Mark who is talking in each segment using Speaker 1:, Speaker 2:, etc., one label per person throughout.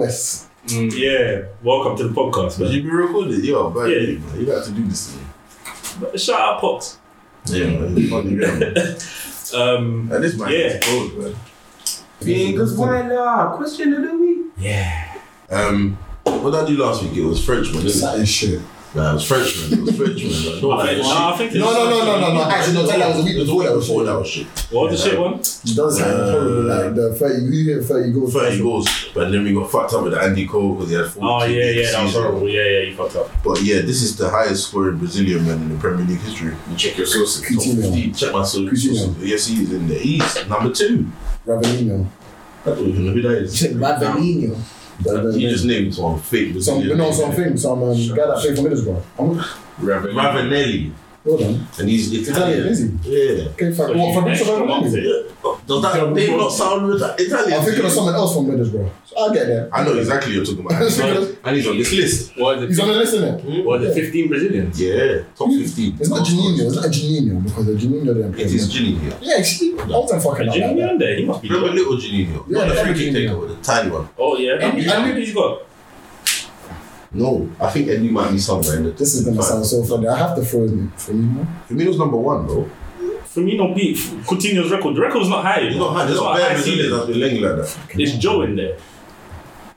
Speaker 1: MOS.
Speaker 2: Mm, yeah, welcome to the podcast, man.
Speaker 3: You be recorded, yo, but
Speaker 2: Yeah.
Speaker 3: you, you got to do this thing.
Speaker 2: But Shout out Pops.
Speaker 3: Yeah, man. It's funny, yeah, man.
Speaker 2: Um,
Speaker 3: At this man,
Speaker 2: Yeah.
Speaker 3: it's cold, man.
Speaker 4: Because why not? Question of the week.
Speaker 2: yeah.
Speaker 3: Um, what did I do last week? It was Frenchman, isn't it?
Speaker 1: That is shit.
Speaker 3: Nah, it was Frenchman. It was Frenchman. man. No,
Speaker 2: I
Speaker 3: that
Speaker 2: think,
Speaker 3: is
Speaker 2: no,
Speaker 3: shit.
Speaker 2: I think
Speaker 1: No, no, no, no, no, no. Actually, no, that was a week
Speaker 3: It was
Speaker 1: before that was
Speaker 3: before
Speaker 1: shit.
Speaker 3: that was shit.
Speaker 2: What was the shit
Speaker 3: Yeah.
Speaker 2: one?
Speaker 1: It does sound
Speaker 3: Uh,
Speaker 1: horrible. Like the 30, you hear 30 goals.
Speaker 3: 30 goals, but then we got fucked up with Andy Cole because he had four.
Speaker 2: Oh,
Speaker 3: kicks
Speaker 2: yeah, yeah,
Speaker 3: this
Speaker 2: that was
Speaker 3: season.
Speaker 2: horrible. Yeah, yeah, you fucked up.
Speaker 3: But yeah, this is the highest scoring Brazilian man in the Premier League history. You check your sources. Top
Speaker 1: Coutinho.
Speaker 3: 15, check my sources.
Speaker 1: Coutinho.
Speaker 3: Yes, he is in the East, number two.
Speaker 1: Ravenino.
Speaker 3: I don't even know who that is.
Speaker 1: Ravenino.
Speaker 3: He just named some fake
Speaker 1: uh, Some,
Speaker 3: Brazilian.
Speaker 1: no,
Speaker 3: name.
Speaker 1: some thing, some um, guy that played for Middlesbrough. I'm,
Speaker 3: Ravanelli.
Speaker 1: well done.
Speaker 3: And he's Italian.
Speaker 1: Italian, is he?
Speaker 3: Yeah.
Speaker 1: Okay, fuck.
Speaker 2: So
Speaker 1: What,
Speaker 2: you
Speaker 1: Fabrizio
Speaker 2: extra marks
Speaker 1: Ravenino?
Speaker 2: it.
Speaker 3: Does that name not sound Ita- Italian?
Speaker 1: I'm thinking of someone else from Middlesbrough. So I'll get there.
Speaker 3: I know exactly you're talking about.
Speaker 1: Because-
Speaker 3: and he's on this list.
Speaker 4: What is
Speaker 1: He's on the list, isn't it?
Speaker 3: Hmm?
Speaker 4: What is it? 15 Brazilians?
Speaker 3: Yeah, top 15.
Speaker 1: Hmm. It's not Juninho. It's not a Juninho because the Juninho didn't play.
Speaker 3: It is Juninho.
Speaker 1: Yeah, actually, I wasn't fucking
Speaker 2: Did
Speaker 1: up
Speaker 2: you
Speaker 1: like
Speaker 2: know
Speaker 1: that.
Speaker 2: him there? He must be.
Speaker 3: Remember
Speaker 2: good.
Speaker 3: little Juninho?
Speaker 1: Yeah,
Speaker 3: Not the free kick
Speaker 1: Juninho.
Speaker 3: taker, but the tiny one.
Speaker 2: Oh yeah. How many- how many did you got?
Speaker 3: No, I think Eddie might be somewhere in the
Speaker 1: This is gonna sound so funny. I have to throw him for you, man.
Speaker 3: Firmino's number one, bro.
Speaker 2: Firmino beat Coutinho's record. The record's not high.
Speaker 3: He's not high. There's
Speaker 2: It's
Speaker 3: not
Speaker 2: not a
Speaker 3: bare
Speaker 2: high
Speaker 3: Brazilians
Speaker 2: ceiling.
Speaker 3: that's been laying like that.
Speaker 2: There's Joe in there.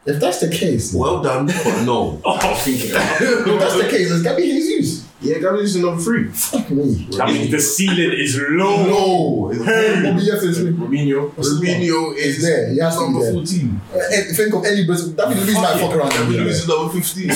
Speaker 1: If that's the case,
Speaker 3: Well done, but no.
Speaker 2: Oh, I'm thinking. that.
Speaker 1: if that's the case, it's gonna be Jesus.
Speaker 3: Yeah, Gabriel's number three.
Speaker 1: Fuck me.
Speaker 2: That means the ceiling is low.
Speaker 3: No, it's
Speaker 1: Bobby F is
Speaker 4: Romino.
Speaker 3: Firmino
Speaker 1: He's
Speaker 3: is
Speaker 1: there. He has to be
Speaker 3: number
Speaker 1: there.
Speaker 3: 14.
Speaker 1: Eh, think of any Brazil. That be the reason I fuck around.
Speaker 3: And
Speaker 1: with him, yeah.
Speaker 3: Luis is number 15.
Speaker 1: I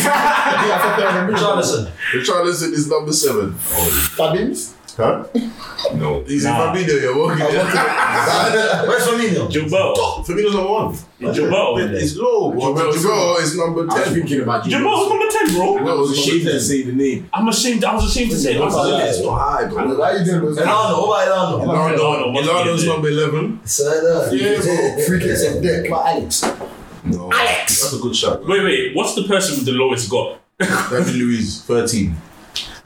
Speaker 1: fuck around with him.
Speaker 4: Jonathan.
Speaker 3: Richarlison is number 7.
Speaker 2: Oh,
Speaker 1: Fabins.
Speaker 3: Huh? No. He's
Speaker 2: Nah.
Speaker 3: in Fabinho, you're walking.
Speaker 4: Where's Romino?
Speaker 2: Jamal.
Speaker 3: Fabinho's number 1. Oh,
Speaker 2: Jamal in there.
Speaker 3: It's low. Jamal is number 10.
Speaker 4: thinking about
Speaker 2: Jamal's number ten, bro.
Speaker 3: No, it's number 10.
Speaker 4: say the name.
Speaker 2: I'm ashamed. I was ashamed to say. it. I was
Speaker 4: Yeah.
Speaker 3: It's not high, bro.
Speaker 1: Why are you doing those?
Speaker 4: Elano, what about
Speaker 2: Elano
Speaker 4: Elano?
Speaker 2: must be
Speaker 3: Milano's
Speaker 2: in there.
Speaker 3: number 11. Yeah, bro.
Speaker 1: Free kicks and dick. What Alex?
Speaker 3: No. Alex! That's a good shot.
Speaker 2: Wait, wait. What's the person with the lowest got?
Speaker 3: David Luiz, 13.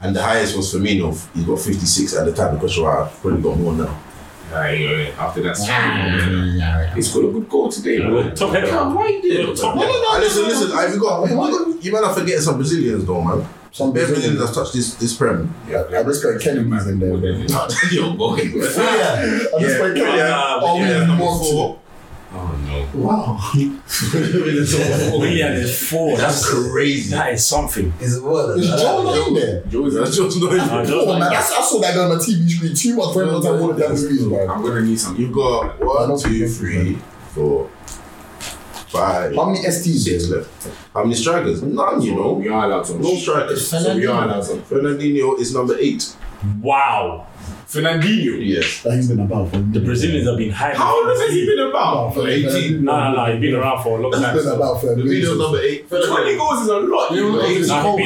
Speaker 3: And the highest was Firmino. He got 56 at the time because Shaw probably got more now.
Speaker 4: After that, he's got a good goal today, bro.
Speaker 2: Top header.
Speaker 4: Come right there.
Speaker 2: Yeah, top
Speaker 3: No,
Speaker 2: header.
Speaker 3: no, no, listen, listen. I forgot. You might- you might not forget some Brazilians, though, man.
Speaker 1: Some
Speaker 3: Bare Brazilians
Speaker 1: Brazilians.
Speaker 3: that's touched this this prem.
Speaker 1: I respect Kennedy's in there. bro.
Speaker 3: Yo, go ahead.
Speaker 1: I respect Kennedy.
Speaker 2: Yeah. Nah,
Speaker 1: Oh,
Speaker 2: yeah,
Speaker 1: yeah, more
Speaker 3: four.
Speaker 4: Oh
Speaker 1: Wow.
Speaker 2: Willian is four.
Speaker 3: That's crazy.
Speaker 2: That is something.
Speaker 5: Is what?
Speaker 1: Is Joe not in there?
Speaker 3: That's just not
Speaker 2: Joe's
Speaker 1: Come on,
Speaker 2: like-
Speaker 1: man. I I saw that guy on my TV screen too much for everyone to watch that movies,
Speaker 4: no.
Speaker 1: man.
Speaker 4: I'm gonna need some.
Speaker 3: You got one, two, three, four, five,
Speaker 1: How many STs?
Speaker 3: six left. How many strikers? None, you know.
Speaker 4: We are allowed some.
Speaker 3: No strikers.
Speaker 4: So we are allowed some.
Speaker 3: Fernandinho is number eight.
Speaker 2: Wow.
Speaker 4: Fernandinho.
Speaker 3: Yes.
Speaker 1: That he's been about for
Speaker 2: The Brazilians have been high.
Speaker 4: How long has he been about?
Speaker 1: for
Speaker 3: 18.
Speaker 2: Nah, nah, nah. He's been around for a long
Speaker 1: He's
Speaker 2: time.
Speaker 1: been about for
Speaker 3: Fernandinho
Speaker 1: minute.
Speaker 3: number eight.
Speaker 4: 20 goals is a lot. You know?
Speaker 2: Nah, he's
Speaker 3: Nah,
Speaker 4: He
Speaker 2: been- he's
Speaker 4: scores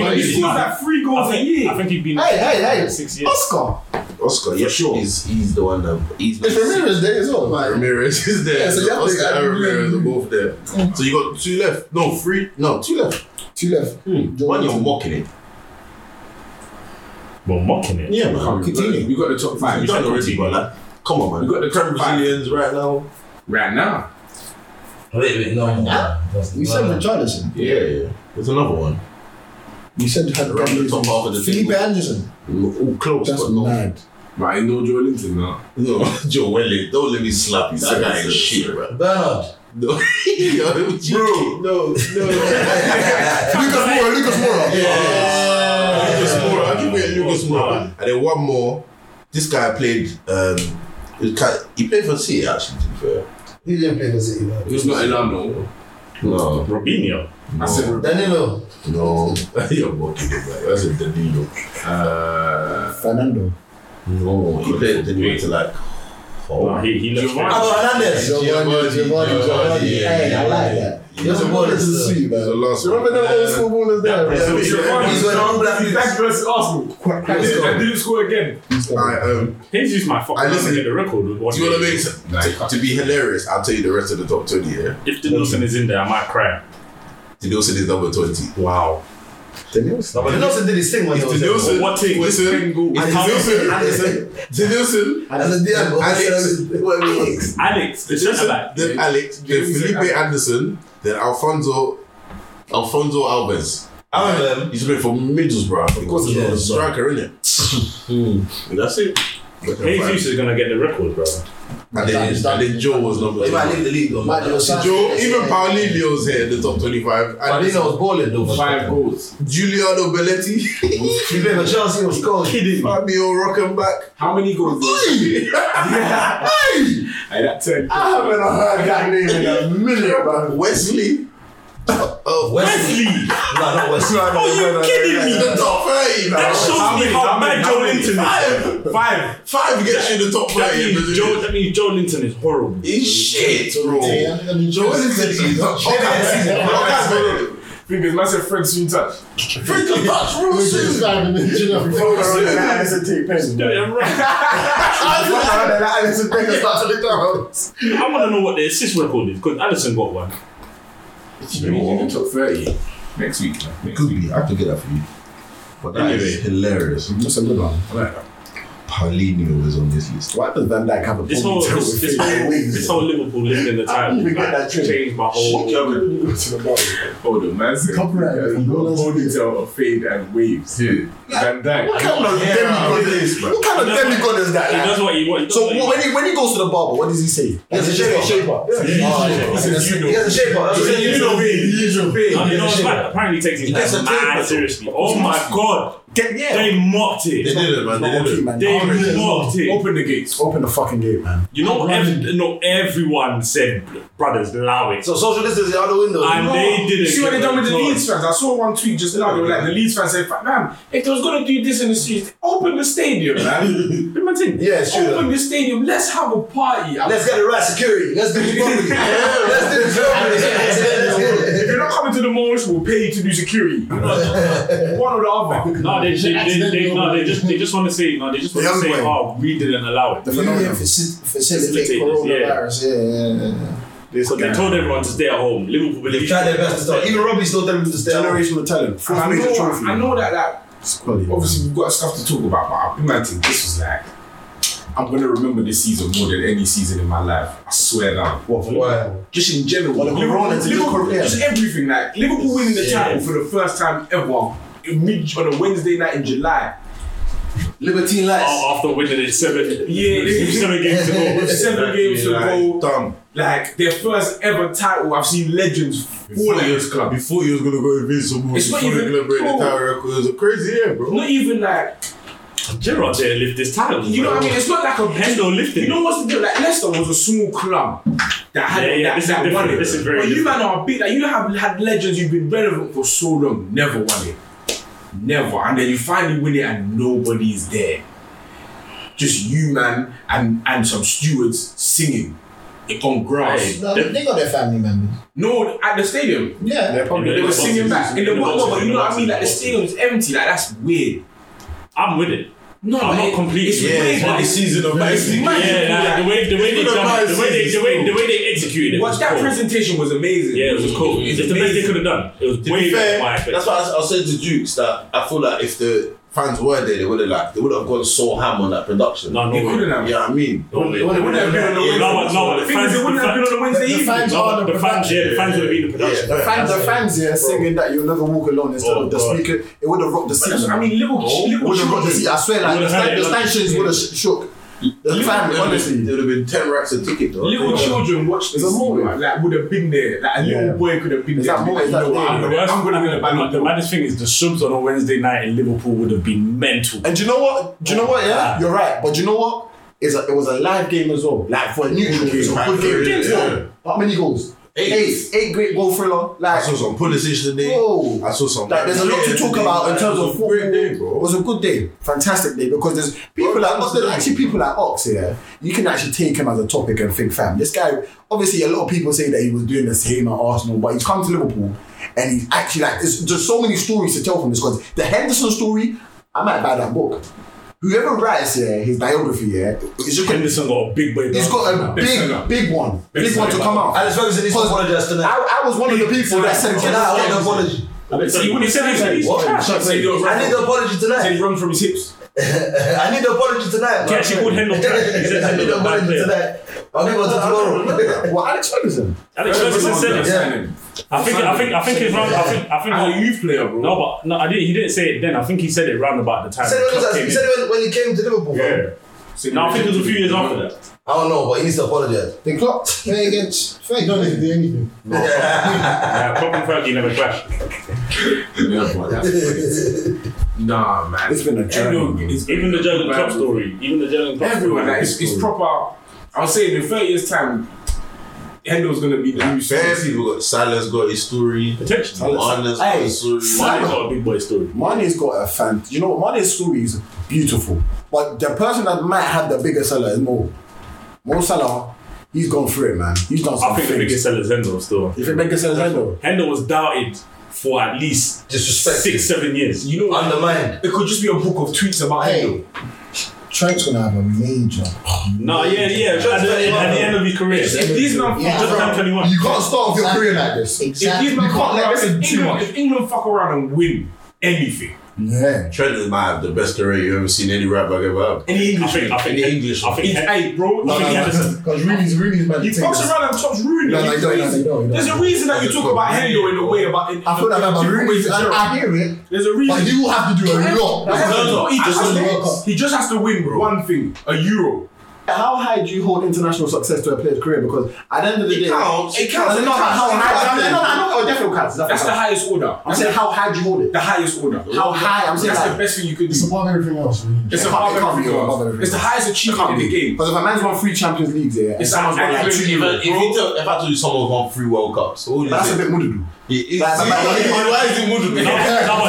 Speaker 2: been-
Speaker 4: like three
Speaker 2: I
Speaker 4: goals a
Speaker 2: think, I
Speaker 4: year.
Speaker 2: think he's been
Speaker 1: Hey, hey, hey.
Speaker 2: six years.
Speaker 1: Oscar.
Speaker 3: Oscar, yeah, sure. He's, he's the one that he's
Speaker 1: It's Ramirez Day as well.
Speaker 3: Ramirez is there.
Speaker 1: Yeah, so you have to-
Speaker 3: Oscar
Speaker 1: I
Speaker 3: and Ramirez are
Speaker 1: really-
Speaker 3: both there. Mm. So you got two left. No, three. No, two left.
Speaker 1: Two left. Joe
Speaker 3: One you're
Speaker 1: Linton.
Speaker 3: mocking it.
Speaker 2: We're mocking it.
Speaker 3: Yeah,
Speaker 4: We got the top five.
Speaker 3: You've done already, but like, come on, man.
Speaker 4: We got the
Speaker 3: Creme
Speaker 4: five.
Speaker 3: Brazilians right now.
Speaker 4: Right now.
Speaker 5: Wait, wait, no.
Speaker 1: You said
Speaker 5: Uh,
Speaker 1: Richarlison.
Speaker 3: Yeah, yeah. There's another one.
Speaker 1: You said had
Speaker 3: Around the top half of the
Speaker 1: Felipe
Speaker 3: table.
Speaker 1: Anderson.
Speaker 3: We're all close,
Speaker 1: That's
Speaker 3: but no.
Speaker 1: mad.
Speaker 4: But I know Joe Linton now.
Speaker 3: No, Joe, well, don't let me slap you. That guy
Speaker 5: That's
Speaker 3: is
Speaker 5: it.
Speaker 3: shit, bro.
Speaker 5: Bernard.
Speaker 3: No, Yo, bro. No, no.
Speaker 1: Lucas Moura, Lucas Moura.
Speaker 3: Lucas Moura. I'll give it Lucas Moura. And then one more. This guy played. Um, he ca- he played for City actually. To be fair.
Speaker 5: He didn't play for City, man.
Speaker 4: It's not Elano.
Speaker 3: No,
Speaker 2: Robinho.
Speaker 4: I said,
Speaker 5: Danilo.
Speaker 3: no. You're mocking it, man. That's a Danilo.
Speaker 4: uh,
Speaker 1: Fernando.
Speaker 3: No, he played Danilo to like.
Speaker 2: Nah, he, he looks
Speaker 4: Giovanni.
Speaker 2: great.
Speaker 5: Alvaro Oh, Hernandez.
Speaker 1: Giovanni, Giovanni, Giovanni.
Speaker 3: yeah,
Speaker 1: Hey, I
Speaker 3: yeah,
Speaker 1: like
Speaker 3: yeah.
Speaker 1: that.
Speaker 3: Yeah.
Speaker 1: Those
Speaker 5: Yeah.
Speaker 1: ballers is
Speaker 5: Yeah.
Speaker 1: sweet, man.
Speaker 3: The last
Speaker 1: You remember
Speaker 3: one.
Speaker 1: them old school ballers there,
Speaker 2: Yeah.
Speaker 1: man?
Speaker 3: Yeah.
Speaker 5: He's got all black
Speaker 4: He's back versus Arsenal. And
Speaker 1: let's
Speaker 4: then-
Speaker 1: go.
Speaker 4: and didn't score again.
Speaker 3: Alright, um,
Speaker 2: He's used my fucking
Speaker 3: I listen-
Speaker 2: to get the record with one.
Speaker 3: do you want to
Speaker 2: day.
Speaker 3: make to, to be hilarious? I'll tell you the rest of the top twenty. Yeah,
Speaker 2: If the Nelson is in there, I might cry.
Speaker 3: Danielson is number twenty.
Speaker 2: Wow.
Speaker 1: Daniels.
Speaker 5: But Nelson did his thing when he
Speaker 3: It's
Speaker 5: was there.
Speaker 3: Danielson.
Speaker 2: What thing?
Speaker 3: Listen, it's Danielson. Danielson.
Speaker 5: And then
Speaker 3: Then Alex.
Speaker 5: Diago.
Speaker 3: Wait, wait, wait.
Speaker 2: Alex, the centre
Speaker 3: Danielson,
Speaker 2: back.
Speaker 3: Then Alex. Then Felipe Anderson. Then Alfonso, Alfonso Alves.
Speaker 5: I remember him.
Speaker 3: He's played for Middlesbrough. Of
Speaker 5: course he
Speaker 3: a Hmm.
Speaker 5: does.
Speaker 3: striker, isn't it? And that's it. Like a
Speaker 2: Jesus
Speaker 3: five.
Speaker 2: is gonna get the record, bro.
Speaker 3: And then,
Speaker 6: That- that-
Speaker 3: and then Joe was number
Speaker 5: He might leave
Speaker 3: two.
Speaker 5: the league though. man.
Speaker 6: Imagine your son-
Speaker 3: Joe, even Paulinho's here in the top 25.
Speaker 5: I
Speaker 3: And
Speaker 5: didn't know it was balling though.
Speaker 4: Five goals.
Speaker 3: Giuliano Belletti,
Speaker 5: He played for Chelsea, he was scored.
Speaker 2: Kidding.
Speaker 3: Fabio Rockenbach.
Speaker 4: How many goals?
Speaker 6: Hey! Hey!
Speaker 4: I that ten.
Speaker 6: I haven't heard that name in a minute, man.
Speaker 3: Wesley. Oh,
Speaker 5: Wesley. No, not Wesley.
Speaker 2: Are you kidding me?
Speaker 3: The top 30.
Speaker 2: That shows me how bad Joe Linton is.
Speaker 3: Five.
Speaker 2: Five.
Speaker 3: Five gets you the top
Speaker 2: That
Speaker 3: 30.
Speaker 2: means Joe. That means Joe Linton is horrible.
Speaker 3: He's shit, bro.
Speaker 6: Yeah, I mean, Joe is
Speaker 3: Okay,
Speaker 4: Because man said Fred soon touch.
Speaker 3: Freaking touch real soon.
Speaker 2: Yeah, I'm right. I want to know what the assist record is because Allison got one.
Speaker 4: Maybe in the top thirty next week. man. Next
Speaker 3: Could
Speaker 4: week.
Speaker 3: be. I could get that for you. But that is
Speaker 2: Anyway.
Speaker 3: hilarious.
Speaker 1: That's a good one.
Speaker 3: Paulinho is on this list.
Speaker 1: Why does Van Dijk have a
Speaker 2: This whole
Speaker 1: ponytail
Speaker 2: this,
Speaker 1: with
Speaker 2: this
Speaker 1: fake
Speaker 2: whole
Speaker 1: wings?
Speaker 2: this whole Liverpool living in the
Speaker 6: I
Speaker 2: time
Speaker 6: didn't even get
Speaker 2: like,
Speaker 6: that trick.
Speaker 2: changed my whole.
Speaker 4: Hold on, man said.
Speaker 6: Copyright.
Speaker 4: Yeah, you got a ponytail of fade and waves. Yeah. Van
Speaker 1: What
Speaker 4: Dijk.
Speaker 1: kind of demigod is What kind of demigod is
Speaker 2: He
Speaker 1: that?
Speaker 2: does
Speaker 1: like?
Speaker 2: what he wants.
Speaker 1: So wh- when he when he goes to the barber, what does he say?
Speaker 5: He has a shape up.
Speaker 4: He
Speaker 1: Oh,
Speaker 4: said, you know.
Speaker 5: He has a shape up. That's what he
Speaker 4: You
Speaker 5: is.
Speaker 4: know me.
Speaker 2: I mean, no, it's like, apparently he takes his
Speaker 3: gets
Speaker 2: time
Speaker 3: a
Speaker 2: mad
Speaker 3: tape.
Speaker 2: seriously. Oh my god,
Speaker 1: yeah.
Speaker 2: they mocked
Speaker 3: They
Speaker 2: it.
Speaker 3: did it, man. They did it.
Speaker 1: man.
Speaker 2: They
Speaker 1: Open it.
Speaker 2: mocked it.
Speaker 4: Open the gates.
Speaker 1: Open the fucking gate, man.
Speaker 2: You know, ev- no, everyone said, "Brothers, allow it."
Speaker 5: So social distance is out the window.
Speaker 2: And they didn't.
Speaker 4: You see what they
Speaker 2: get
Speaker 4: done with the
Speaker 2: no.
Speaker 4: Leeds fans? I saw one tweet just now. They were like, the Leeds fans said, "Man, if they was gonna do this in the streets, open the stadium, man.
Speaker 2: What am I saying?
Speaker 5: Yeah, it's true.
Speaker 4: open the stadium. Let's have a party.
Speaker 5: Let's get the right security. Let's do it properly. Let's do it properly. Let's get
Speaker 4: if
Speaker 5: it.
Speaker 4: you're not coming to the malls, we'll pay you to do security. One or the other.
Speaker 2: No, they, they, they, they,
Speaker 6: Accidentally
Speaker 2: no, they just they just want to say no, they just want
Speaker 1: The
Speaker 2: to say
Speaker 1: young boy.
Speaker 2: oh we didn't allow it
Speaker 1: The phenomenon. Facilitate
Speaker 2: Facilitators, yeah.
Speaker 1: coronavirus. Yeah, yeah, yeah.
Speaker 2: because they told everyone to stay at home. Liverpool
Speaker 5: They've
Speaker 2: believe
Speaker 5: tried their best to stop. Even Robbie's still telling them to stay at home.
Speaker 1: Generational talent. Fourth
Speaker 4: I
Speaker 1: major
Speaker 4: know,
Speaker 1: trophy.
Speaker 4: I know that, that
Speaker 1: It's quality.
Speaker 4: obviously we've got stuff to talk about, but I've been manting. This was like, I'm gonna remember this season more than any season in my life. I swear down.
Speaker 1: What?
Speaker 5: Why?
Speaker 4: Just in general,
Speaker 1: Well, the
Speaker 4: Liverpool,
Speaker 1: Corona to the
Speaker 4: Liverpool,
Speaker 1: Corona.
Speaker 4: just everything. Like Liverpool winning the
Speaker 2: Yeah.
Speaker 4: title for the first time ever in mid on a Wednesday night in July.
Speaker 5: Libertine lights.
Speaker 2: oh, after winning it seven
Speaker 4: Yeah.
Speaker 2: seven games to go.
Speaker 4: Seven games to go.
Speaker 3: Dumb.
Speaker 4: Like their first ever title. I've seen legends fall at this club.
Speaker 3: Before he was gonna go invincible,
Speaker 4: It's
Speaker 3: before
Speaker 4: not
Speaker 3: he
Speaker 4: even-
Speaker 3: collaborated
Speaker 4: bro.
Speaker 3: the Tower Records, it was a crazy year, bro.
Speaker 4: Not even like
Speaker 2: Gerard there lift this title.
Speaker 4: you know what I mean. It's not like a
Speaker 2: Hendo lifted.
Speaker 4: You know what's the deal? Like Leicester was a small club that had
Speaker 2: Yeah, yeah,
Speaker 4: that,
Speaker 2: this is
Speaker 4: that
Speaker 2: different.
Speaker 4: won it.
Speaker 2: This is very
Speaker 4: but you
Speaker 2: different.
Speaker 4: man are big. Like you have had legends. You've been relevant for so long, never won it, never, and then you finally win it, and nobody's there. Just you man and and some stewards singing it on grass.
Speaker 2: Hey.
Speaker 6: They got their family members.
Speaker 4: No, at the stadium.
Speaker 6: Yeah.
Speaker 2: In the
Speaker 4: They were
Speaker 2: boxes,
Speaker 4: singing back in the
Speaker 2: in the
Speaker 4: box,
Speaker 2: boxes,
Speaker 4: no,
Speaker 2: in
Speaker 4: but you
Speaker 2: the
Speaker 4: know what I
Speaker 2: boxes,
Speaker 4: mean.
Speaker 2: in the
Speaker 4: Like the
Speaker 2: boxes.
Speaker 4: stadium's empty. Like that's weird.
Speaker 2: I'm with it.
Speaker 4: No,
Speaker 2: I'm not
Speaker 4: it-
Speaker 2: completely-
Speaker 4: It's
Speaker 2: Yeah,
Speaker 4: weird.
Speaker 2: it's not
Speaker 4: but
Speaker 3: the season of
Speaker 4: it's
Speaker 3: Messi.
Speaker 4: mad to do
Speaker 2: Yeah,
Speaker 4: that.
Speaker 2: like, the way the way they done
Speaker 3: Even
Speaker 2: it, the way they the way the way they executed it.
Speaker 4: What
Speaker 2: was
Speaker 4: that
Speaker 2: cool.
Speaker 4: presentation was amazing.
Speaker 2: Yeah, it was cool. It's,
Speaker 4: It's
Speaker 2: the best they
Speaker 4: amazing.
Speaker 2: could have done. It was
Speaker 3: To
Speaker 2: way
Speaker 3: be fair,
Speaker 2: better. than my
Speaker 3: that's why I, s- I said to Dukes that I feel like if the fans were there, they would have like they would have gone so ham on that production.
Speaker 2: No,
Speaker 4: They
Speaker 2: no,
Speaker 4: couldn't
Speaker 2: way.
Speaker 4: have.
Speaker 3: You know what I mean?
Speaker 2: no, way.
Speaker 4: It wouldn't have been on the
Speaker 2: Yeah,
Speaker 4: Wednesday.
Speaker 2: no, but- no, but
Speaker 4: the
Speaker 2: the
Speaker 4: thing is,
Speaker 2: fans-
Speaker 4: it wouldn't
Speaker 2: the
Speaker 4: have been on the Wednesday evening.
Speaker 6: fans
Speaker 2: No, but the fans, yeah, the fans would have been the production.
Speaker 1: The fans, the fans, yeah, singing that you'll never walk alone instead
Speaker 2: Oh,
Speaker 1: of the
Speaker 2: God.
Speaker 1: speaker. It would have rocked the
Speaker 4: That's-
Speaker 1: seat.
Speaker 4: I mean, Liverpool,
Speaker 1: Oh,
Speaker 3: Oh,
Speaker 4: Liverpool
Speaker 1: would have rocked the seat. I swear, like the,
Speaker 2: Would've had
Speaker 1: stand,
Speaker 2: it
Speaker 1: the
Speaker 2: like-
Speaker 1: stanchions would have sh- shook. The fan,
Speaker 3: It would've been-
Speaker 1: honestly.
Speaker 3: it would have been ten racks a ticket though.
Speaker 4: Little
Speaker 3: Yeah.
Speaker 4: children watch this.
Speaker 1: It's a movie.
Speaker 4: Like, like, would have been there. Like a little
Speaker 1: Yeah.
Speaker 4: boy could have been
Speaker 1: Is
Speaker 4: there.
Speaker 1: that
Speaker 4: and been
Speaker 1: more- is
Speaker 4: like,
Speaker 1: that
Speaker 4: you know what,
Speaker 1: more-
Speaker 4: I'm
Speaker 2: The
Speaker 4: gonna,
Speaker 2: worst-
Speaker 4: I'm gonna be the
Speaker 2: the ma-
Speaker 4: ballot.
Speaker 2: the maddest thing is the subs on a Wednesday night in Liverpool would have been mental.
Speaker 1: And do you know what? Do you know what? Yeah, you're right. But do you know what? It's a, it was a live game as well. Like for a neutral, it was a good game.
Speaker 3: Yeah.
Speaker 1: Yeah. How many goals?
Speaker 3: Eight.
Speaker 1: Eight. Eight great goal thriller.
Speaker 3: I
Speaker 1: Like,
Speaker 3: saw some Pulisic today.
Speaker 1: Whoa.
Speaker 3: I saw some.
Speaker 1: like there's a lot to talk about in terms of
Speaker 3: It was a
Speaker 1: football.
Speaker 3: great day,
Speaker 1: It
Speaker 3: bro.
Speaker 1: was a good day, fantastic day because there's people like
Speaker 3: that's
Speaker 1: there's
Speaker 3: the
Speaker 1: actually
Speaker 3: thing.
Speaker 1: people like Ox here. You can actually take him as a topic and think, fam, this guy. Obviously, a lot of people say that he was doing the same at Arsenal, but he's come to Liverpool and he's actually like, there's, there's so many stories to tell from this. Because the Henderson story, I might buy that book. Whoever writes yeah, his biography, yeah, it's just gonna-
Speaker 2: Henderson got a big boy.
Speaker 1: he's got a
Speaker 2: Big
Speaker 1: big,
Speaker 2: seller.
Speaker 1: big one,
Speaker 2: Big
Speaker 1: big one to
Speaker 2: seller.
Speaker 1: come out.
Speaker 5: Alex Ferguson needs to
Speaker 1: Because
Speaker 5: apologize tonight.
Speaker 1: I, I was one of the people that sent it out.
Speaker 5: I need an apology.
Speaker 2: So you wouldn't say he's- he's
Speaker 5: What?
Speaker 2: trash.
Speaker 5: I need an apology
Speaker 4: Take
Speaker 5: tonight.
Speaker 4: runs from his hips.
Speaker 5: I need apology tonight.
Speaker 2: He actually called Henlock back. He said
Speaker 5: I
Speaker 2: Henlock
Speaker 5: need
Speaker 2: back
Speaker 5: apology
Speaker 2: player.
Speaker 5: tonight. I'll give it to tomorrow.
Speaker 1: Well, Alex Ferguson.
Speaker 2: Alex Ferguson said it. I think I think I think it's round. I think I think
Speaker 4: I'm a
Speaker 2: what-
Speaker 4: youth player, bro.
Speaker 2: No, but no, I didn't. He didn't say it then. I think he said it round about the time.
Speaker 5: He said,
Speaker 2: the club came
Speaker 5: when he was- he said
Speaker 2: in.
Speaker 5: when, when he came to Liverpool,
Speaker 2: Yeah. No, I think it was a few years after that.
Speaker 5: I don't know, but he needs to apologize.
Speaker 7: They clocked playing against. They don't need to do anything.
Speaker 2: Yeah, Klopp and Fergie never clashed.
Speaker 4: Yeah, but that's- Nah, man.
Speaker 1: It's been a journey,
Speaker 4: Everyone-
Speaker 1: man.
Speaker 4: it's-
Speaker 2: Even the Jurgen Klopp
Speaker 4: Everyone-
Speaker 2: story. Even the Jurgen Klopp.
Speaker 4: Everyone,
Speaker 2: story.
Speaker 4: like, it's, it's proper. I would say in 30 years' time, Hendel's gonna be the new
Speaker 3: Fair
Speaker 4: Stones.
Speaker 3: people got Salas got his story.
Speaker 2: potentially.
Speaker 3: Honest got his story.
Speaker 2: Mane got a big boy story.
Speaker 1: Mane's got a fan. You know, Mane's story is beautiful, but the person that might have the bigger seller is Mo. Mo Salah, he's gone through it, man. He's done
Speaker 2: I
Speaker 1: some
Speaker 2: think the biggest
Speaker 1: things.
Speaker 2: seller is Hendo still.
Speaker 1: You think biggest seller is Hendo?
Speaker 2: Hendo was doubted for at least
Speaker 5: Disrespected.
Speaker 2: six, seven years.
Speaker 4: You know,
Speaker 5: Undermined.
Speaker 4: it could just be a book of tweets about
Speaker 7: Hey.
Speaker 4: Hendel.
Speaker 7: Trent's gonna have a major.
Speaker 2: No, yeah, yeah. At the, at the end of his career.
Speaker 4: If these men
Speaker 2: Yeah,
Speaker 4: fuck
Speaker 2: just
Speaker 4: around,
Speaker 2: turn 21.
Speaker 7: You can't start off your
Speaker 1: Exactly.
Speaker 7: career like this.
Speaker 4: if
Speaker 1: Exactly.
Speaker 4: these men fuck
Speaker 7: can't let
Speaker 4: around,
Speaker 7: this in
Speaker 4: if
Speaker 7: too
Speaker 4: England,
Speaker 7: much.
Speaker 4: if England fuck around and win anything,
Speaker 1: Yeah.
Speaker 3: Trent might have the best career you ever seen any right back ever have.
Speaker 4: any
Speaker 2: I
Speaker 4: English,
Speaker 2: think, I think,
Speaker 3: In English.
Speaker 2: I think,
Speaker 4: it's eight, bro.
Speaker 2: No,
Speaker 4: I think
Speaker 2: no, no.
Speaker 4: Henderson-
Speaker 7: Because Rooney's Rooney's meant
Speaker 4: He
Speaker 7: to take
Speaker 4: fucks
Speaker 7: this.
Speaker 4: around and chops ruining
Speaker 7: No, no,
Speaker 4: you
Speaker 7: no, no,
Speaker 4: crazy.
Speaker 7: no, no.
Speaker 4: There's a reason that you talk about Hendo in a way about. In,
Speaker 7: I feel like about Rooney. I, I hear it,
Speaker 4: There's a reason.
Speaker 7: but he will have to do a lot.
Speaker 4: he, just
Speaker 7: won the World
Speaker 4: has
Speaker 7: Cup.
Speaker 4: to, he just has to win one thing, a Euro.
Speaker 1: How high do you hold international success to a player's career? Because at the end of the
Speaker 3: It
Speaker 1: day,
Speaker 3: counts. It counts.
Speaker 1: No, no,
Speaker 3: It counts.
Speaker 1: how
Speaker 3: It
Speaker 1: high?
Speaker 3: counts.
Speaker 1: No, no, no, no, it Oh, definitely counts. it
Speaker 4: That's
Speaker 1: definitely
Speaker 4: the
Speaker 1: counts.
Speaker 4: highest order.
Speaker 1: I'm saying how high do you hold it?
Speaker 4: the highest order.
Speaker 1: How high? I'm saying
Speaker 4: That's
Speaker 1: like-
Speaker 4: the best thing you could
Speaker 7: It's
Speaker 4: do.
Speaker 7: above everything else. Really.
Speaker 1: It
Speaker 4: It's a
Speaker 1: can't-
Speaker 4: hard
Speaker 1: it can't be above
Speaker 4: record.
Speaker 1: everything
Speaker 4: It's the highest achievement in the game.
Speaker 1: Because if a man's won three Champions Leagues, yeah, and
Speaker 4: It's
Speaker 1: someone's won like
Speaker 4: actually
Speaker 1: two,
Speaker 3: If,
Speaker 4: even-
Speaker 3: if, you tell, if I told you someone's won three World Cups, what would you
Speaker 1: that's
Speaker 3: say?
Speaker 1: a bit moody.
Speaker 3: It-
Speaker 1: That's a
Speaker 3: it's-
Speaker 1: bit-
Speaker 3: Why is it Mudu?
Speaker 2: No, no,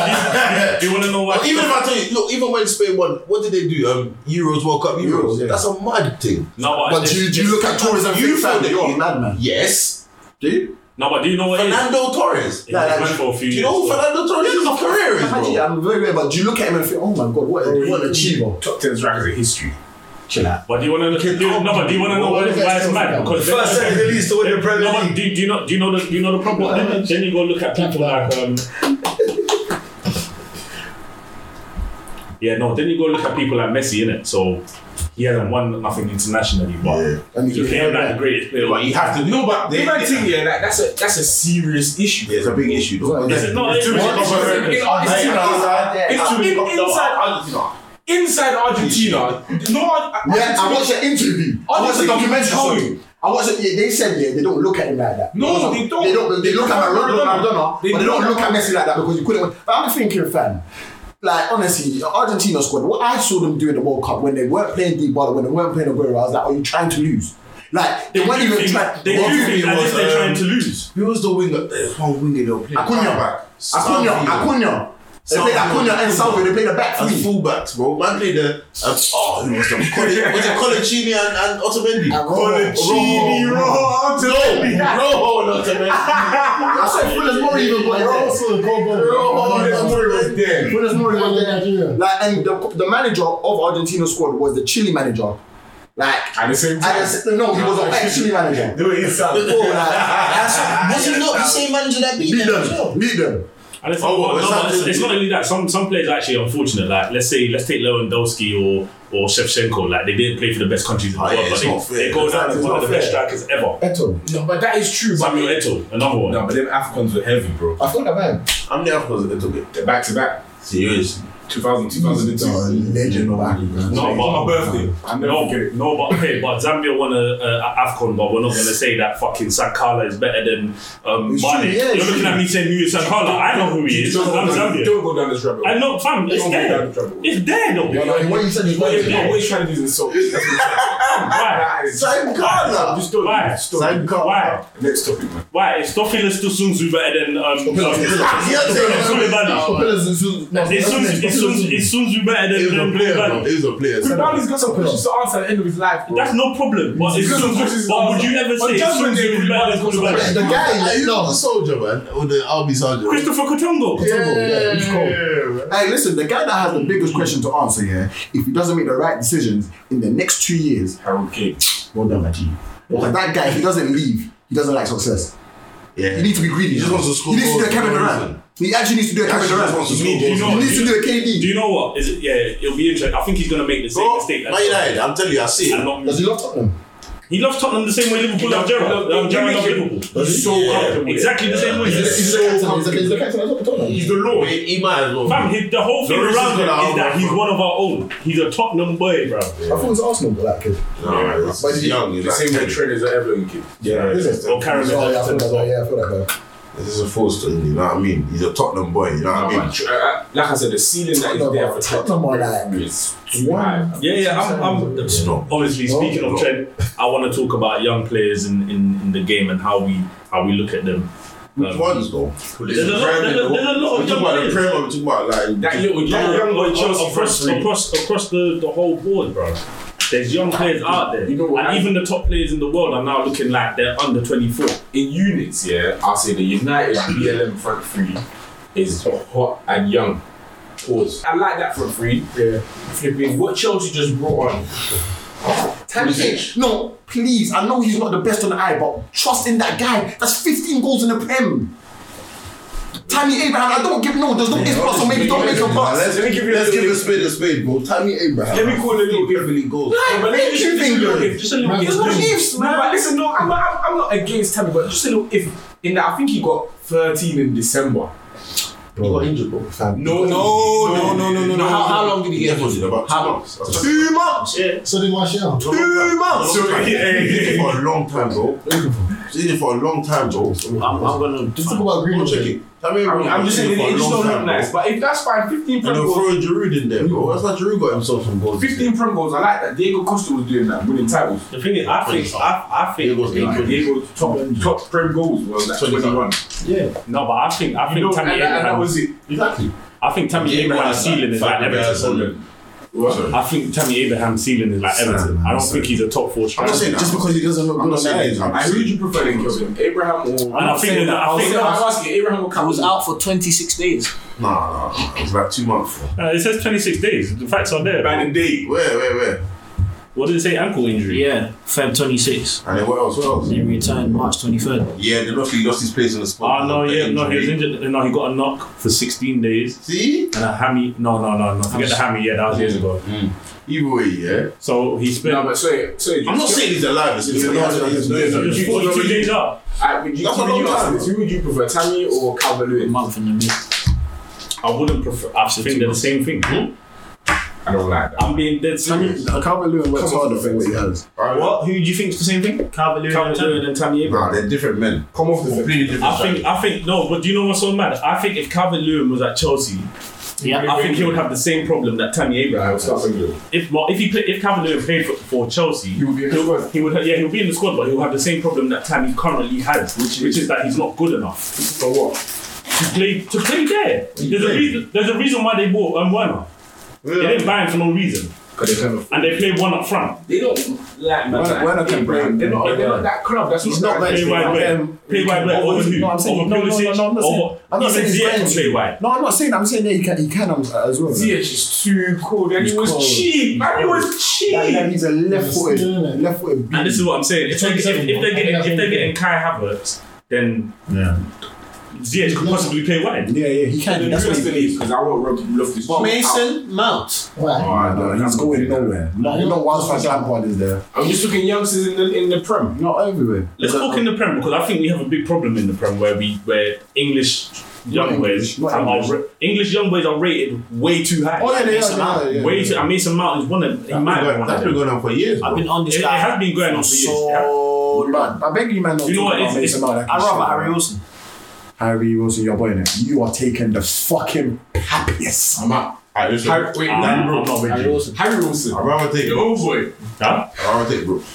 Speaker 2: but do you want to know why?
Speaker 3: But even if I tell you, look, even when Spain won, what did they do? Um, Euros, World Cup, Euros.
Speaker 1: Euros, yeah.
Speaker 3: That's a mad thing.
Speaker 2: No, but,
Speaker 1: But
Speaker 2: it's-
Speaker 1: do you, do you look at tourism?
Speaker 3: You
Speaker 1: fix that,
Speaker 3: feel it.
Speaker 1: You're a madman.
Speaker 3: Yes.
Speaker 2: no, but do you know what it is?
Speaker 3: Fernando Torres.
Speaker 2: He was
Speaker 1: like,
Speaker 2: went for a few
Speaker 3: Do you
Speaker 2: years.
Speaker 3: know who
Speaker 2: so-
Speaker 3: Fernando Torres' career is, bro?
Speaker 1: Imagine, I'm very, very, but do you look at him and think, oh my god, what, a, what an achiever?
Speaker 4: Top 10 strikers in history.
Speaker 1: Chill out.
Speaker 2: But do you want to know? Do you, no, but do you want to know why it's why it's mad? Because then-
Speaker 5: First second release to win the Premier
Speaker 2: No, but
Speaker 5: League.
Speaker 2: do, do you not do you know the do you know the problem? Then, then you go look at people like um. Yeah, no. Then you go look at people like Messi, innit? So he hasn't won nothing internationally, but
Speaker 1: And
Speaker 2: he
Speaker 1: you
Speaker 2: became like the greatest player.
Speaker 3: But you have to.
Speaker 4: No, but
Speaker 3: They-
Speaker 4: the man thing, yeah, like, that's a that's a serious issue.
Speaker 3: Yeah, it's a big issue, though.
Speaker 2: Is it not? It's too
Speaker 4: It's- it's- it's- it's-
Speaker 3: I-
Speaker 4: it's- in- Inside Argentina. Inside Argentina. No, I- I-
Speaker 1: Yeah, I watched an interview. I watched a
Speaker 4: Honestly,
Speaker 1: documentary.
Speaker 4: tell
Speaker 1: sorry.
Speaker 4: you.
Speaker 1: I watched it. Yeah, they said yeah, they don't look at him like that.
Speaker 4: No,
Speaker 1: Because
Speaker 4: they don't.
Speaker 1: They don't. They,
Speaker 4: They
Speaker 1: look
Speaker 4: don't
Speaker 1: at Maradona,
Speaker 4: look at
Speaker 1: Maradona,
Speaker 4: Maradona. They
Speaker 1: but they don't
Speaker 4: don't
Speaker 1: look at
Speaker 4: look-
Speaker 1: Messi like that because you couldn't. win. But I'm thinking, fam. Like honestly, Argentina squad. What I saw them do in the World Cup when they weren't playing Dybala, when they weren't playing Aguero, I was like, are you trying to lose? Like they weren't
Speaker 2: do
Speaker 1: even
Speaker 2: think-
Speaker 1: trying.
Speaker 2: They
Speaker 1: Well,
Speaker 2: do think
Speaker 3: it
Speaker 2: as if
Speaker 3: was,
Speaker 2: they're trying
Speaker 3: um,
Speaker 2: to lose.
Speaker 3: Who was the winger? There's one winger they were playing.
Speaker 1: Acuna,
Speaker 3: Fullback.
Speaker 1: Acuna,
Speaker 3: Salvio.
Speaker 1: Acuna. They played
Speaker 3: Salvio.
Speaker 1: Acuna and Salvio. They played the back
Speaker 3: As
Speaker 1: three.
Speaker 3: fullbacks, bro. Man played the. Um, oh, who was the. Colli- was it Colaccini and, and Otamendi?
Speaker 1: And Rojo. Colaccini,
Speaker 3: Otamendi. No, no, not Otamendi.
Speaker 1: I said Fullers Mori even got it.
Speaker 3: Rojo and Otamendi.
Speaker 1: Funes Mori got there.
Speaker 7: Nigeria.
Speaker 1: Like, and the, the manager of Argentina squad was the Chile manager. Like,
Speaker 4: At the same
Speaker 1: I just, no, he was an ex-Chile manager.
Speaker 4: do it inside.
Speaker 1: Oh,
Speaker 3: Ah,
Speaker 1: like,
Speaker 5: Was he not the same manager that beat
Speaker 1: beat
Speaker 5: them? as well?
Speaker 1: them, beat them.
Speaker 2: And it's, not,
Speaker 3: Oh, well,
Speaker 2: no,
Speaker 3: it's
Speaker 2: but
Speaker 3: not-
Speaker 2: it's, it's not only that. Some some players are actually unfortunate. Like let's say let's take Lewandowski or or Shevchenko. Like they didn't play for the best countries in the
Speaker 3: Oh, yeah,
Speaker 2: world,
Speaker 3: it's not
Speaker 2: but they,
Speaker 3: fair.
Speaker 2: they go down as
Speaker 1: It's
Speaker 2: one of
Speaker 1: not
Speaker 2: the best
Speaker 1: fair.
Speaker 2: strikers ever.
Speaker 7: Eto.
Speaker 4: No, but that is true. But
Speaker 2: Samuel Eto'o, another one.
Speaker 4: no, but them Africans were heavy, bro.
Speaker 7: I feel that vibe.
Speaker 3: I'm the Africans a little bit.
Speaker 4: They're back to back.
Speaker 3: Serious.
Speaker 4: 2000,
Speaker 7: He's a
Speaker 4: 2002.
Speaker 7: legend of Africa.
Speaker 2: No, but
Speaker 4: my birthday. I never
Speaker 2: No,
Speaker 4: forget it.
Speaker 2: no, but okay, but Zambia won a, a, a Afcon, but we're not going to say that fucking Sankala is better than um,
Speaker 1: It's true,
Speaker 2: Mane.
Speaker 1: yeah, it's
Speaker 2: You're looking
Speaker 1: true.
Speaker 2: at me saying who is Sankala. I know who he is.
Speaker 4: Don't
Speaker 2: I'm
Speaker 4: go down-
Speaker 2: Zambia.
Speaker 4: Don't go down this rabbit hole.
Speaker 2: I know, fam. It's
Speaker 4: Don't go down
Speaker 2: there.
Speaker 4: this rabbit hole.
Speaker 2: It's there though.
Speaker 7: Yeah, like, what you said is
Speaker 4: What
Speaker 7: right.
Speaker 4: you- what you trying to do is insult. That's what you're trying
Speaker 2: Why?
Speaker 4: to do.
Speaker 3: Same
Speaker 4: I'm
Speaker 3: colour.
Speaker 4: Just don't.
Speaker 2: Why?
Speaker 4: just don't.
Speaker 2: Why?
Speaker 4: Next topic, man.
Speaker 2: Why? Is Stoffelis Tusunzu better than um? um,
Speaker 3: Yeah,
Speaker 2: Koulibaly?
Speaker 7: Pillars is who- no,
Speaker 2: Is
Speaker 7: that's
Speaker 2: Sunzu-
Speaker 7: it.
Speaker 2: is Sunzu- is Sunzu better
Speaker 3: He was
Speaker 2: than
Speaker 3: a
Speaker 2: than
Speaker 3: player, bro.
Speaker 2: Koulibaly?
Speaker 3: He was a player.
Speaker 4: Koulibaly's got some questions to answer at the end of his life, bro.
Speaker 2: That's no problem. But is
Speaker 4: Because of
Speaker 2: Sunzu?
Speaker 4: course
Speaker 2: But
Speaker 4: it's-
Speaker 2: would you ever
Speaker 4: But
Speaker 2: say
Speaker 4: Jasmine
Speaker 2: Sunzu
Speaker 4: did
Speaker 2: is better than
Speaker 4: because of that.
Speaker 2: Koulibaly?
Speaker 7: The guy,
Speaker 3: He's
Speaker 7: no.
Speaker 3: not a soldier, man. Or the Albi soldier.
Speaker 2: Christopher Kotongo.
Speaker 7: Yeah, he's cold.
Speaker 3: Yeah,
Speaker 1: Hey, listen, the guy that has the biggest question to answer here, if he doesn't make the right decisions in the next two years,
Speaker 4: Harold Kane.
Speaker 1: well done, my G. Because that guy, if he doesn't leave, he doesn't like success.
Speaker 3: Yeah.
Speaker 1: You need to be greedy.
Speaker 3: He just wants to score
Speaker 1: He needs to do a
Speaker 3: goals for
Speaker 1: Kevin
Speaker 3: no
Speaker 1: Durant.
Speaker 3: reason.
Speaker 1: He actually needs to do a Kevin
Speaker 3: actually
Speaker 1: Durant.
Speaker 3: just wants to
Speaker 1: He
Speaker 3: score
Speaker 1: needs-
Speaker 3: goals.
Speaker 1: He needs to do a KD.
Speaker 2: Do you know what? Is it? Yeah, it'll be interesting. I think he's gonna make the same
Speaker 3: Bro,
Speaker 2: mistake. as-
Speaker 3: Man United, I'm telling you, I see
Speaker 2: and
Speaker 3: it.
Speaker 2: not-
Speaker 5: Does he love Tottenham?
Speaker 2: He loves Tottenham the same way Liverpool love Gerrard. Um, Gerrard loves Liverpool.
Speaker 4: He's so
Speaker 3: Yeah.
Speaker 4: comfortable.
Speaker 2: Exactly the same way.
Speaker 5: He's the- He's the captain. He's the- he's the captain of Tottenham.
Speaker 4: He's the law.
Speaker 3: Wait, he might as well.
Speaker 2: Fam, he- the whole thing
Speaker 3: Loris is
Speaker 2: around him
Speaker 3: gonna
Speaker 2: is that
Speaker 3: outrun
Speaker 2: he's
Speaker 3: him.
Speaker 2: one of our own. He's a Tottenham boy, bro.
Speaker 5: I thought it was Arsenal, but that kid.
Speaker 3: No, he's
Speaker 5: But he-
Speaker 3: young. He's
Speaker 4: The same
Speaker 3: like
Speaker 4: way Trent is an Everton kid.
Speaker 3: Yeah,
Speaker 5: Is
Speaker 3: this
Speaker 5: it?
Speaker 2: Or Karen
Speaker 5: Oh, yeah, I feel
Speaker 2: Anderson.
Speaker 5: that guy. Yeah, I feel that guy.
Speaker 3: is a Forster, you know what I mean? He's a Tottenham boy, you know what I mean?
Speaker 4: uh, Like I said, the ceiling that is there for
Speaker 5: Tottenham are
Speaker 4: Tottenham
Speaker 5: like-
Speaker 4: is too high.
Speaker 2: Yeah, yeah. I'm, I'm,
Speaker 3: It's not.
Speaker 2: Obviously,
Speaker 5: No,
Speaker 2: speaking
Speaker 3: no.
Speaker 2: of Trent, I want to talk about young players in, in, in the game and how we how we look at them. Um,
Speaker 3: Which ones though?
Speaker 2: There's a lot- there's a- there's a lot of
Speaker 3: We're
Speaker 2: young
Speaker 3: talking about the
Speaker 2: players.
Speaker 3: Premier, we're talking about like
Speaker 4: That little that young boy Chelsea
Speaker 2: across,
Speaker 4: front three.
Speaker 2: across across the, the whole board, bro. There's young players out there,
Speaker 4: You know what
Speaker 2: and
Speaker 4: I-
Speaker 2: even the top players in the world are now looking like they're under 24.
Speaker 4: in units, yeah, I'll say the United BLM front three is hot and young. Pause. I like that front three. Yeah. Flipping what Chelsea just brought on.
Speaker 1: Tanisic, no, please. I know he's not the best on the eye, but trust in that guy. That's 15 goals in the Prem. Tammy Abraham, I don't give no. There's no if plus or maybe don't make a
Speaker 3: Let's,
Speaker 1: bust.
Speaker 4: Let me give you
Speaker 3: let's
Speaker 4: a
Speaker 3: give
Speaker 4: little-
Speaker 3: a spade a spade, bro. Tammy Abraham.
Speaker 4: Let me call it a little bit.
Speaker 3: Beverly goals.
Speaker 1: Like,
Speaker 4: But let me
Speaker 1: thank you,
Speaker 4: just give you a little
Speaker 1: finger.
Speaker 4: if, just a little
Speaker 1: There's
Speaker 4: if.
Speaker 1: no ifs,
Speaker 4: No,
Speaker 1: man.
Speaker 4: but listen, no, I'm, I'm, I'm not against Tammy, but just a little if. In that, I think he got 13 in December.
Speaker 5: He got injured, bro.
Speaker 4: No,
Speaker 3: no, no, no, no, no.
Speaker 4: How, how long did he
Speaker 3: Yeah,
Speaker 4: get?
Speaker 3: was it about two
Speaker 4: How-
Speaker 3: months? That's a-
Speaker 1: Too much.
Speaker 2: Yeah.
Speaker 5: So did Martial.
Speaker 3: Two months.
Speaker 4: So,
Speaker 3: He's
Speaker 4: yeah,
Speaker 3: been
Speaker 4: yeah,
Speaker 3: in it for a long time, bro. He's in it for a long time, bro.
Speaker 2: I'm, I'm gonna.
Speaker 5: Let's talk about
Speaker 3: Go
Speaker 5: Greenwood.
Speaker 3: check it. Tammy
Speaker 4: I mean,
Speaker 3: Abraham.
Speaker 4: I'm just saying,
Speaker 3: been
Speaker 4: it
Speaker 3: in it for a
Speaker 4: just
Speaker 3: long
Speaker 4: don't
Speaker 3: time,
Speaker 4: look nice.
Speaker 3: bro.
Speaker 4: But if that's fine, 15
Speaker 3: And
Speaker 4: Prem
Speaker 3: they're
Speaker 4: goals.
Speaker 3: throwing Giroud in there, bro. That's how Giroud got himself some goals.
Speaker 4: 15 Prem goals, I like that. Diego Costa was doing that, winning titles.
Speaker 2: The thing is, I think I, I think
Speaker 3: Diego's
Speaker 2: Diego-
Speaker 3: lying.
Speaker 4: Diego top top prem goals was like
Speaker 3: 21.
Speaker 4: 21.
Speaker 2: no, but I think I
Speaker 4: You
Speaker 2: think
Speaker 4: know, and,
Speaker 2: Tammy
Speaker 4: and that
Speaker 2: Abraham.
Speaker 4: was it.
Speaker 3: Exactly.
Speaker 2: I think Tammy
Speaker 3: Yeah,
Speaker 2: Abraham's
Speaker 3: man,
Speaker 2: ceiling is like
Speaker 3: Fabregas
Speaker 2: Everton.
Speaker 3: and-
Speaker 4: Well,
Speaker 2: I think Tammy Abraham's ceiling is like
Speaker 3: Sam,
Speaker 2: Everton. I don't
Speaker 3: Sam.
Speaker 2: think he's a top four
Speaker 3: I'm
Speaker 2: striker.
Speaker 3: not saying that.
Speaker 1: Just because he doesn't look
Speaker 3: I'm
Speaker 1: good
Speaker 3: not
Speaker 1: on the
Speaker 3: saying
Speaker 1: eye.
Speaker 3: that.
Speaker 4: I
Speaker 3: I'm
Speaker 4: who would
Speaker 3: saying-
Speaker 4: you prefer than Kelvin? Abraham or
Speaker 2: And I think that I think
Speaker 4: No, I'm asking Abraham will
Speaker 8: I
Speaker 4: come.
Speaker 8: was out for 26 days.
Speaker 3: Nah, nah, nah. It was like two months.
Speaker 2: Uh, it says 26 days. The facts are there.
Speaker 4: By the day.
Speaker 3: Where, where, where?
Speaker 2: What did it say? Ankle injury.
Speaker 8: Yeah, Feb 26.
Speaker 3: And then what else? What else?
Speaker 8: He returned March 23rd.
Speaker 3: Yeah, they lost. He lost his place in the spot.
Speaker 2: Ah no,
Speaker 3: The
Speaker 2: yeah, no, he was
Speaker 3: injury.
Speaker 2: injured. No, he got a knock for 16 days
Speaker 3: See,
Speaker 2: and a hammy. No, no, no, no. Forget the hammy. Yeah, that was years ago.
Speaker 3: either way, yeah.
Speaker 2: So he spent.
Speaker 4: No, but sorry, sorry.
Speaker 3: I'm not saying he's alive. It's
Speaker 4: Yeah,
Speaker 3: it's-
Speaker 4: yeah,
Speaker 3: it's- it's-
Speaker 4: yeah,
Speaker 3: it's-
Speaker 4: yeah,
Speaker 2: he
Speaker 3: it's-
Speaker 2: was
Speaker 4: you-
Speaker 2: 42
Speaker 4: you-
Speaker 2: days out.
Speaker 4: I, would you,
Speaker 3: That's a
Speaker 4: would
Speaker 3: long
Speaker 4: you
Speaker 3: time.
Speaker 4: ask this? Who would you prefer, Tammy or
Speaker 8: A
Speaker 4: Calvert-Lewin?
Speaker 8: month in the mid.
Speaker 2: I wouldn't prefer. I think they're the same thing.
Speaker 4: I don't like that.
Speaker 2: I'm being dead serious.
Speaker 1: Calvert-Lewin works
Speaker 4: Come on,
Speaker 1: harder for what he has.
Speaker 2: What? Who do you think is the same thing? Calvert-Lewin and Tammy Abraham.
Speaker 3: Nah, they're different men.
Speaker 4: Come off the fence.
Speaker 3: Completely different.
Speaker 2: I think I think no, but do you know what's so mad? I think if Calvin Lewin was at Chelsea,
Speaker 8: Yeah.
Speaker 2: I think he would have the same problem that Tammy Abraham.
Speaker 4: Nah, it's not so good.
Speaker 2: If Mar- if he play, if Calvin Lewin played for, for Chelsea,
Speaker 4: He would be in the
Speaker 2: he'll-
Speaker 4: squad.
Speaker 2: He would ha- yeah he'll be in the squad, but he'll have the same problem that Tammy currently has, which, which is that he's not good enough
Speaker 4: For what?
Speaker 2: to play to play there. There's a reason. There's a reason why they bought um, Werner. They didn't buy him for no reason,
Speaker 4: Because they kind of.
Speaker 2: and they played one up front.
Speaker 4: They don't like man.
Speaker 1: Werner- Werner can
Speaker 4: Abraham,
Speaker 1: brand.
Speaker 4: They're not. They're not that club. That's
Speaker 1: He's
Speaker 4: what
Speaker 1: not going
Speaker 4: that-
Speaker 2: Play
Speaker 1: to
Speaker 2: wide
Speaker 1: um,
Speaker 2: wide. Play wide wide over who?
Speaker 1: No, I'm saying
Speaker 2: Over
Speaker 1: no, no, no,
Speaker 2: Pulisic?
Speaker 1: no, I'm not saying.
Speaker 2: Over-
Speaker 1: I'm not
Speaker 2: even
Speaker 1: saying he's
Speaker 2: Ziyech
Speaker 1: going
Speaker 2: can
Speaker 1: to
Speaker 2: play wide.
Speaker 1: No, I'm not saying. I'm saying that he can. He can um, as well.
Speaker 4: Ziyech is too cold and he was
Speaker 1: cold.
Speaker 4: cheap. Man, he was cheap.
Speaker 1: That, that he's a left-footed,
Speaker 5: He's still in it.
Speaker 1: left-footed.
Speaker 2: And this is what I'm saying. If, they, if, if they're getting if they're getting Kai Havertz, then Ziyech could possibly play wide.
Speaker 1: Yeah, yeah, he
Speaker 4: And
Speaker 1: can.
Speaker 4: that's
Speaker 1: That's what
Speaker 4: just
Speaker 1: he
Speaker 4: the
Speaker 1: believes.
Speaker 4: because I won't rub Loftus.
Speaker 8: Mason Mount.
Speaker 5: Why?
Speaker 4: Oh, I don't know.
Speaker 1: He's going nowhere. No, you know, once Van Lampard is there,
Speaker 4: I'm just looking youngsters in the in the prem.
Speaker 1: not everywhere.
Speaker 2: Let's talk in the Prem because I think we have a big problem in the Prem where we where English young
Speaker 1: English,
Speaker 2: boys
Speaker 1: not
Speaker 2: are-
Speaker 1: English.
Speaker 2: are ra- English young boys are rated way too high.
Speaker 1: Oh yeah, they
Speaker 8: Mason
Speaker 1: are.
Speaker 8: Mount.
Speaker 1: they are, yeah,
Speaker 2: way
Speaker 1: yeah.
Speaker 2: too. And Mason Mount is one of he might be one
Speaker 3: that's
Speaker 2: of
Speaker 3: been
Speaker 2: them.
Speaker 3: going on for years.
Speaker 8: I've
Speaker 3: bro.
Speaker 8: been on
Speaker 2: It,
Speaker 8: this
Speaker 2: it
Speaker 8: guy.
Speaker 2: has been going on for years. yeah.
Speaker 8: So long.
Speaker 1: I beg you, Oh, man, not
Speaker 2: You
Speaker 1: to
Speaker 2: know
Speaker 1: talk
Speaker 2: what,
Speaker 1: about
Speaker 2: it's-
Speaker 1: Mason
Speaker 2: it's-
Speaker 1: Mount. like
Speaker 8: I'd
Speaker 1: you
Speaker 8: rather
Speaker 1: said,
Speaker 8: Harry
Speaker 1: man.
Speaker 8: Wilson.
Speaker 1: Harry Wilson, your boy, innit? You are taking the fucking happiest.
Speaker 3: I'm out. Alright, listen.
Speaker 4: Harry, wait,
Speaker 2: I'm-
Speaker 4: Dan
Speaker 2: I'm
Speaker 4: Brooks.
Speaker 2: not with
Speaker 4: Harry
Speaker 2: you.
Speaker 4: Wilson. Harry Wilson.
Speaker 3: I'd rather take.
Speaker 4: The old boy.
Speaker 2: Huh?
Speaker 3: I'd rather take Brooks.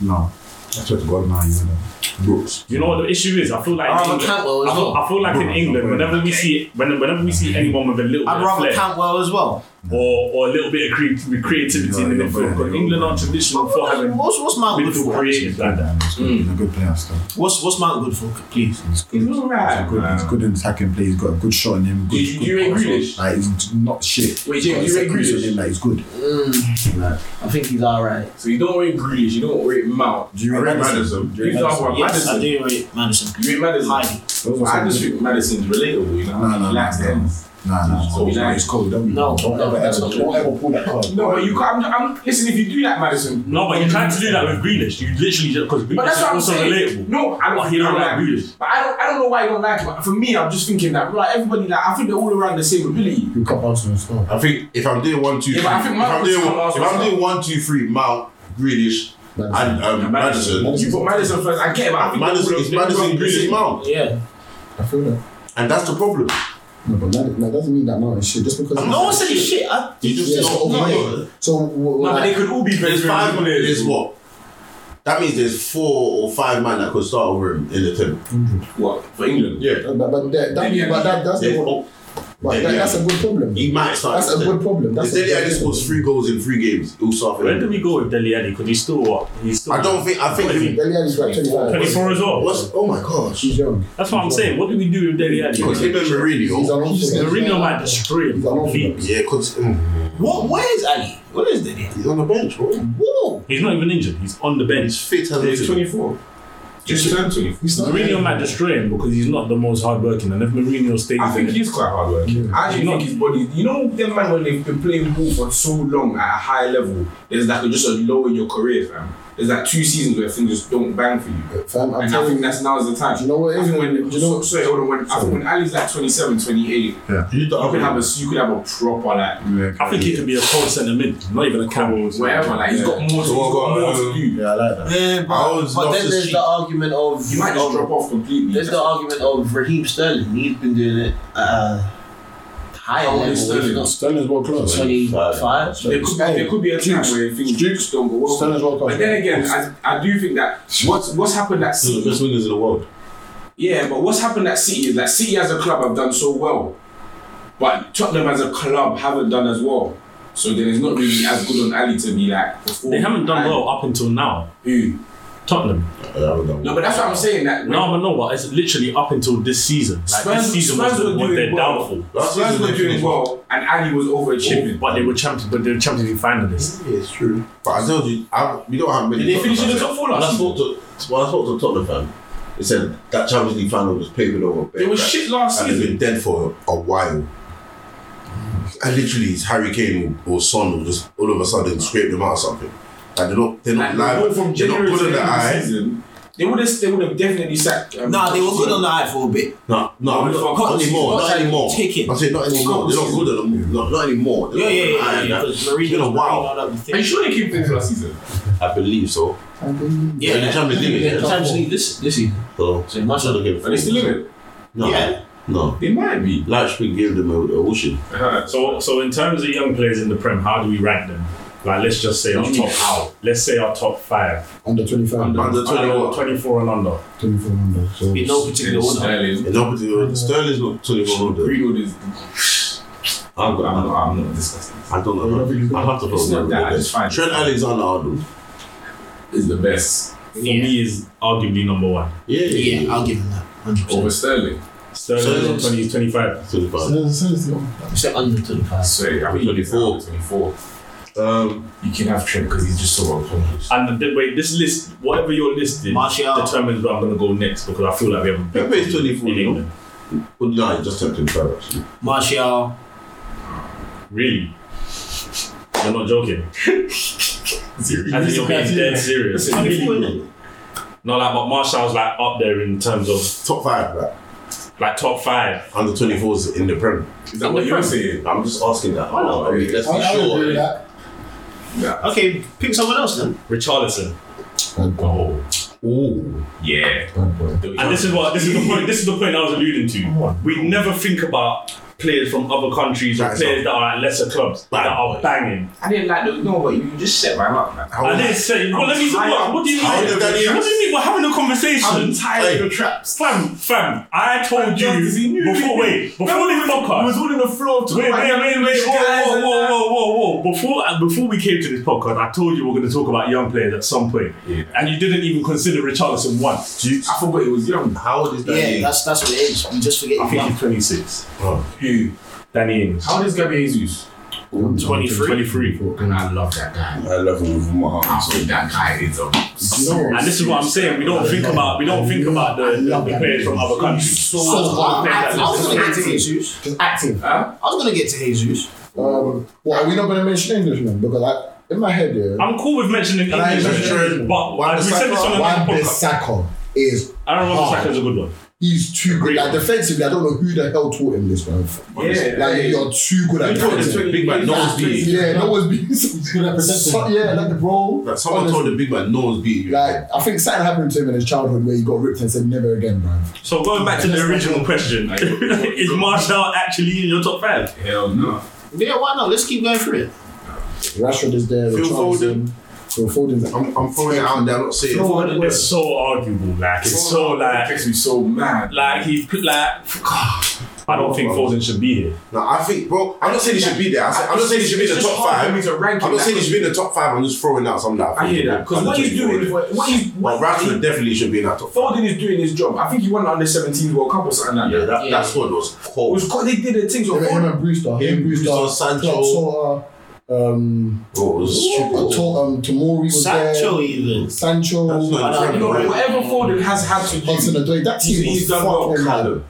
Speaker 1: No, that's what God now. You know.
Speaker 3: Brooks.
Speaker 2: You know what the issue is? I feel like in
Speaker 8: I'd rather
Speaker 2: England-
Speaker 8: Cantwell as
Speaker 2: I feel,
Speaker 8: well.
Speaker 2: I feel like in
Speaker 1: Bro,
Speaker 2: England,
Speaker 1: bro.
Speaker 2: whenever we see when, whenever we see anyone with a little bit
Speaker 8: I'd
Speaker 2: of
Speaker 8: rather
Speaker 2: flair,
Speaker 8: Cantwell as well.
Speaker 2: or, or a little bit of cre- creativity in the
Speaker 1: No,
Speaker 2: midfield.
Speaker 1: no, no,
Speaker 2: Because
Speaker 1: no,
Speaker 2: England
Speaker 1: no.
Speaker 2: aren't traditional for having
Speaker 8: What's what's Mount good
Speaker 2: midfield
Speaker 8: for?
Speaker 2: creators like that.
Speaker 1: He's a good player still.
Speaker 8: What's what's Mount good for? Please.
Speaker 4: He's alright.
Speaker 1: Good, he's good in attacking play. He's got a good shot in him. Good,
Speaker 4: You- you
Speaker 1: good
Speaker 4: rate
Speaker 1: pass.
Speaker 4: Grealish?
Speaker 1: Like, he's not shit.
Speaker 4: Wait, Jim,
Speaker 1: He's
Speaker 4: you
Speaker 1: got
Speaker 4: rate
Speaker 1: second
Speaker 4: Grealish?
Speaker 1: in him, like, he's good.
Speaker 8: I think he's alright.
Speaker 4: So you don't rate Grealish, you don't rate Mount.
Speaker 1: Do you rate
Speaker 4: I rate
Speaker 1: Madison?
Speaker 4: Madison. He's not one.
Speaker 8: Yes, I
Speaker 4: Madison.
Speaker 8: do rate Madison.
Speaker 4: You rate Madison.
Speaker 8: Highly.
Speaker 1: Those are
Speaker 4: I
Speaker 1: some
Speaker 4: just
Speaker 1: good-
Speaker 4: think Madison's relatable, you know?
Speaker 1: No, no, no,
Speaker 4: He lacks
Speaker 1: no.
Speaker 4: ends.
Speaker 1: Nah, nah.
Speaker 4: So we like-
Speaker 1: it's cold. Don't,
Speaker 8: No,
Speaker 1: don't
Speaker 8: no,
Speaker 1: ever,
Speaker 8: that's
Speaker 1: ever,
Speaker 8: not
Speaker 1: don't ever pull that card.
Speaker 4: No, but you can't. I'm, I'm, listen, if you do like Madison.
Speaker 2: No, but you're trying to do that with Greenish. You literally just because
Speaker 4: But
Speaker 2: Greenish
Speaker 4: that's
Speaker 2: is
Speaker 4: what I'm
Speaker 2: also
Speaker 4: saying.
Speaker 2: relatable.
Speaker 4: No, I
Speaker 2: But
Speaker 4: don't.
Speaker 2: he
Speaker 4: I
Speaker 2: don't
Speaker 4: don't
Speaker 2: like Grealish.
Speaker 4: But I don't. I don't know why you don't like him. But For me, I'm just thinking that like everybody, like I think they're all around the same ability.
Speaker 1: You cut Arsenal as well.
Speaker 3: I think if I'm doing one, two,
Speaker 4: Yeah,
Speaker 3: three,
Speaker 4: but I think
Speaker 3: if I'm
Speaker 4: Mount
Speaker 3: doing,
Speaker 4: was come last
Speaker 3: if I'm
Speaker 4: last
Speaker 3: doing one, two, three, Mount, Greenish, and um, Madison.
Speaker 4: You put Madison first. I get it. But I think
Speaker 3: Madison,
Speaker 4: they're all
Speaker 3: it's
Speaker 4: they're all
Speaker 3: Madison,
Speaker 4: around the
Speaker 3: Greenish,
Speaker 4: same.
Speaker 3: Mount,
Speaker 8: Yeah.
Speaker 1: I feel that.
Speaker 3: and that's the problem.
Speaker 1: No, but that, that doesn't mean that now is shit. Just because.
Speaker 8: No one said he's shit. I,
Speaker 3: You just
Speaker 1: Yeah,
Speaker 3: don't
Speaker 1: so,
Speaker 3: know.
Speaker 1: okay. so what,
Speaker 4: No,
Speaker 1: what,
Speaker 4: but they could all be
Speaker 3: There's
Speaker 4: better
Speaker 3: five
Speaker 4: than Grealish.
Speaker 3: There's what? That means there's four or five man that could start over him in the team.
Speaker 4: What for England?
Speaker 3: Yeah.
Speaker 1: but, but that, that,
Speaker 4: Yeah,
Speaker 1: but that, that's
Speaker 3: There's-
Speaker 1: the,
Speaker 3: oh,
Speaker 1: but
Speaker 3: yeah,
Speaker 1: that, that's a good problem.
Speaker 3: He might start.
Speaker 1: That's a
Speaker 3: in the
Speaker 1: good
Speaker 3: team.
Speaker 1: problem. That's
Speaker 3: If
Speaker 1: a good
Speaker 3: Dele Alli
Speaker 1: problem.
Speaker 3: scores three goals in three games, he'll start. for
Speaker 2: Where do
Speaker 3: England.
Speaker 2: we go with Deli Ali? Because he's still what? He's still
Speaker 3: I don't think. I think.
Speaker 1: Dele Alli's about 25.
Speaker 2: 24 as well.
Speaker 3: What's? Oh my gosh.
Speaker 1: He's young.
Speaker 2: That's what I'm saying. What do we do with Deli
Speaker 3: Because
Speaker 2: Ali?
Speaker 3: him and
Speaker 1: He's
Speaker 3: Mourinho.
Speaker 1: an
Speaker 2: The
Speaker 1: offense.
Speaker 2: ring might destroy him
Speaker 1: He's an
Speaker 2: completely.
Speaker 1: offense.
Speaker 3: Yeah, because
Speaker 8: what? Where is Ali? Where is Diddy?
Speaker 3: he's on the bench, bro.
Speaker 8: Whoa.
Speaker 2: He's not even injured. He's on the bench.
Speaker 3: He's fit as
Speaker 4: There's
Speaker 3: a 20.
Speaker 4: 24. Just turned 24.
Speaker 1: He's not
Speaker 2: Mourinho
Speaker 1: young.
Speaker 2: might destroy him because he's not the most hardworking. And if Mourinho stays
Speaker 4: I think
Speaker 2: in
Speaker 4: he's quite hard working. I actually think his body. You know, them man when they've been playing ball for so long at a high level, there's like just a low in your career, fam. There's like two seasons where things just don't bang for you.
Speaker 1: Fam, I'm
Speaker 4: and I
Speaker 1: telling
Speaker 4: think
Speaker 1: you.
Speaker 4: that's now's the time.
Speaker 1: Do you know what it
Speaker 4: I
Speaker 1: is?
Speaker 4: think when,
Speaker 1: Do you know-
Speaker 4: sorry, hold on, when, I think when Ali's like 27, 28,
Speaker 3: You
Speaker 4: you
Speaker 3: don't
Speaker 4: could have
Speaker 3: have
Speaker 4: a you could have a proper like
Speaker 2: I think he could be a cold centre mid, not even a camel.
Speaker 4: whatever. Like he's got more to, he's
Speaker 3: So I've
Speaker 4: got
Speaker 3: got,
Speaker 4: more to
Speaker 3: um,
Speaker 4: do.
Speaker 1: Yeah, I like that.
Speaker 8: Yeah,
Speaker 3: I was
Speaker 8: but, but
Speaker 3: not
Speaker 8: then
Speaker 3: as
Speaker 8: there's
Speaker 3: cheap.
Speaker 8: the argument of
Speaker 4: You might just
Speaker 8: of-
Speaker 4: drop off completely.
Speaker 8: There's the argument of Raheem Sterling. He's been doing it at a higher
Speaker 4: How old
Speaker 8: level.
Speaker 4: is Oh, Sterling?
Speaker 8: Sterling?
Speaker 1: Sterling's world class.
Speaker 8: Twenty-five.
Speaker 4: there could, there could be a time where things just don't go well.
Speaker 1: Sterling's world class.
Speaker 4: But then again, I, I do think that what's what's happened at
Speaker 3: the
Speaker 4: City.
Speaker 3: best wingers in the world.
Speaker 4: Yeah, but what's happened at City is that City as a club have done so well, but Tottenham as a club haven't done as well. So then it's not really as good on Ali to be like.
Speaker 2: They haven't done well up until now.
Speaker 4: Who?
Speaker 2: Tottenham.
Speaker 4: No, but that's what I'm saying. That
Speaker 2: No, but no, but it's literally up until this season. Like this
Speaker 4: Spurs-
Speaker 2: season
Speaker 4: Spurs
Speaker 2: was,
Speaker 4: were
Speaker 2: was their
Speaker 4: doing well.
Speaker 2: downfall.
Speaker 3: Last
Speaker 4: Spurs
Speaker 3: season
Speaker 4: were
Speaker 3: they
Speaker 4: doing
Speaker 3: finished-
Speaker 4: well, and Ali was overachieving.
Speaker 2: But they were champions. But they were champions in finalists.
Speaker 3: Yeah, it's true. But I told you, I, we don't have many.
Speaker 4: Did they finish in the top four
Speaker 3: When I
Speaker 4: last
Speaker 3: spoke
Speaker 4: season?
Speaker 3: to when I spoke to a Tottenham fan, they said that Champions League final was papered over.
Speaker 4: They were shit last
Speaker 3: and they've
Speaker 4: season.
Speaker 3: been dead for a while. And literally, it's Harry Kane or Son will just all of a sudden scrape them out or something. And they're not, they're
Speaker 4: Like,
Speaker 3: not
Speaker 4: they
Speaker 3: live.
Speaker 4: went from
Speaker 3: They're not
Speaker 4: January
Speaker 3: good
Speaker 4: to
Speaker 3: on
Speaker 4: the
Speaker 3: the
Speaker 4: end of the
Speaker 3: eye.
Speaker 4: season. They would have. They would have definitely sacked. Um,
Speaker 8: Nah, they were good on the eye for a bit.
Speaker 3: No,
Speaker 4: No,
Speaker 3: no,
Speaker 4: it's
Speaker 3: not,
Speaker 4: for a couple
Speaker 3: not anymore.
Speaker 8: seasons.
Speaker 3: Not anymore.
Speaker 8: Taken.
Speaker 3: I said not anymore.
Speaker 4: couple
Speaker 3: They're not
Speaker 4: seasons.
Speaker 3: good at them. Not, not anymore. They're
Speaker 8: Yeah,
Speaker 3: not
Speaker 8: yeah,
Speaker 3: good
Speaker 8: yeah.
Speaker 3: at the
Speaker 8: yeah,
Speaker 3: eye.
Speaker 8: Because Mourinho,
Speaker 3: It's been a while.
Speaker 8: Mourinho, that was the
Speaker 4: Are you
Speaker 8: thing.
Speaker 4: sure they came fourth last season?
Speaker 3: I believe so.
Speaker 1: I believe-
Speaker 8: Yeah,
Speaker 3: They're in the Champions League,
Speaker 8: they're in
Speaker 3: yeah.
Speaker 8: the Champions League this this season.
Speaker 3: So,
Speaker 8: So it must have-
Speaker 3: not looking
Speaker 4: Are they still in it?
Speaker 3: No,
Speaker 8: Yeah.
Speaker 3: no.
Speaker 4: They might be.
Speaker 3: Leipzig gave them a, a washing.
Speaker 2: So, so in terms of young players in the Prem, how do we rank them? Like, let's just say our
Speaker 4: do you
Speaker 2: top.
Speaker 4: mean
Speaker 2: Let's say our top five.
Speaker 1: Under 25.
Speaker 3: Under 21.
Speaker 2: 24 and under.
Speaker 1: 24 under. So
Speaker 8: In no particular order.
Speaker 4: Sterling.
Speaker 3: In opposite, Sterling's not 21 under.
Speaker 4: Greenwood is. I'm, I'm, not, I'm not disgusting.
Speaker 3: I don't know. I have to
Speaker 4: It's
Speaker 3: put
Speaker 4: not
Speaker 3: him
Speaker 4: that,
Speaker 3: on
Speaker 4: it's fine.
Speaker 3: Trent Alexander Arnold.
Speaker 4: Is the best
Speaker 2: For me, is arguably number one.
Speaker 3: Yeah, yeah,
Speaker 8: Yeah, I'll give him that. Hundred
Speaker 4: over
Speaker 8: percent.
Speaker 4: Sterling.
Speaker 2: Sterling
Speaker 3: So-
Speaker 2: 20, 25.
Speaker 3: yeah.
Speaker 1: Sterling's- Sterling's the-
Speaker 8: Except under twenty-five.
Speaker 4: So I think you can
Speaker 3: 24.
Speaker 4: have 24.
Speaker 3: Um,
Speaker 4: You can have Trent because he's just so unconscious.
Speaker 2: And the, wait, this list, whatever your list is,
Speaker 8: Martial.
Speaker 2: determines where I'm going to go next because I feel like we have a big
Speaker 3: Pepe is 24,
Speaker 2: in
Speaker 3: you know?
Speaker 2: England.
Speaker 3: Well, no, he just turned 25 actually.
Speaker 8: Martial.
Speaker 2: Really? You're not joking. I think you're being dead serious.
Speaker 4: Listen,
Speaker 2: No, like, but Marshall's like up there in terms of
Speaker 3: Top five, like,
Speaker 2: like top five.
Speaker 3: under 24s in the Prem.
Speaker 4: Is that what you're saying?
Speaker 3: I'm just asking that. Oh, I mean, let's
Speaker 1: I-
Speaker 3: be
Speaker 1: I would agree with
Speaker 3: sure.
Speaker 1: that.
Speaker 8: Okay, pick someone else then.
Speaker 2: Richarlison.
Speaker 1: Bad boy.
Speaker 4: Oh,
Speaker 3: Ooh.
Speaker 4: yeah.
Speaker 1: Bad boy.
Speaker 2: And this is what this is the point. This is the point I was alluding to. We never think about players from other countries or
Speaker 3: That's
Speaker 2: players that are at lesser clubs
Speaker 3: Bad
Speaker 2: that are
Speaker 3: boy.
Speaker 2: banging.
Speaker 4: I didn't like the no, but you just set my mouth, man.
Speaker 3: How
Speaker 2: And they say, well, let me
Speaker 4: tired.
Speaker 2: what, what do you mean?
Speaker 3: How
Speaker 2: What
Speaker 3: did that
Speaker 2: do
Speaker 3: even-
Speaker 2: you mean? We're having a conversation.
Speaker 4: I'm tired
Speaker 3: Hey.
Speaker 4: of your traps.
Speaker 2: Fam, fam, I told
Speaker 4: Yeah, 'cause he
Speaker 2: you
Speaker 4: knew
Speaker 2: before.
Speaker 4: me.
Speaker 2: Wait, before
Speaker 4: Remember
Speaker 2: this
Speaker 4: when we- we was
Speaker 2: podcast.
Speaker 4: all in the floor. talking
Speaker 2: Wait,
Speaker 4: about
Speaker 2: wait,
Speaker 4: young
Speaker 2: wait, wait!
Speaker 4: English
Speaker 2: Whoa,
Speaker 4: guys
Speaker 2: whoa,
Speaker 4: and
Speaker 2: whoa,
Speaker 4: that.
Speaker 2: whoa, whoa, whoa! Before uh, before we came to this podcast, I told you we are going to talk about young players at some point, and you didn't even consider Richarlison once.
Speaker 3: Do you-
Speaker 4: I forgot it was young.
Speaker 3: How old is
Speaker 8: Yeah,
Speaker 3: Danny?
Speaker 8: that's that's what it is. You just forget
Speaker 2: I
Speaker 8: you're
Speaker 2: think
Speaker 8: young.
Speaker 2: he's 26.
Speaker 4: Who?
Speaker 2: Danny Ings.
Speaker 4: How old is Gabi Jesus?
Speaker 2: 23? 23.
Speaker 4: And I love that guy.
Speaker 9: I love him with my
Speaker 4: I
Speaker 9: heart.
Speaker 4: think that guy is a.
Speaker 2: And this is what I'm saying. We don't think about we don't think about the, the players from other countries.
Speaker 8: I was, I- I- I was gonna get to Jesus.
Speaker 1: Because acting.
Speaker 4: Huh?
Speaker 8: I was gonna get to Jesus.
Speaker 1: Um, well, are we not going to mention Englishmen? Because I, in my head, yeah,
Speaker 2: I'm cool with mentioning
Speaker 1: I
Speaker 2: English,
Speaker 1: mention-
Speaker 2: but
Speaker 3: Wan-Bissaka-
Speaker 2: we said this on
Speaker 1: Wan
Speaker 2: another podcast.
Speaker 1: Bissaka is
Speaker 2: Aaron
Speaker 8: Oh.
Speaker 2: Wan-Bissaka is
Speaker 1: hard.
Speaker 2: a good one.
Speaker 1: He's too good.
Speaker 2: Great.
Speaker 1: Like defensively, I don't know who the hell taught him this, man.
Speaker 4: Yeah.
Speaker 1: Like you're too good at
Speaker 4: You taught this
Speaker 1: defense.
Speaker 4: to
Speaker 3: Big man, no one's beating you.
Speaker 1: Yeah, no one's being he's good at protecting. Yeah, like bro.
Speaker 3: Like, someone
Speaker 1: honestly,
Speaker 3: told the big man, no one's beating you.
Speaker 1: Like I think something happened to him in his childhood where he got ripped and said never again, man.
Speaker 2: So going back to the original question, is Marshall actually in your top five?
Speaker 4: Hell no.
Speaker 8: Yeah, why not? Let's keep going through it.
Speaker 1: Rashford is there.
Speaker 3: Phil
Speaker 1: Richarlison, Phil Foden's.
Speaker 3: I'm, I'm throwing it out there, I'm not saying
Speaker 1: Phil
Speaker 3: it.
Speaker 1: Foden.
Speaker 2: It's so arguable. Like it's so
Speaker 4: That
Speaker 2: like
Speaker 4: makes me so mad.
Speaker 2: like he like. I don't think Foden should be here.
Speaker 3: No, I think, bro, I'm not saying he should be there. I said, I'm not saying he should be in the
Speaker 4: It's just
Speaker 3: top
Speaker 4: hard for
Speaker 3: five.
Speaker 4: me to rank
Speaker 3: I'm
Speaker 4: him
Speaker 3: not saying
Speaker 4: that
Speaker 3: he should be in the top five. I'm just throwing out some that
Speaker 4: I hear that. Because what he's doing, what what he's
Speaker 3: Well,
Speaker 4: what
Speaker 3: Rashford definitely should be in that top five.
Speaker 4: Foden is doing his job. I think he won the under 17 World Cup or something like
Speaker 3: Yeah,
Speaker 4: that.
Speaker 3: that,
Speaker 8: Yeah.
Speaker 3: that squad was
Speaker 4: It
Speaker 3: cold.
Speaker 4: was co- they did their things. So
Speaker 1: Him him
Speaker 4: Foden,
Speaker 1: and Brewster.
Speaker 3: Him,
Speaker 1: Him, Brewster.
Speaker 3: Brewster, Sancho.
Speaker 1: Klopp, Sora, Um,
Speaker 3: Bro, it was stupid.
Speaker 1: Tor- um, Tomori was
Speaker 8: Sancho
Speaker 1: there.
Speaker 8: even.
Speaker 1: Sancho.
Speaker 3: That's not
Speaker 4: you
Speaker 8: I don't
Speaker 4: know,
Speaker 8: know.
Speaker 3: incredible.
Speaker 4: whatever Foden has had to
Speaker 1: Hudson
Speaker 4: do,
Speaker 1: Odoi. That
Speaker 4: he's,
Speaker 1: team
Speaker 4: he's
Speaker 1: was
Speaker 4: done well.
Speaker 1: fucking mad.
Speaker 4: Callum.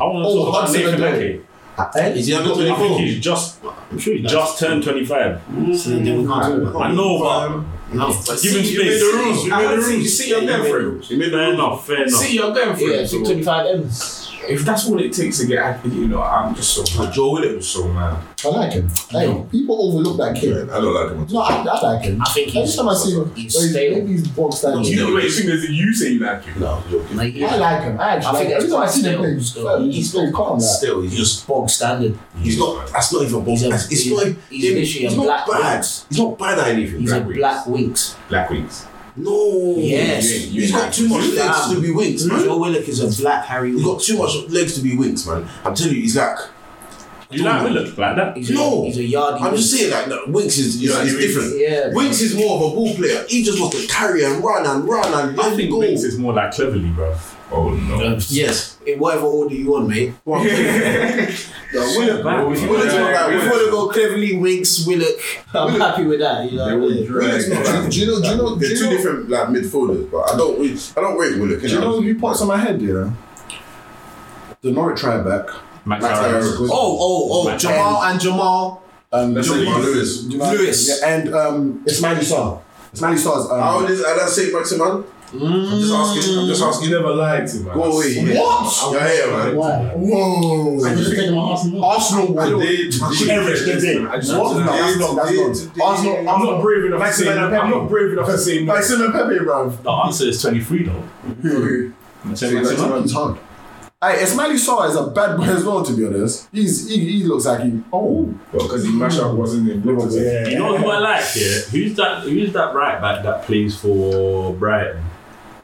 Speaker 2: I want to
Speaker 1: Oh,
Speaker 2: talk about
Speaker 1: Hudson
Speaker 2: Nathan
Speaker 1: Odoi.
Speaker 2: Ake.
Speaker 3: Is he under
Speaker 2: I think
Speaker 3: 24?
Speaker 2: he's just
Speaker 8: I'm sure he does.
Speaker 2: just turned 25.
Speaker 8: So then we can't talk about
Speaker 2: I know, but
Speaker 8: it. No, but
Speaker 2: give him
Speaker 8: see,
Speaker 3: You made
Speaker 2: space.
Speaker 3: the rules. You
Speaker 4: I
Speaker 3: made the
Speaker 4: don't see you
Speaker 3: rules.
Speaker 4: see you're
Speaker 8: Yeah,
Speaker 4: going
Speaker 8: you
Speaker 4: for
Speaker 8: made
Speaker 4: him.
Speaker 3: You made the
Speaker 2: Fair
Speaker 3: rules.
Speaker 2: enough. Fair enough.
Speaker 4: See you're going for
Speaker 8: Yeah,
Speaker 4: him. So
Speaker 8: 25 M's.
Speaker 4: If that's all it takes to get, out, you know, I'm just so
Speaker 3: But
Speaker 4: mad.
Speaker 3: Joe Willock
Speaker 4: I'm so mad.
Speaker 1: I like him. Hey, people overlook that kid.
Speaker 9: I don't like him.
Speaker 1: No, I, I like him.
Speaker 8: I think
Speaker 1: Every
Speaker 8: he's-
Speaker 1: time I see him,
Speaker 8: he's
Speaker 1: well,
Speaker 8: stale.
Speaker 1: maybe he's box standard.
Speaker 3: No,
Speaker 4: You, wait, you think there's a you say you like him?
Speaker 3: No, I'm joking.
Speaker 8: Like, yeah.
Speaker 1: I like him. I
Speaker 8: I
Speaker 1: actually
Speaker 8: think
Speaker 1: like him. Every
Speaker 8: that's
Speaker 1: time I see
Speaker 8: quite
Speaker 1: him play,
Speaker 8: stale
Speaker 1: he's
Speaker 8: still.
Speaker 1: fair, he's
Speaker 8: He's
Speaker 1: still calm. Like.
Speaker 3: Still, he's just
Speaker 8: He's bog standard.
Speaker 3: He's not. That's not even.
Speaker 8: He's a-
Speaker 3: that's, it's
Speaker 8: he's-
Speaker 3: not.
Speaker 8: he's literally a
Speaker 3: not
Speaker 8: black
Speaker 3: bad.
Speaker 8: wings.
Speaker 3: He's not bad at anything.
Speaker 8: He's a
Speaker 4: Black
Speaker 8: black winks.
Speaker 4: Black Wings.
Speaker 3: No.
Speaker 8: Yes.
Speaker 3: You ain't- you ain't he's got too much
Speaker 8: Fam. Hmm?
Speaker 3: legs to be wings, man.
Speaker 8: Joe Willock is a black Harry
Speaker 3: He's
Speaker 8: Winks.
Speaker 3: got too much legs to be wings, man. I'm telling you, he's like.
Speaker 2: you like Willock like that?
Speaker 8: He's a,
Speaker 3: No.
Speaker 8: he's a yardie.
Speaker 3: I'm just
Speaker 8: Winks.
Speaker 3: saying, like, that Winks is, is,
Speaker 9: Yeah,
Speaker 3: is
Speaker 9: Winks.
Speaker 3: different.
Speaker 8: Yeah.
Speaker 3: Winks is more of a ball player. He just wants to carry and run and run and
Speaker 2: I think
Speaker 3: go.
Speaker 2: Winks is more like cleverly, bro.
Speaker 4: Oh no.
Speaker 8: Yes. In whatever order you want, mate.
Speaker 4: Willock, man.
Speaker 3: Willock's not that
Speaker 8: If you want to go cleverly, Winks, Willock, I'm happy with that. You know what I mean?
Speaker 9: Willock's not
Speaker 1: Do you know? Do you know? Do
Speaker 9: They're
Speaker 1: you
Speaker 9: two
Speaker 1: know,
Speaker 9: different like midfielders, but I don't rate I don't rate Willock.
Speaker 1: do you know who pops on my head? You know, the Norwich try back.
Speaker 2: Max
Speaker 9: Tyrese.
Speaker 8: Oh, oh, oh. Jamal and Jamal.
Speaker 1: Um,
Speaker 9: Let's say Mark Lewis.
Speaker 8: Lewis.
Speaker 1: Yeah, and um, Ismaili Sarr. Ismaili Sarr's. Um,
Speaker 9: How old is Alan St. Maximan? I'm just asking. I'm just
Speaker 4: You
Speaker 9: asking.
Speaker 4: never lied to man.
Speaker 9: Go away.
Speaker 1: What?
Speaker 9: You're here, man.
Speaker 1: Whoa! I just taking my Arsenal. Arsenal
Speaker 9: I
Speaker 1: won.
Speaker 9: did.
Speaker 2: Eric, the day.
Speaker 4: I just-
Speaker 1: What? No, that's long. That's long. Arsenal.
Speaker 4: I'm not brave enough to say.
Speaker 1: Maximilian
Speaker 4: I'm not
Speaker 1: Pepe.
Speaker 4: brave enough to say. no.
Speaker 1: Maximilian Pepe, bro.
Speaker 2: The answer is 23 though.
Speaker 1: Who? It's hard. Hey, Ismaili Sarr is a bad boy as well, to be honest. He's, he, he looks like he. Oh.
Speaker 4: Because he mashed up wasn't in Liverpool.
Speaker 2: You know who I like? Yeah, who's that? Who's that right back that plays for Brighton?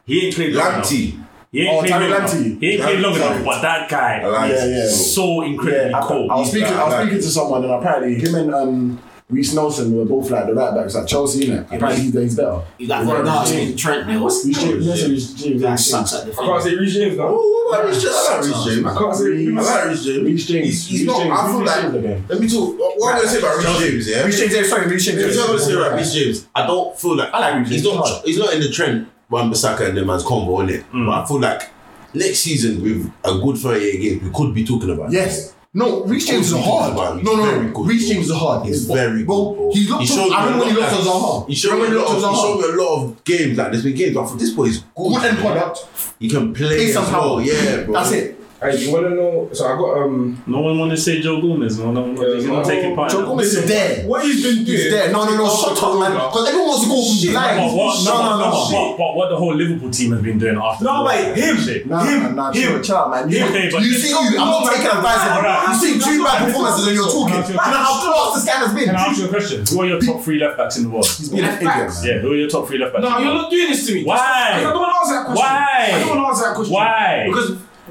Speaker 2: He ain't played long enough.
Speaker 9: Lanty.
Speaker 2: He ain't
Speaker 1: Oh,
Speaker 2: played
Speaker 1: Tyler
Speaker 2: long enough.
Speaker 1: Lamptey.
Speaker 2: He ain't played long
Speaker 1: Lamptey.
Speaker 2: enough, but that guy
Speaker 1: Yeah, yeah.
Speaker 2: is so incredibly
Speaker 1: I,
Speaker 2: cool.
Speaker 1: I was speaking. I was
Speaker 9: Like-
Speaker 1: speaking to someone, and apparently him and um, Reece Nelson were both like the right backs at Chelsea. Innit? Apparently he's, he's better.
Speaker 8: He's like Van Gaal in Trent, mate. What's
Speaker 1: Reece James. Nelson Reece James.
Speaker 8: that?
Speaker 1: Reece
Speaker 8: Sucks
Speaker 1: James.
Speaker 8: at the
Speaker 4: I can't
Speaker 8: thing.
Speaker 4: say Reece James now.
Speaker 9: Oh, I like Reece James. I like Reece James.
Speaker 4: I can't say
Speaker 9: I
Speaker 4: Reece.
Speaker 9: like Reece James.
Speaker 1: Reece James.
Speaker 9: He's, he's not. I feel
Speaker 1: Reece
Speaker 9: like.
Speaker 1: James again.
Speaker 9: Let me talk. What, what I'm going to say about Reece James, yeah?
Speaker 1: Reece James. Sorry, Reece James.
Speaker 9: He's
Speaker 3: He's
Speaker 9: not gonna
Speaker 3: not going to say
Speaker 9: say
Speaker 3: right,
Speaker 9: right,
Speaker 3: Reece James. I don't feel like
Speaker 1: I like Reece
Speaker 3: he's
Speaker 1: James.
Speaker 3: not. He's not in the trend. Wan Bissaka and them man's combo in it. But
Speaker 1: Mm.
Speaker 3: I feel like next season with a good 38 games, we could be talking about.
Speaker 1: Yes. No, Reece James is
Speaker 3: Oh, He's
Speaker 1: hard.
Speaker 3: very
Speaker 1: No, no,
Speaker 3: good,
Speaker 1: no.
Speaker 3: bro.
Speaker 1: Reece James is hard.
Speaker 3: He's very good.
Speaker 1: Bro,
Speaker 3: bro.
Speaker 1: he looked.
Speaker 3: showed
Speaker 1: I remember
Speaker 3: me
Speaker 1: when he
Speaker 3: a
Speaker 1: looked at
Speaker 3: lot-
Speaker 1: Zaha.
Speaker 3: He showed,
Speaker 1: Remember
Speaker 3: me
Speaker 1: when
Speaker 3: a
Speaker 1: he looked
Speaker 3: lot
Speaker 1: at
Speaker 3: of, he showed
Speaker 1: Zaha.
Speaker 3: me a lot of games. Like there's been games. But I thought this boy is good.
Speaker 1: Good end product.
Speaker 3: He can play
Speaker 1: Play
Speaker 3: as
Speaker 1: somehow.
Speaker 3: well. Yeah, bro.
Speaker 1: That's it.
Speaker 4: Hey, you wanna know? So I got um.
Speaker 2: No one want to say Joe Gomez. No, no one
Speaker 4: Yeah,
Speaker 2: not
Speaker 4: no,
Speaker 2: taking part. in
Speaker 1: Joe
Speaker 2: that.
Speaker 1: Gomez is there.
Speaker 4: What he's been doing?
Speaker 1: He's there. No, no, no, shut up, man. Because everyone wants to go from
Speaker 2: But
Speaker 1: blind.
Speaker 2: what,
Speaker 1: No, no, no.
Speaker 2: but, but what the whole Liverpool team has been doing after. the
Speaker 4: No, like,
Speaker 2: World Cup
Speaker 4: him.
Speaker 2: and shit.
Speaker 1: Nah,
Speaker 4: Him,
Speaker 1: nah,
Speaker 4: him,
Speaker 1: chill, chill out, man. You,
Speaker 2: Okay, but
Speaker 1: you
Speaker 2: this-
Speaker 1: see, you, I'm not taking advice.
Speaker 2: Hold on.
Speaker 1: Of you. you see two bad performances and you're talking.
Speaker 2: Can I ask you a
Speaker 1: Man, how class this guy has been.
Speaker 2: Can I ask you a question? Who are your top three left backs in the world?
Speaker 1: He's been an idiot. man.
Speaker 2: Yeah, who are your top three left backs? in
Speaker 4: No,
Speaker 2: the
Speaker 4: you're
Speaker 2: world?
Speaker 4: not doing this to me.
Speaker 2: Why?
Speaker 4: I don't want to answer that question.
Speaker 2: Why?
Speaker 4: I don't want to answer that question.
Speaker 2: Why?
Speaker 4: Because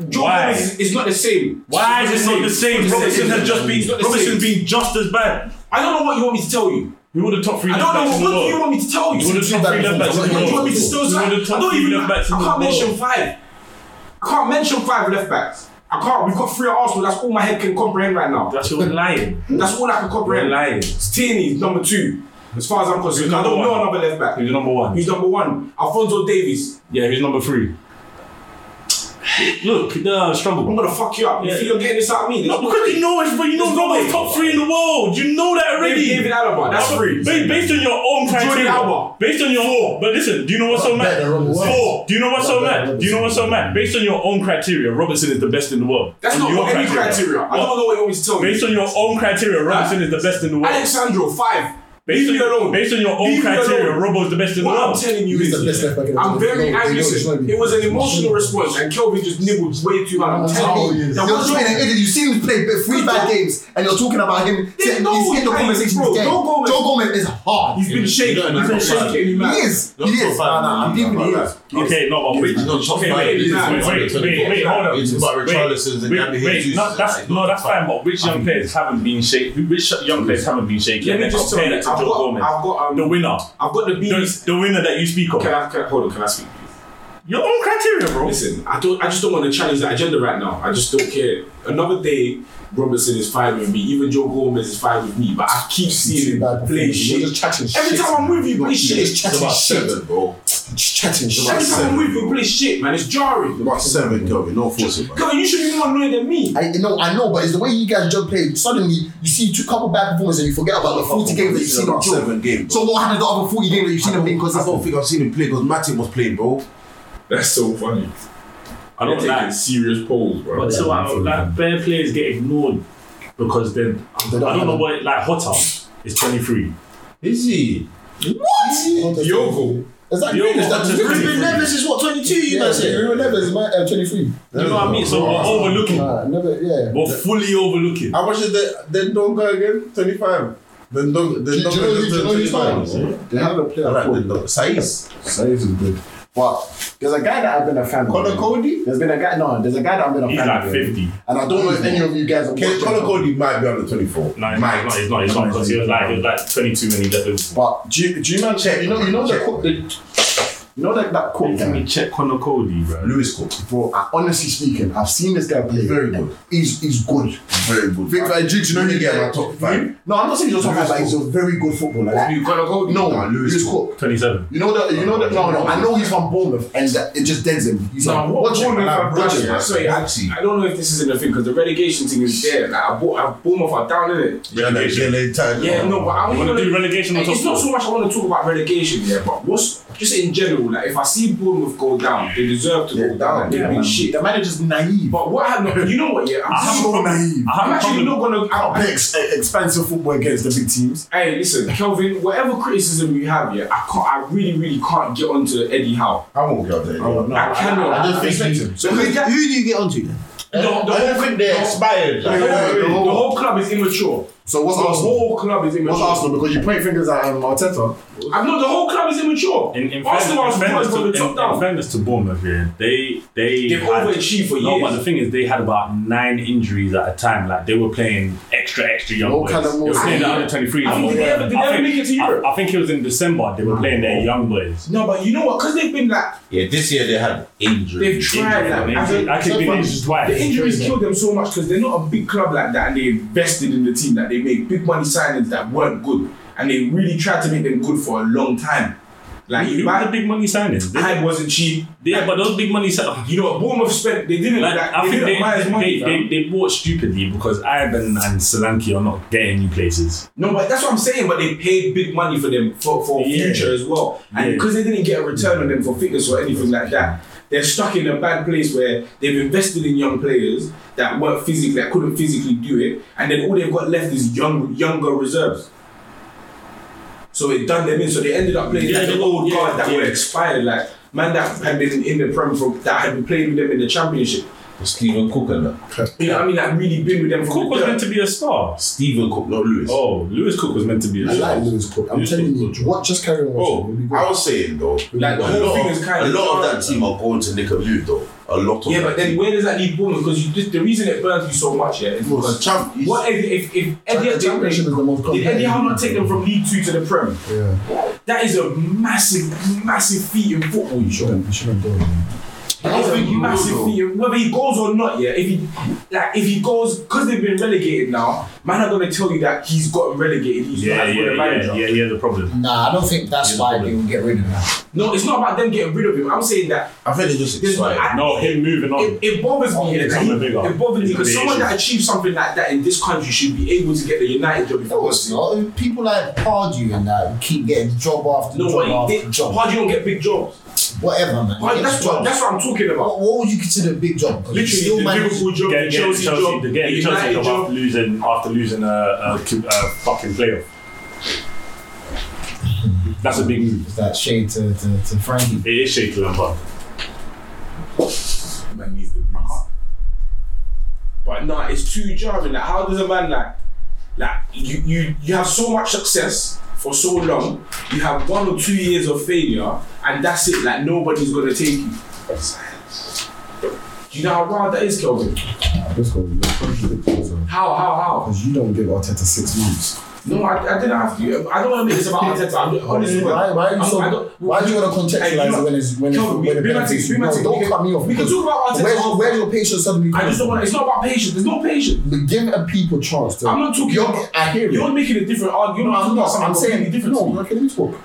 Speaker 4: Joe
Speaker 2: Why?
Speaker 4: Gomez is, is not the same.
Speaker 2: Why is it not the same?
Speaker 4: It's not the
Speaker 2: Robertson has just
Speaker 4: It's
Speaker 2: been
Speaker 4: not the
Speaker 2: Robertson's
Speaker 4: same.
Speaker 2: been just as bad.
Speaker 4: I don't know what you want me to tell you.
Speaker 2: Who are the top three
Speaker 4: I
Speaker 2: left
Speaker 4: don't know
Speaker 2: backs in the
Speaker 4: what
Speaker 2: world?
Speaker 4: do you want me to tell
Speaker 2: Who are
Speaker 4: you.
Speaker 2: the top three left backs in
Speaker 4: What
Speaker 2: the
Speaker 4: do
Speaker 2: world?
Speaker 4: you want me to still
Speaker 2: Who
Speaker 4: say?
Speaker 2: are
Speaker 4: I
Speaker 2: the top
Speaker 4: don't
Speaker 2: three
Speaker 4: even.
Speaker 2: left
Speaker 4: I
Speaker 2: backs in the
Speaker 4: can't mention
Speaker 2: world?
Speaker 4: five. I can't mention five left backs. I can't. We've got three at Arsenal. That's all my head can comprehend right now.
Speaker 2: That's your lying.
Speaker 4: That's all I
Speaker 2: You're
Speaker 4: can comprehend.
Speaker 2: lying.
Speaker 4: Tierney's number two, as far as I'm concerned. I
Speaker 2: number
Speaker 4: don't know
Speaker 2: one?
Speaker 4: another left back.
Speaker 2: Who's number one?
Speaker 4: Who's number one? Alfonso Davies.
Speaker 2: Yeah, who's number three? Look, no, I
Speaker 4: I'm
Speaker 2: struggle.
Speaker 4: gonna fuck you up. You
Speaker 2: Yeah.
Speaker 4: think you're getting this out of me?
Speaker 2: No, because you know it's, but you know
Speaker 4: There's no
Speaker 2: Robert's
Speaker 4: way.
Speaker 2: top three in the world. You know that already.
Speaker 4: David Alaba, that's three.
Speaker 2: Ba- Based on your own criteria.
Speaker 4: Alba.
Speaker 2: Based on your own. But listen, do you know what's so mad?
Speaker 10: better Robertson.
Speaker 2: Four. Do you know what's so
Speaker 10: Not better
Speaker 2: mad? Do you know what's so mad? Based on your own criteria, Robertson is the best in the world.
Speaker 4: That's
Speaker 2: On
Speaker 4: not
Speaker 2: your
Speaker 4: your any criteria. I
Speaker 2: What?
Speaker 4: don't know what you want me to tell you.
Speaker 2: Based on your own criteria, Robertson is the best in the world.
Speaker 4: Alexandro, five.
Speaker 2: Based
Speaker 4: Leave
Speaker 2: on,
Speaker 4: it alone.
Speaker 2: based on your own
Speaker 4: Leave it
Speaker 2: criteria,
Speaker 4: alone.
Speaker 2: Robo's the best in the
Speaker 4: What I'm
Speaker 2: world.
Speaker 4: telling you
Speaker 10: He's the best
Speaker 4: is,
Speaker 10: left back in the
Speaker 4: I'm
Speaker 10: world.
Speaker 4: very
Speaker 10: No, no,
Speaker 4: angry.
Speaker 10: it's not
Speaker 4: Listen,
Speaker 10: even-
Speaker 4: it was an emotional response, and Kelvin just nibbled way too hard. I'm telling you,
Speaker 1: Oh, You're
Speaker 4: that was
Speaker 1: just being an idiot. You've seen him play b- three bad games, and you're talking about him. saying
Speaker 4: no,
Speaker 1: he's in the
Speaker 4: hey,
Speaker 1: conversation.
Speaker 4: bro,
Speaker 1: he's dead.
Speaker 4: Joe Gomez-
Speaker 1: Joe Gomez is hard.
Speaker 4: He's been shaking. He's been shaking. He
Speaker 1: He
Speaker 4: mad.
Speaker 1: is. He
Speaker 11: Not top five,
Speaker 1: is. Nah, nah, I'm
Speaker 11: man.
Speaker 1: giving you that.
Speaker 2: Okay, no, but wait.
Speaker 11: No, top
Speaker 2: okay,
Speaker 11: five.
Speaker 2: Wait,
Speaker 4: Nah,
Speaker 2: wait, wait,
Speaker 4: it's
Speaker 11: not
Speaker 2: wait, wait, hold on.
Speaker 11: It's about
Speaker 2: Wait,
Speaker 11: Richarlison's and
Speaker 2: wait,
Speaker 11: Gabi
Speaker 2: wait,
Speaker 11: Jesus.
Speaker 2: No, that's,
Speaker 11: It's
Speaker 2: no,
Speaker 11: not
Speaker 2: that's
Speaker 11: top five.
Speaker 2: fine, but which young players haven't been shaken? Which young players haven't been shaken?
Speaker 4: Let me
Speaker 2: And
Speaker 4: just tell
Speaker 2: compare
Speaker 4: you,
Speaker 2: that
Speaker 4: I've
Speaker 2: to Joe
Speaker 4: got,
Speaker 2: Gomez.
Speaker 4: I've got, um,
Speaker 2: The winner.
Speaker 4: I've got the
Speaker 2: The,
Speaker 4: bees.
Speaker 2: the winner that you speak of.
Speaker 4: Can I, can I, hold on, can I speak?
Speaker 2: Your own criteria, bro.
Speaker 4: Listen, I don't. I just don't want to challenge that agenda right now. I just don't care. Another day, Robertson is fine with me. Even Joe Gomez is fine with me. But I keep seeing him play shit. Every time I'm with you, play shit.
Speaker 11: It's about seven, bro.
Speaker 1: Just chatting shit.
Speaker 4: Every time I'm with you, play shit, man. It's jarring.
Speaker 11: About seven, Kelvin. No forcing, man.
Speaker 4: Girl, you should be more annoyed than me.
Speaker 1: I know, I know, but it's the way you guys just play. Suddenly, you see two couple bad performances and you forget about the 40 games that you've seen them
Speaker 11: About
Speaker 1: do.
Speaker 11: seven games.
Speaker 1: So what happened to the other 40 games that you've seen them being
Speaker 11: I don't
Speaker 1: consistent?
Speaker 11: think I've seen him play because Matip was playing, bro.
Speaker 4: That's so funny.
Speaker 2: I don't like.
Speaker 4: serious polls, bro.
Speaker 2: But so I, like bare players get ignored because then I don't know what like Hotter is 23.
Speaker 11: Is he?
Speaker 4: Diogo.
Speaker 1: Is that
Speaker 2: Yo,
Speaker 1: Grealish? That's
Speaker 2: that's
Speaker 1: Grealish.
Speaker 2: Grealish.
Speaker 10: Ruben Neves is what, 22, you
Speaker 1: Yeah,
Speaker 10: guys say?
Speaker 1: Ruben Neves is my uh, 23.
Speaker 2: You know what I mean? So we're overlooking.
Speaker 1: Uh, never, yeah.
Speaker 2: We're fully overlooking.
Speaker 3: How much is the then Donga again? Twenty five. Then Donga.
Speaker 1: Do
Speaker 3: Then
Speaker 1: you, do you know, who- do you know who's
Speaker 3: Donga.
Speaker 1: fine? They have a player
Speaker 11: Like
Speaker 1: called-
Speaker 11: the dog. Saiz.
Speaker 1: Saeed is good. But there's a guy that I've been a fan
Speaker 3: Connor
Speaker 1: of.
Speaker 3: Cody.
Speaker 1: There's been a guy, no, there's a guy that I've been a
Speaker 2: He's
Speaker 1: fan
Speaker 2: like
Speaker 1: of.
Speaker 2: 50.
Speaker 1: And I don't know if any of you guys are
Speaker 3: Okay,
Speaker 1: watching
Speaker 3: Connor
Speaker 1: him.
Speaker 3: Cody might be under twenty four.
Speaker 2: No, he's not. He's not. He's not. Because he was like he was like 22 when he left Liverpool.
Speaker 1: But do you, do you man check? You know, you know the cook, the, you know that that cook
Speaker 2: Let
Speaker 1: guy.
Speaker 2: me check Connor Cody, bro.
Speaker 3: Lewis Cook.
Speaker 1: Bro, I, honestly speaking, I've seen this guy play.
Speaker 3: Very good.
Speaker 1: He's he's good.
Speaker 3: Very good.
Speaker 1: Vic Van Dijk, you know Hmm?
Speaker 3: Really
Speaker 1: who
Speaker 3: get
Speaker 1: he-
Speaker 3: my top five.
Speaker 1: No, I'm not saying he's a top guy, but he's a very good footballer. Like,
Speaker 4: You gotta go.
Speaker 1: no,
Speaker 3: Nah, Lewis
Speaker 1: Lewis
Speaker 3: Cook.
Speaker 1: Cook.
Speaker 2: 27.
Speaker 1: You know that. You know that. No, no. I know he's from Bournemouth, and
Speaker 3: uh,
Speaker 1: that, it just deads him. He's
Speaker 4: Nah,
Speaker 1: like,
Speaker 4: what-
Speaker 1: watch him,
Speaker 4: what-
Speaker 1: and I-
Speaker 4: what-
Speaker 1: watch
Speaker 4: what-
Speaker 1: him.
Speaker 4: sorry, I, I don't know if this is in the thing because the relegation thing is there. Like, I bought, I Bournemouth are down in it.
Speaker 3: Yeah, like Gillen Tyler.
Speaker 4: Yeah, no, but I
Speaker 2: You want
Speaker 4: wanna-
Speaker 2: to do relegation or top
Speaker 4: It's not so
Speaker 2: four?
Speaker 4: much I want to talk about relegation here, but what's just in general, like if I see Bournemouth go down, they deserve to go down. They've been shit.
Speaker 1: The manager's naive.
Speaker 4: But what happened? You know what? Yeah, I'm,
Speaker 2: have a
Speaker 1: so naive.
Speaker 2: I
Speaker 4: I'm
Speaker 2: have a
Speaker 4: actually
Speaker 2: problem.
Speaker 4: not gonna. I, I,
Speaker 1: Play ex- expansive football against the big teams.
Speaker 4: hey, listen, Kelvin. Whatever criticism you have, yeah, I can't. I really, really can't get onto Eddie Howe.
Speaker 3: I won't get up there.
Speaker 1: Oh, no,
Speaker 4: I cannot.
Speaker 3: I don't think
Speaker 1: respect
Speaker 3: you-
Speaker 1: him.
Speaker 4: So who
Speaker 10: Who do you get onto then?
Speaker 4: the, the
Speaker 3: I don't
Speaker 4: whole,
Speaker 3: think they're expired.
Speaker 4: the,
Speaker 3: like,
Speaker 4: whole,
Speaker 3: I
Speaker 4: the whole club is immature.
Speaker 1: So what's
Speaker 4: The
Speaker 1: Arsenal?
Speaker 4: whole club is
Speaker 1: What's
Speaker 4: immature.
Speaker 1: Arsenal? Because you point fingers at um, Arteta.
Speaker 4: I'm not. The whole club is immature.
Speaker 2: In, in,
Speaker 4: Arsenal
Speaker 2: fairness,
Speaker 4: are
Speaker 2: in,
Speaker 4: supported
Speaker 2: fairness
Speaker 4: from
Speaker 2: to,
Speaker 4: the top
Speaker 2: in, in
Speaker 4: down.
Speaker 2: fairness to Bournemouth, yeah, they they
Speaker 4: They've
Speaker 2: had-
Speaker 4: overachieved for
Speaker 2: No,
Speaker 4: years.
Speaker 2: but the thing is, they had about nine injuries at a time. Like they were playing extra, extra young
Speaker 1: No
Speaker 2: boys.
Speaker 1: kind of
Speaker 2: they were playing the
Speaker 4: I-
Speaker 2: under twenty three.
Speaker 4: I mean, did they ever- did they ever make it to Europe?
Speaker 2: I, I think it was in December. They were playing their young boys.
Speaker 4: No, but you know what? Because they've been like
Speaker 11: Yeah, this year they had
Speaker 4: they've
Speaker 11: injuries.
Speaker 4: tried that.
Speaker 2: Injury-
Speaker 4: I don't-
Speaker 2: I could be
Speaker 1: so
Speaker 2: injured
Speaker 4: The
Speaker 2: twice.
Speaker 4: injuries killed them so much because they're not a big club like that and they invested in the team that they make big money signings that weren't good and they really tried to make them good for a long time. Like
Speaker 2: Who were the big money signings? They-
Speaker 4: Hyde wasn't cheap.
Speaker 2: Yeah,
Speaker 4: Like,
Speaker 2: but those big money signings.
Speaker 4: you know what Bournemouth spent they didn't
Speaker 2: Like,
Speaker 4: like,
Speaker 2: I
Speaker 4: they
Speaker 2: think
Speaker 4: didn't buy his money.
Speaker 2: they, they,
Speaker 4: fam.
Speaker 2: they, they bought stupidly because Ivan and Solanke are not getting new places.
Speaker 4: no, but that's what I'm saying, but they paid big money for them for, for
Speaker 2: Yeah.
Speaker 4: future as well. And
Speaker 2: Yeah.
Speaker 4: because they didn't get a return on them for figures or anything like that. They're stuck in a bad place where they've invested in young players that weren't physically, that couldn't physically do it, and then all they've got left is young, younger reserves. So it done them in. So they ended up playing
Speaker 2: Yeah,
Speaker 4: like
Speaker 2: they-
Speaker 4: an old
Speaker 2: yeah,
Speaker 4: guard that
Speaker 2: yeah.
Speaker 4: were expired, like man that had been in the prem for that had been playing with them in the championship.
Speaker 3: Stephen Cook and uh, that.
Speaker 4: You know what I mean? Like really been with them from
Speaker 2: Cook
Speaker 4: the
Speaker 2: was
Speaker 4: dirt.
Speaker 2: meant to be a star.
Speaker 3: Stephen Cook, not Lewis.
Speaker 2: Oh, Lewis Cook was meant to be a
Speaker 1: I
Speaker 2: star.
Speaker 1: like Lewis Cook. Oh, I'm
Speaker 3: Lewis
Speaker 1: telling you,
Speaker 3: Cook's
Speaker 1: what just carry on watching.
Speaker 3: Bro,
Speaker 1: We'll be good.
Speaker 3: I was saying though,
Speaker 4: Oh, Like, the
Speaker 3: a,
Speaker 4: whole
Speaker 3: lot
Speaker 4: thing
Speaker 3: of,
Speaker 4: is kinda
Speaker 3: a lot of
Speaker 4: done.
Speaker 3: that team are going to Nick though. A lot of
Speaker 4: Yeah,
Speaker 3: that
Speaker 4: but then
Speaker 3: team.
Speaker 4: where does that leave Bournemouth? Because you just, the reason it burns you so much, yeah, is
Speaker 3: Because
Speaker 4: because
Speaker 3: Champ, he's-
Speaker 4: what if if, if Eddie had taken-
Speaker 1: Championship is the most
Speaker 4: did Eddie
Speaker 1: competitive
Speaker 4: Howe not take them from League Two to the Prem? Yeah, that is a massive, massive feat in football. You sure?
Speaker 1: You shouldn't do it. man.
Speaker 4: That is a massive feat. in- Whether he goes or not, yeah. If he like, if he goes, because they've been relegated now, man are gonna tell you that he's gotten relegated. He's
Speaker 2: Yeah,
Speaker 4: not
Speaker 2: yeah,
Speaker 4: for the
Speaker 2: yeah,
Speaker 4: manager.
Speaker 2: yeah, yeah, the problem.
Speaker 8: Nah, I don't think that's why they will get rid of him.
Speaker 4: No, it's not about them getting rid of him. I'm saying that
Speaker 3: I think they just
Speaker 4: there's
Speaker 3: expired.
Speaker 4: I-
Speaker 2: No, him moving on.
Speaker 4: it, it bothers me.
Speaker 2: Um, it's
Speaker 4: that
Speaker 2: something
Speaker 4: he-
Speaker 2: bigger.
Speaker 4: It bothers me
Speaker 2: It's
Speaker 4: because
Speaker 2: the
Speaker 4: someone
Speaker 2: issue.
Speaker 4: that achieves something like that in this country should be able to get the United job. if he
Speaker 8: No,
Speaker 4: wants
Speaker 8: it's
Speaker 4: to.
Speaker 8: not. People like Pardew and that keep getting job after
Speaker 4: No,
Speaker 8: job
Speaker 4: what he
Speaker 8: after
Speaker 4: did.
Speaker 8: job.
Speaker 4: Why do you don't get big jobs?
Speaker 8: Whatever, man.
Speaker 4: Why,
Speaker 8: Get
Speaker 4: that's, what,
Speaker 8: jobs.
Speaker 4: that's what I'm talking about.
Speaker 8: what, what would you consider a big job? 'Cause you still
Speaker 4: Literally, the
Speaker 8: manage-
Speaker 4: Liverpool job,
Speaker 2: Get,
Speaker 4: the
Speaker 2: get
Speaker 4: Chelsea,
Speaker 2: Chelsea,
Speaker 4: job,
Speaker 2: to
Speaker 4: the
Speaker 2: get Chelsea
Speaker 4: United
Speaker 2: job after
Speaker 4: job.
Speaker 2: losing after losing a, a, cu- a fucking playoff. That's a big move.
Speaker 8: Is that shade to, to, to Frankie?
Speaker 2: It is shaky Lampard.
Speaker 4: Man needs the breeze.
Speaker 1: Uh-huh.
Speaker 4: But nah, it's too jarring. Like, how does a man like, like you, you you have so much success for so long, you have one or two years of failure, and that's it. Like nobody's gonna take you. Do you know how wild that is, Kelvin?
Speaker 1: Let's go. Let's go.
Speaker 4: How how how?
Speaker 1: um, Because you don't give Arteta six months.
Speaker 4: No, I, I didn't ask you. I don't want to make this about Arteta. I'm just, honestly,
Speaker 1: Why, why are you
Speaker 4: I'm-
Speaker 1: so?
Speaker 4: I don't-
Speaker 1: why do you want to contextualize it when it's when it's
Speaker 4: Kelvin, we-
Speaker 1: when it
Speaker 4: we might
Speaker 1: benefits
Speaker 4: take-
Speaker 1: you?
Speaker 4: we might
Speaker 1: No,
Speaker 4: take- we
Speaker 1: don't
Speaker 4: can-
Speaker 1: cut me off.
Speaker 4: we can talk about Arteta.
Speaker 1: Where's your, where's your patience suddenly?
Speaker 4: I just don't want.
Speaker 1: coming
Speaker 4: It's not about patience. There's no patience.
Speaker 1: from? Give a people chance to.
Speaker 4: I'm not talking.
Speaker 1: You're, I hear you.
Speaker 4: You're making a different argument.
Speaker 1: No, I'm
Speaker 4: You're
Speaker 1: not.
Speaker 4: talking
Speaker 1: I'm
Speaker 4: about
Speaker 1: saying
Speaker 4: something
Speaker 1: different.
Speaker 4: completely
Speaker 1: No, like, let me talk.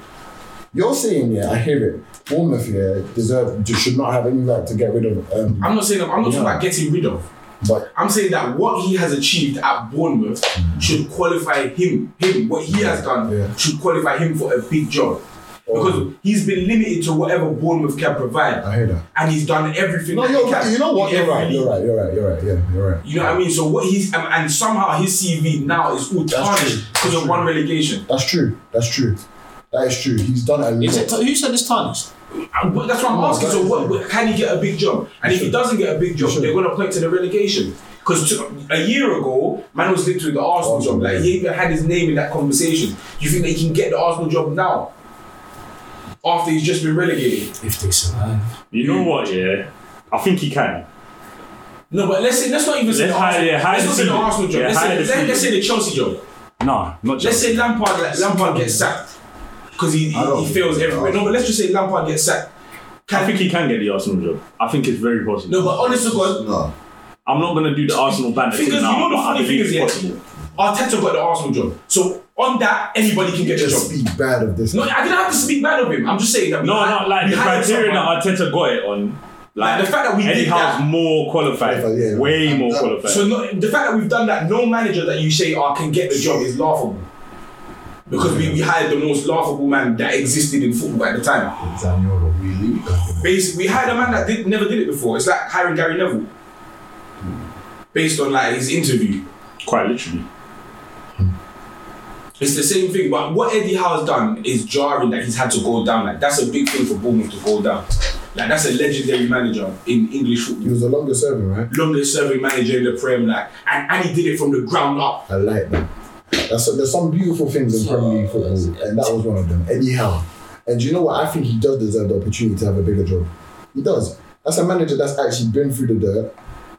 Speaker 1: You're saying yeah, I hear it. Bournemouth yeah deserve just should not have any right to get rid of. Um,
Speaker 4: I'm not saying. I'm not talking about getting rid of.
Speaker 1: but Mm.
Speaker 4: I'm saying that what he has achieved at Bournemouth should qualify him. Him, what he has done
Speaker 1: Yeah. Oh.
Speaker 4: should qualify him for a big job. Because he's been limited to whatever Bournemouth can provide,
Speaker 1: I hear that.
Speaker 4: and he's done everything.
Speaker 1: No,
Speaker 4: that
Speaker 1: you're,
Speaker 4: he can
Speaker 1: you know what?
Speaker 4: in
Speaker 1: You're
Speaker 4: every
Speaker 1: right.
Speaker 4: league.
Speaker 1: You're right. You're right. You're right. Yeah, you're right.
Speaker 4: You know what I mean? So what he's um, and somehow his CV now is all tarnished because of one relegation.
Speaker 1: That's true. That's true. That is true. He's done a
Speaker 8: Is
Speaker 1: lot.
Speaker 8: it, who said it's tarnished?
Speaker 4: And what- that's what I'm
Speaker 1: No,
Speaker 4: asking.
Speaker 1: that
Speaker 4: So
Speaker 1: is
Speaker 4: what,
Speaker 1: true.
Speaker 4: what- can he get a big job? And if he doesn't get a big job,
Speaker 1: should.
Speaker 4: they're going to point to the relegation. Because a year ago, man was linked with the Arsenal job. Like he even had his name in that conversation. Do you think they can get the Arsenal job now? After he's just been relegated.
Speaker 8: If they survive.
Speaker 2: You know what? Yeah, I think he can.
Speaker 4: No, but let's say, let's not even say
Speaker 2: Let's
Speaker 4: the
Speaker 2: hide-
Speaker 4: Arsenal,
Speaker 2: yeah, hide
Speaker 4: let's
Speaker 2: the
Speaker 4: not say the
Speaker 2: season.
Speaker 4: Arsenal job.
Speaker 2: Yeah,
Speaker 4: let's,
Speaker 2: hide
Speaker 4: say,
Speaker 2: the
Speaker 4: let, let's
Speaker 2: season.
Speaker 4: say the Chelsea job.
Speaker 2: No, not
Speaker 4: Let's
Speaker 2: just.
Speaker 4: say Lampard like, Lampard gets sacked because he, he, he fails everywhere. No, but let's just say Lampard gets sacked. Can
Speaker 2: I think he can get the Arsenal job. I think it's very possible.
Speaker 4: No, but honest to God,
Speaker 3: No.
Speaker 2: I'm not gonna do the Arsenal banner thing
Speaker 4: Because you
Speaker 2: now.
Speaker 4: know the
Speaker 2: but I
Speaker 4: funny
Speaker 2: believe
Speaker 4: thing is, yeah,
Speaker 2: it's possible.
Speaker 4: Arteta got the Arsenal job. So on that, anybody can get the
Speaker 1: Just
Speaker 4: job.
Speaker 1: speak bad of this.
Speaker 4: No, I didn't have to speak bad of him. I'm just saying that. we
Speaker 2: No,
Speaker 4: had-
Speaker 2: no, like
Speaker 4: we
Speaker 2: the
Speaker 4: had
Speaker 2: criteria
Speaker 4: someone-
Speaker 2: that Arteta got it on.
Speaker 4: Like, the fact that we
Speaker 2: Eddie
Speaker 4: did
Speaker 2: Howe's
Speaker 4: that-
Speaker 2: more qualified,
Speaker 1: Yeah, yeah.
Speaker 2: way more qualified.
Speaker 4: So no, the fact that we've done that, no manager that you say oh, can get the job is laughable. Because we, we hired the most laughable man that existed in football at the time.
Speaker 8: Zaniolo.
Speaker 4: Basically, we hired a man that did, never did it before. It's like hiring Gary Neville. Based on like his interview.
Speaker 2: Quite literally.
Speaker 4: It's the same thing, but what Eddie Howe's done is jarring that he's had to go down. Like that's a big thing for Bournemouth to go down. Like that's a legendary manager in English
Speaker 1: He
Speaker 4: football.
Speaker 1: was the longest serving, right?
Speaker 4: Longest serving manager in the Prem, like and, and he did it from the ground up.
Speaker 1: I like that. That's, there's some beautiful things in Premier League football, and that was one of them. Eddie Howe. And do you know what? I think he does deserve the opportunity to have a bigger job. He does. That's a manager that's actually been through the dirt.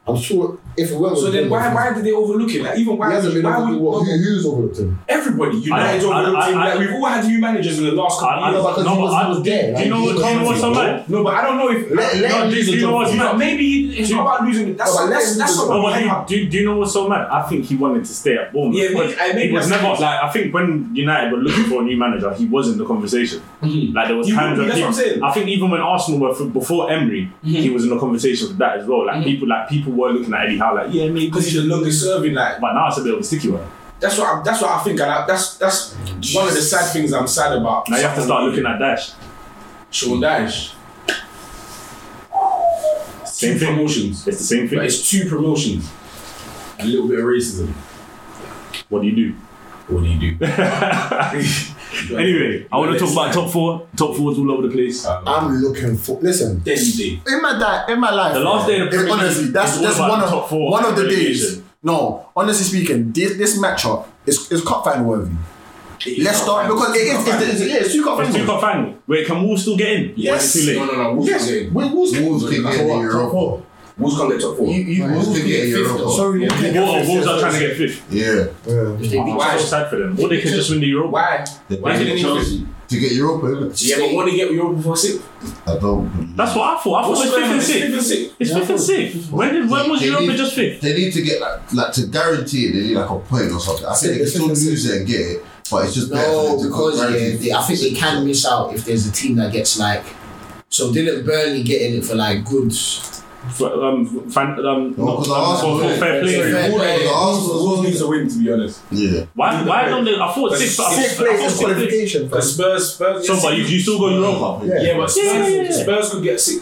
Speaker 1: I'm sure if it weren't
Speaker 4: So
Speaker 1: with
Speaker 4: then why
Speaker 1: Bournemouth,
Speaker 4: why did they overlook him? Like even
Speaker 1: he
Speaker 4: why,
Speaker 1: hasn't been
Speaker 4: why
Speaker 1: able to do
Speaker 4: would-
Speaker 1: what? Who, who's overlooked him?
Speaker 4: everybody, United
Speaker 2: I- I-
Speaker 4: overlooked him.
Speaker 2: I-
Speaker 4: Like, we've all had new managers in the last couple
Speaker 2: I, I,
Speaker 4: of years.
Speaker 1: but because
Speaker 2: no,
Speaker 1: he was-
Speaker 2: I,
Speaker 1: he was
Speaker 2: do,
Speaker 1: there,
Speaker 2: do you
Speaker 1: like,
Speaker 2: know
Speaker 1: he
Speaker 2: what?
Speaker 1: was
Speaker 2: Do you know what's
Speaker 1: there.
Speaker 2: so mad?
Speaker 4: No, but I don't know if
Speaker 1: Let- let
Speaker 2: No,
Speaker 1: him
Speaker 2: do,
Speaker 1: lose
Speaker 2: do
Speaker 1: the
Speaker 2: you know
Speaker 1: job.
Speaker 2: what's mad?
Speaker 4: maybe it's not about losing. That's
Speaker 1: No, but let
Speaker 4: that's
Speaker 1: him
Speaker 4: that's
Speaker 1: do the
Speaker 2: No,
Speaker 4: someone hype
Speaker 2: but
Speaker 4: up.
Speaker 2: do, do, do you know what's so mad? I think he wanted to stay at Bournemouth.
Speaker 4: Yeah, maybe-
Speaker 2: because
Speaker 4: I- maybe
Speaker 2: he was
Speaker 4: that's
Speaker 2: never
Speaker 4: it.
Speaker 2: like I think when United were looking for a new manager, he was in the conversation. Like there was
Speaker 4: Mm-hmm. You
Speaker 2: times
Speaker 4: would be,
Speaker 2: that
Speaker 4: that's
Speaker 2: he-
Speaker 4: what I'm saying. Mm-hmm.
Speaker 2: I think even when Arsenal were before Emery, he was in the conversation for that as well. Like people, like people were looking at Eddie Howe, like yeah, maybe.
Speaker 4: Because he's the longest serving, like
Speaker 2: But now it's a bit of a sticky one.
Speaker 4: That's what I, that's what I think, and I, that's that's one of the sad things I'm sad about.
Speaker 2: Now you have to start looking at Dash.
Speaker 4: Sean Dyche. two
Speaker 2: Same thing.
Speaker 4: promotions.
Speaker 2: It's the same
Speaker 4: But
Speaker 2: thing.
Speaker 4: it's two promotions. A little bit of racism.
Speaker 2: What do you do?
Speaker 4: What do you do?
Speaker 2: Anyway, I want to talk about top four. Top four is all over the place.
Speaker 1: I'm looking for. Listen,
Speaker 4: Any day.
Speaker 1: in my di- in my life,
Speaker 2: The last day of the
Speaker 1: it-
Speaker 2: Premier
Speaker 1: honestly,
Speaker 2: League
Speaker 1: that's
Speaker 2: is all
Speaker 1: that's
Speaker 2: about
Speaker 1: one of
Speaker 2: top four
Speaker 1: one of the days.
Speaker 2: relegation.
Speaker 1: No, honestly speaking, this this matchup is is cup final worthy. Let's start because it is it's, it's, yeah, it's two cup
Speaker 2: It's two
Speaker 1: finals.
Speaker 2: cup final. Wait, can Wolves still get in?
Speaker 1: Yes.
Speaker 2: It's too late.
Speaker 4: No, no, no. Wolves
Speaker 1: Yes,
Speaker 4: yes. getting.
Speaker 1: we Wolves
Speaker 3: Wolves can get in
Speaker 1: Top
Speaker 3: Europa.
Speaker 1: four.
Speaker 4: Wolves can't get top four.
Speaker 3: You, you,
Speaker 1: Right,
Speaker 3: Wolves can get in
Speaker 1: fifth,
Speaker 3: Europa.
Speaker 1: Sorry, Wolves can get
Speaker 2: Wolves,
Speaker 1: fifth,
Speaker 2: Wolves
Speaker 1: yeah,
Speaker 2: are trying to
Speaker 1: sorry.
Speaker 2: get fifth.
Speaker 3: Yeah.
Speaker 4: If they beat
Speaker 2: I'm so
Speaker 4: Chelsea-
Speaker 2: sad for them. Or they could just win the Euro.
Speaker 4: Why? Why
Speaker 3: They
Speaker 4: didn't
Speaker 3: get
Speaker 4: he-
Speaker 3: Chelsea to get Europa. innit?
Speaker 4: Yeah, but what did they get Europe before six?
Speaker 3: I don't.
Speaker 2: That's what I thought. I thought it was fifth and
Speaker 4: Fifth and
Speaker 2: sixth.
Speaker 4: sixth.
Speaker 2: It's fifth and sixth. When did when was
Speaker 3: They
Speaker 2: Europa
Speaker 3: need-
Speaker 2: just fifth?
Speaker 3: They need to get like, like to guarantee it. They need like a point or something. I think they can still lose it and get it, but it's just better for
Speaker 8: No,
Speaker 3: them to
Speaker 8: because
Speaker 3: guarantee
Speaker 8: yeah, they, I think they can miss out if there's a team that gets like. So didn't Burnley get in it for like good?
Speaker 2: F- Um, fan, um,
Speaker 3: No,
Speaker 2: not-
Speaker 3: 'cause the
Speaker 2: um,
Speaker 3: Arsenal
Speaker 2: for- for
Speaker 3: win.
Speaker 2: fair
Speaker 8: Sorry.
Speaker 2: play.
Speaker 8: Fair play.
Speaker 3: The Arsenal
Speaker 4: Wolves needs a win, to be honest.
Speaker 3: Yeah.
Speaker 2: Why? Why don't they? I thought six. I thought
Speaker 1: Sixth
Speaker 2: I
Speaker 1: place
Speaker 2: thought
Speaker 1: is
Speaker 2: six.
Speaker 1: qualification. fam.
Speaker 4: Because Spurs, Spurs,
Speaker 2: So, but you, you still go Europa.
Speaker 4: yeah. but Spurs,
Speaker 2: Yeah, yeah, yeah.
Speaker 4: Spurs could get six.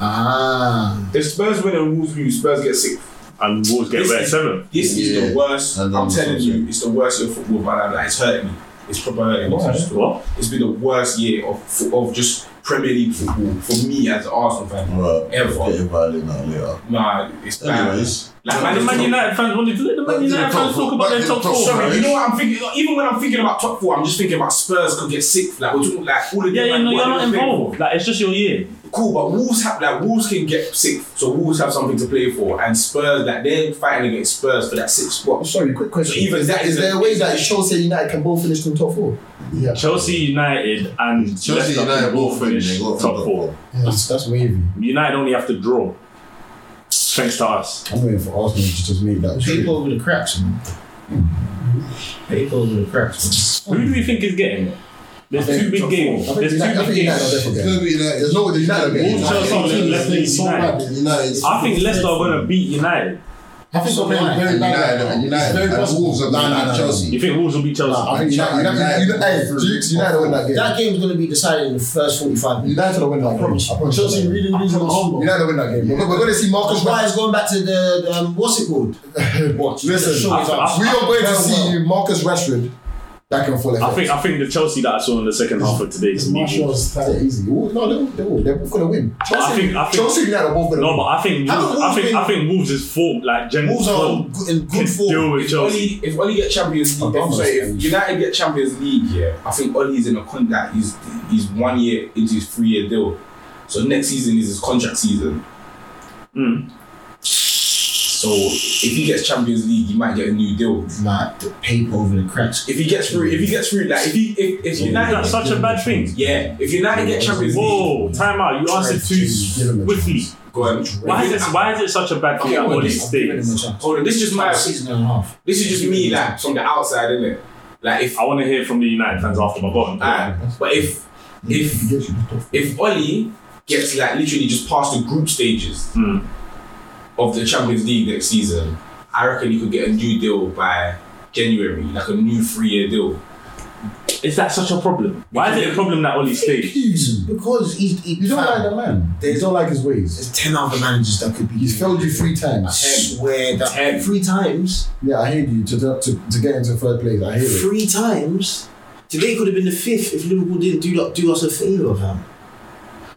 Speaker 8: Ah,
Speaker 4: If Spurs win and Wolves lose, Spurs get six.
Speaker 2: And Wolves get
Speaker 4: This
Speaker 2: where
Speaker 4: is-
Speaker 2: seven.
Speaker 4: This is
Speaker 3: Yeah.
Speaker 4: the worst.
Speaker 3: And
Speaker 4: I'm
Speaker 3: then
Speaker 4: telling
Speaker 3: something.
Speaker 4: you, it's the worst year of football, man. Like, it's hurting me. It's proper hurting me.
Speaker 2: What?
Speaker 4: It's been the worst year of of just Premier League football for me as an Arsenal fan
Speaker 3: Right.
Speaker 4: ever.
Speaker 3: Getting violent now later.
Speaker 4: Nah, it's bad.
Speaker 3: Anyways.
Speaker 4: Like,
Speaker 2: And the Man United fans wanted to let the Man
Speaker 3: Back to the
Speaker 2: United
Speaker 3: top
Speaker 2: fans
Speaker 3: four.
Speaker 2: talk about
Speaker 3: Back
Speaker 2: their
Speaker 3: to the
Speaker 2: top
Speaker 3: top
Speaker 2: four.
Speaker 3: four.
Speaker 4: Sorry, you know what I'm thinking? Even when I'm thinking about top four, I'm just thinking about Spurs could get sixth. Like we're talking like all of them.
Speaker 2: Yeah, yeah,
Speaker 4: like,
Speaker 2: no,
Speaker 4: what
Speaker 2: you're not
Speaker 4: they're playing for.
Speaker 2: involved. Like it's just your year.
Speaker 4: Cool, but Wolves have like Wolves can get sixth, so Wolves have something to play for, and Spurs like they're fighting against Spurs for that sixth spot. So
Speaker 1: Sorry, quick question.
Speaker 4: even that
Speaker 1: Is
Speaker 4: is
Speaker 1: there a way that Chelsea and United can both finish in top four? Yeah,
Speaker 2: Chelsea United and
Speaker 3: Chelsea
Speaker 2: Leicester
Speaker 3: United
Speaker 2: can
Speaker 3: both finished
Speaker 2: finish
Speaker 3: in
Speaker 2: top,
Speaker 3: top
Speaker 2: four.
Speaker 3: four.
Speaker 1: that's, that's wavy.
Speaker 2: United only have to draw. Thanks to us.
Speaker 1: I'm waiting for Arsenal to just make that.
Speaker 8: people over the cracks, man. People over the cracks.
Speaker 2: Who do we think is getting it? There's
Speaker 1: I think
Speaker 2: two big
Speaker 1: top
Speaker 2: games.
Speaker 1: four. I
Speaker 2: There's
Speaker 1: think United- I
Speaker 2: two big
Speaker 1: think United are
Speaker 2: games.
Speaker 1: definitely getting it.
Speaker 3: It's gonna be like there's no there's not
Speaker 1: Wolves,
Speaker 2: Chelsea, Leicester, United.
Speaker 3: United.
Speaker 2: I think Leicester are going to beat United.
Speaker 1: I think
Speaker 8: So
Speaker 1: they're
Speaker 8: why?
Speaker 1: very
Speaker 3: And
Speaker 1: bad right
Speaker 3: United,
Speaker 1: now.
Speaker 3: and
Speaker 1: It's
Speaker 3: United,
Speaker 1: very
Speaker 3: and
Speaker 1: possible.
Speaker 3: Wolves are
Speaker 1: No, no,
Speaker 3: going
Speaker 1: no,
Speaker 3: to
Speaker 1: no.
Speaker 2: You
Speaker 3: Chelsea.
Speaker 2: think Wolves will beat Chelsea?
Speaker 1: I think United, United, United, United, Dukes, United win that game.
Speaker 8: That game's gonna be decided in the first forty-five minutes.
Speaker 1: United will win that game.
Speaker 8: promise you.
Speaker 1: I promise
Speaker 8: Chelsea
Speaker 1: you.
Speaker 8: really, really humble.
Speaker 1: United will win that game. We're, we're going to see Marcus
Speaker 8: Marcus
Speaker 1: Rashford.
Speaker 8: Ryan's going back to the, the um, what's it called?
Speaker 1: Watch. Listen,
Speaker 2: I- I-
Speaker 1: we are going to
Speaker 8: Very
Speaker 1: see
Speaker 8: well.
Speaker 1: Marcus Rashford back and forth.
Speaker 2: I think I think the Chelsea that I saw in the second half of today is beat Wolves.
Speaker 1: Marshall's that easy. Ooh, No, they will- they will. They're both going to win. Chelsea,
Speaker 2: I think- I think-
Speaker 1: Chelsea and United are both going to
Speaker 2: No,
Speaker 1: win.
Speaker 2: but I think
Speaker 8: Haven't
Speaker 2: Wolves, I
Speaker 8: Wolves
Speaker 2: think
Speaker 8: been-
Speaker 2: I think Wolves is form like general
Speaker 8: Wolves are
Speaker 2: form
Speaker 8: in good- in
Speaker 2: can
Speaker 8: good form.
Speaker 2: deal with
Speaker 4: If
Speaker 2: Chelsea.
Speaker 4: Oli, if Oli get Champions League, if,
Speaker 1: Obama.
Speaker 4: sorry, if United get Champions League, yeah, I think Oli's in a contract. He's he's one year into his three year deal, so next season is his contract season.
Speaker 2: Mm.
Speaker 4: So if he gets Champions League, he might get a new deal.
Speaker 8: Nah, the paper over the cracks.
Speaker 4: If he gets through, if he gets through, like if he if, if United
Speaker 2: That's such a bad thing.
Speaker 4: yeah, if United get Champions League,
Speaker 2: Whoa, time out. You answered too swiftly.
Speaker 4: go on.
Speaker 2: Why is, it, why is it such a bad thing that
Speaker 4: Okay, well,
Speaker 2: Oli
Speaker 4: this-
Speaker 2: stays?
Speaker 4: Hold on, this is just my
Speaker 8: About a season and a half.
Speaker 4: this is just me like from the outside, isn't it? Like if
Speaker 2: I want to hear from the United fans after my gone.
Speaker 8: Ah,
Speaker 4: Aye, but if if if Oli gets like literally just past the group stages
Speaker 2: Hmm.
Speaker 4: of the Champions League next season, I reckon he could get a new deal by January, like a new three-year deal.
Speaker 2: Is that such a problem? Why is it a problem that Oli stays?
Speaker 8: Because he, he
Speaker 1: Mm. You don't like
Speaker 8: fam,
Speaker 1: the man. You don't like his ways.
Speaker 8: there's ten other managers that could be.
Speaker 1: He's failed you three
Speaker 8: I
Speaker 1: times.
Speaker 8: swear that
Speaker 4: Ten.
Speaker 8: three times,
Speaker 1: Yeah, I hate you to, to, to get into third place. I hate it.
Speaker 8: three times. Today could have been the fifth if Liverpool didn't do do us a favour, fam.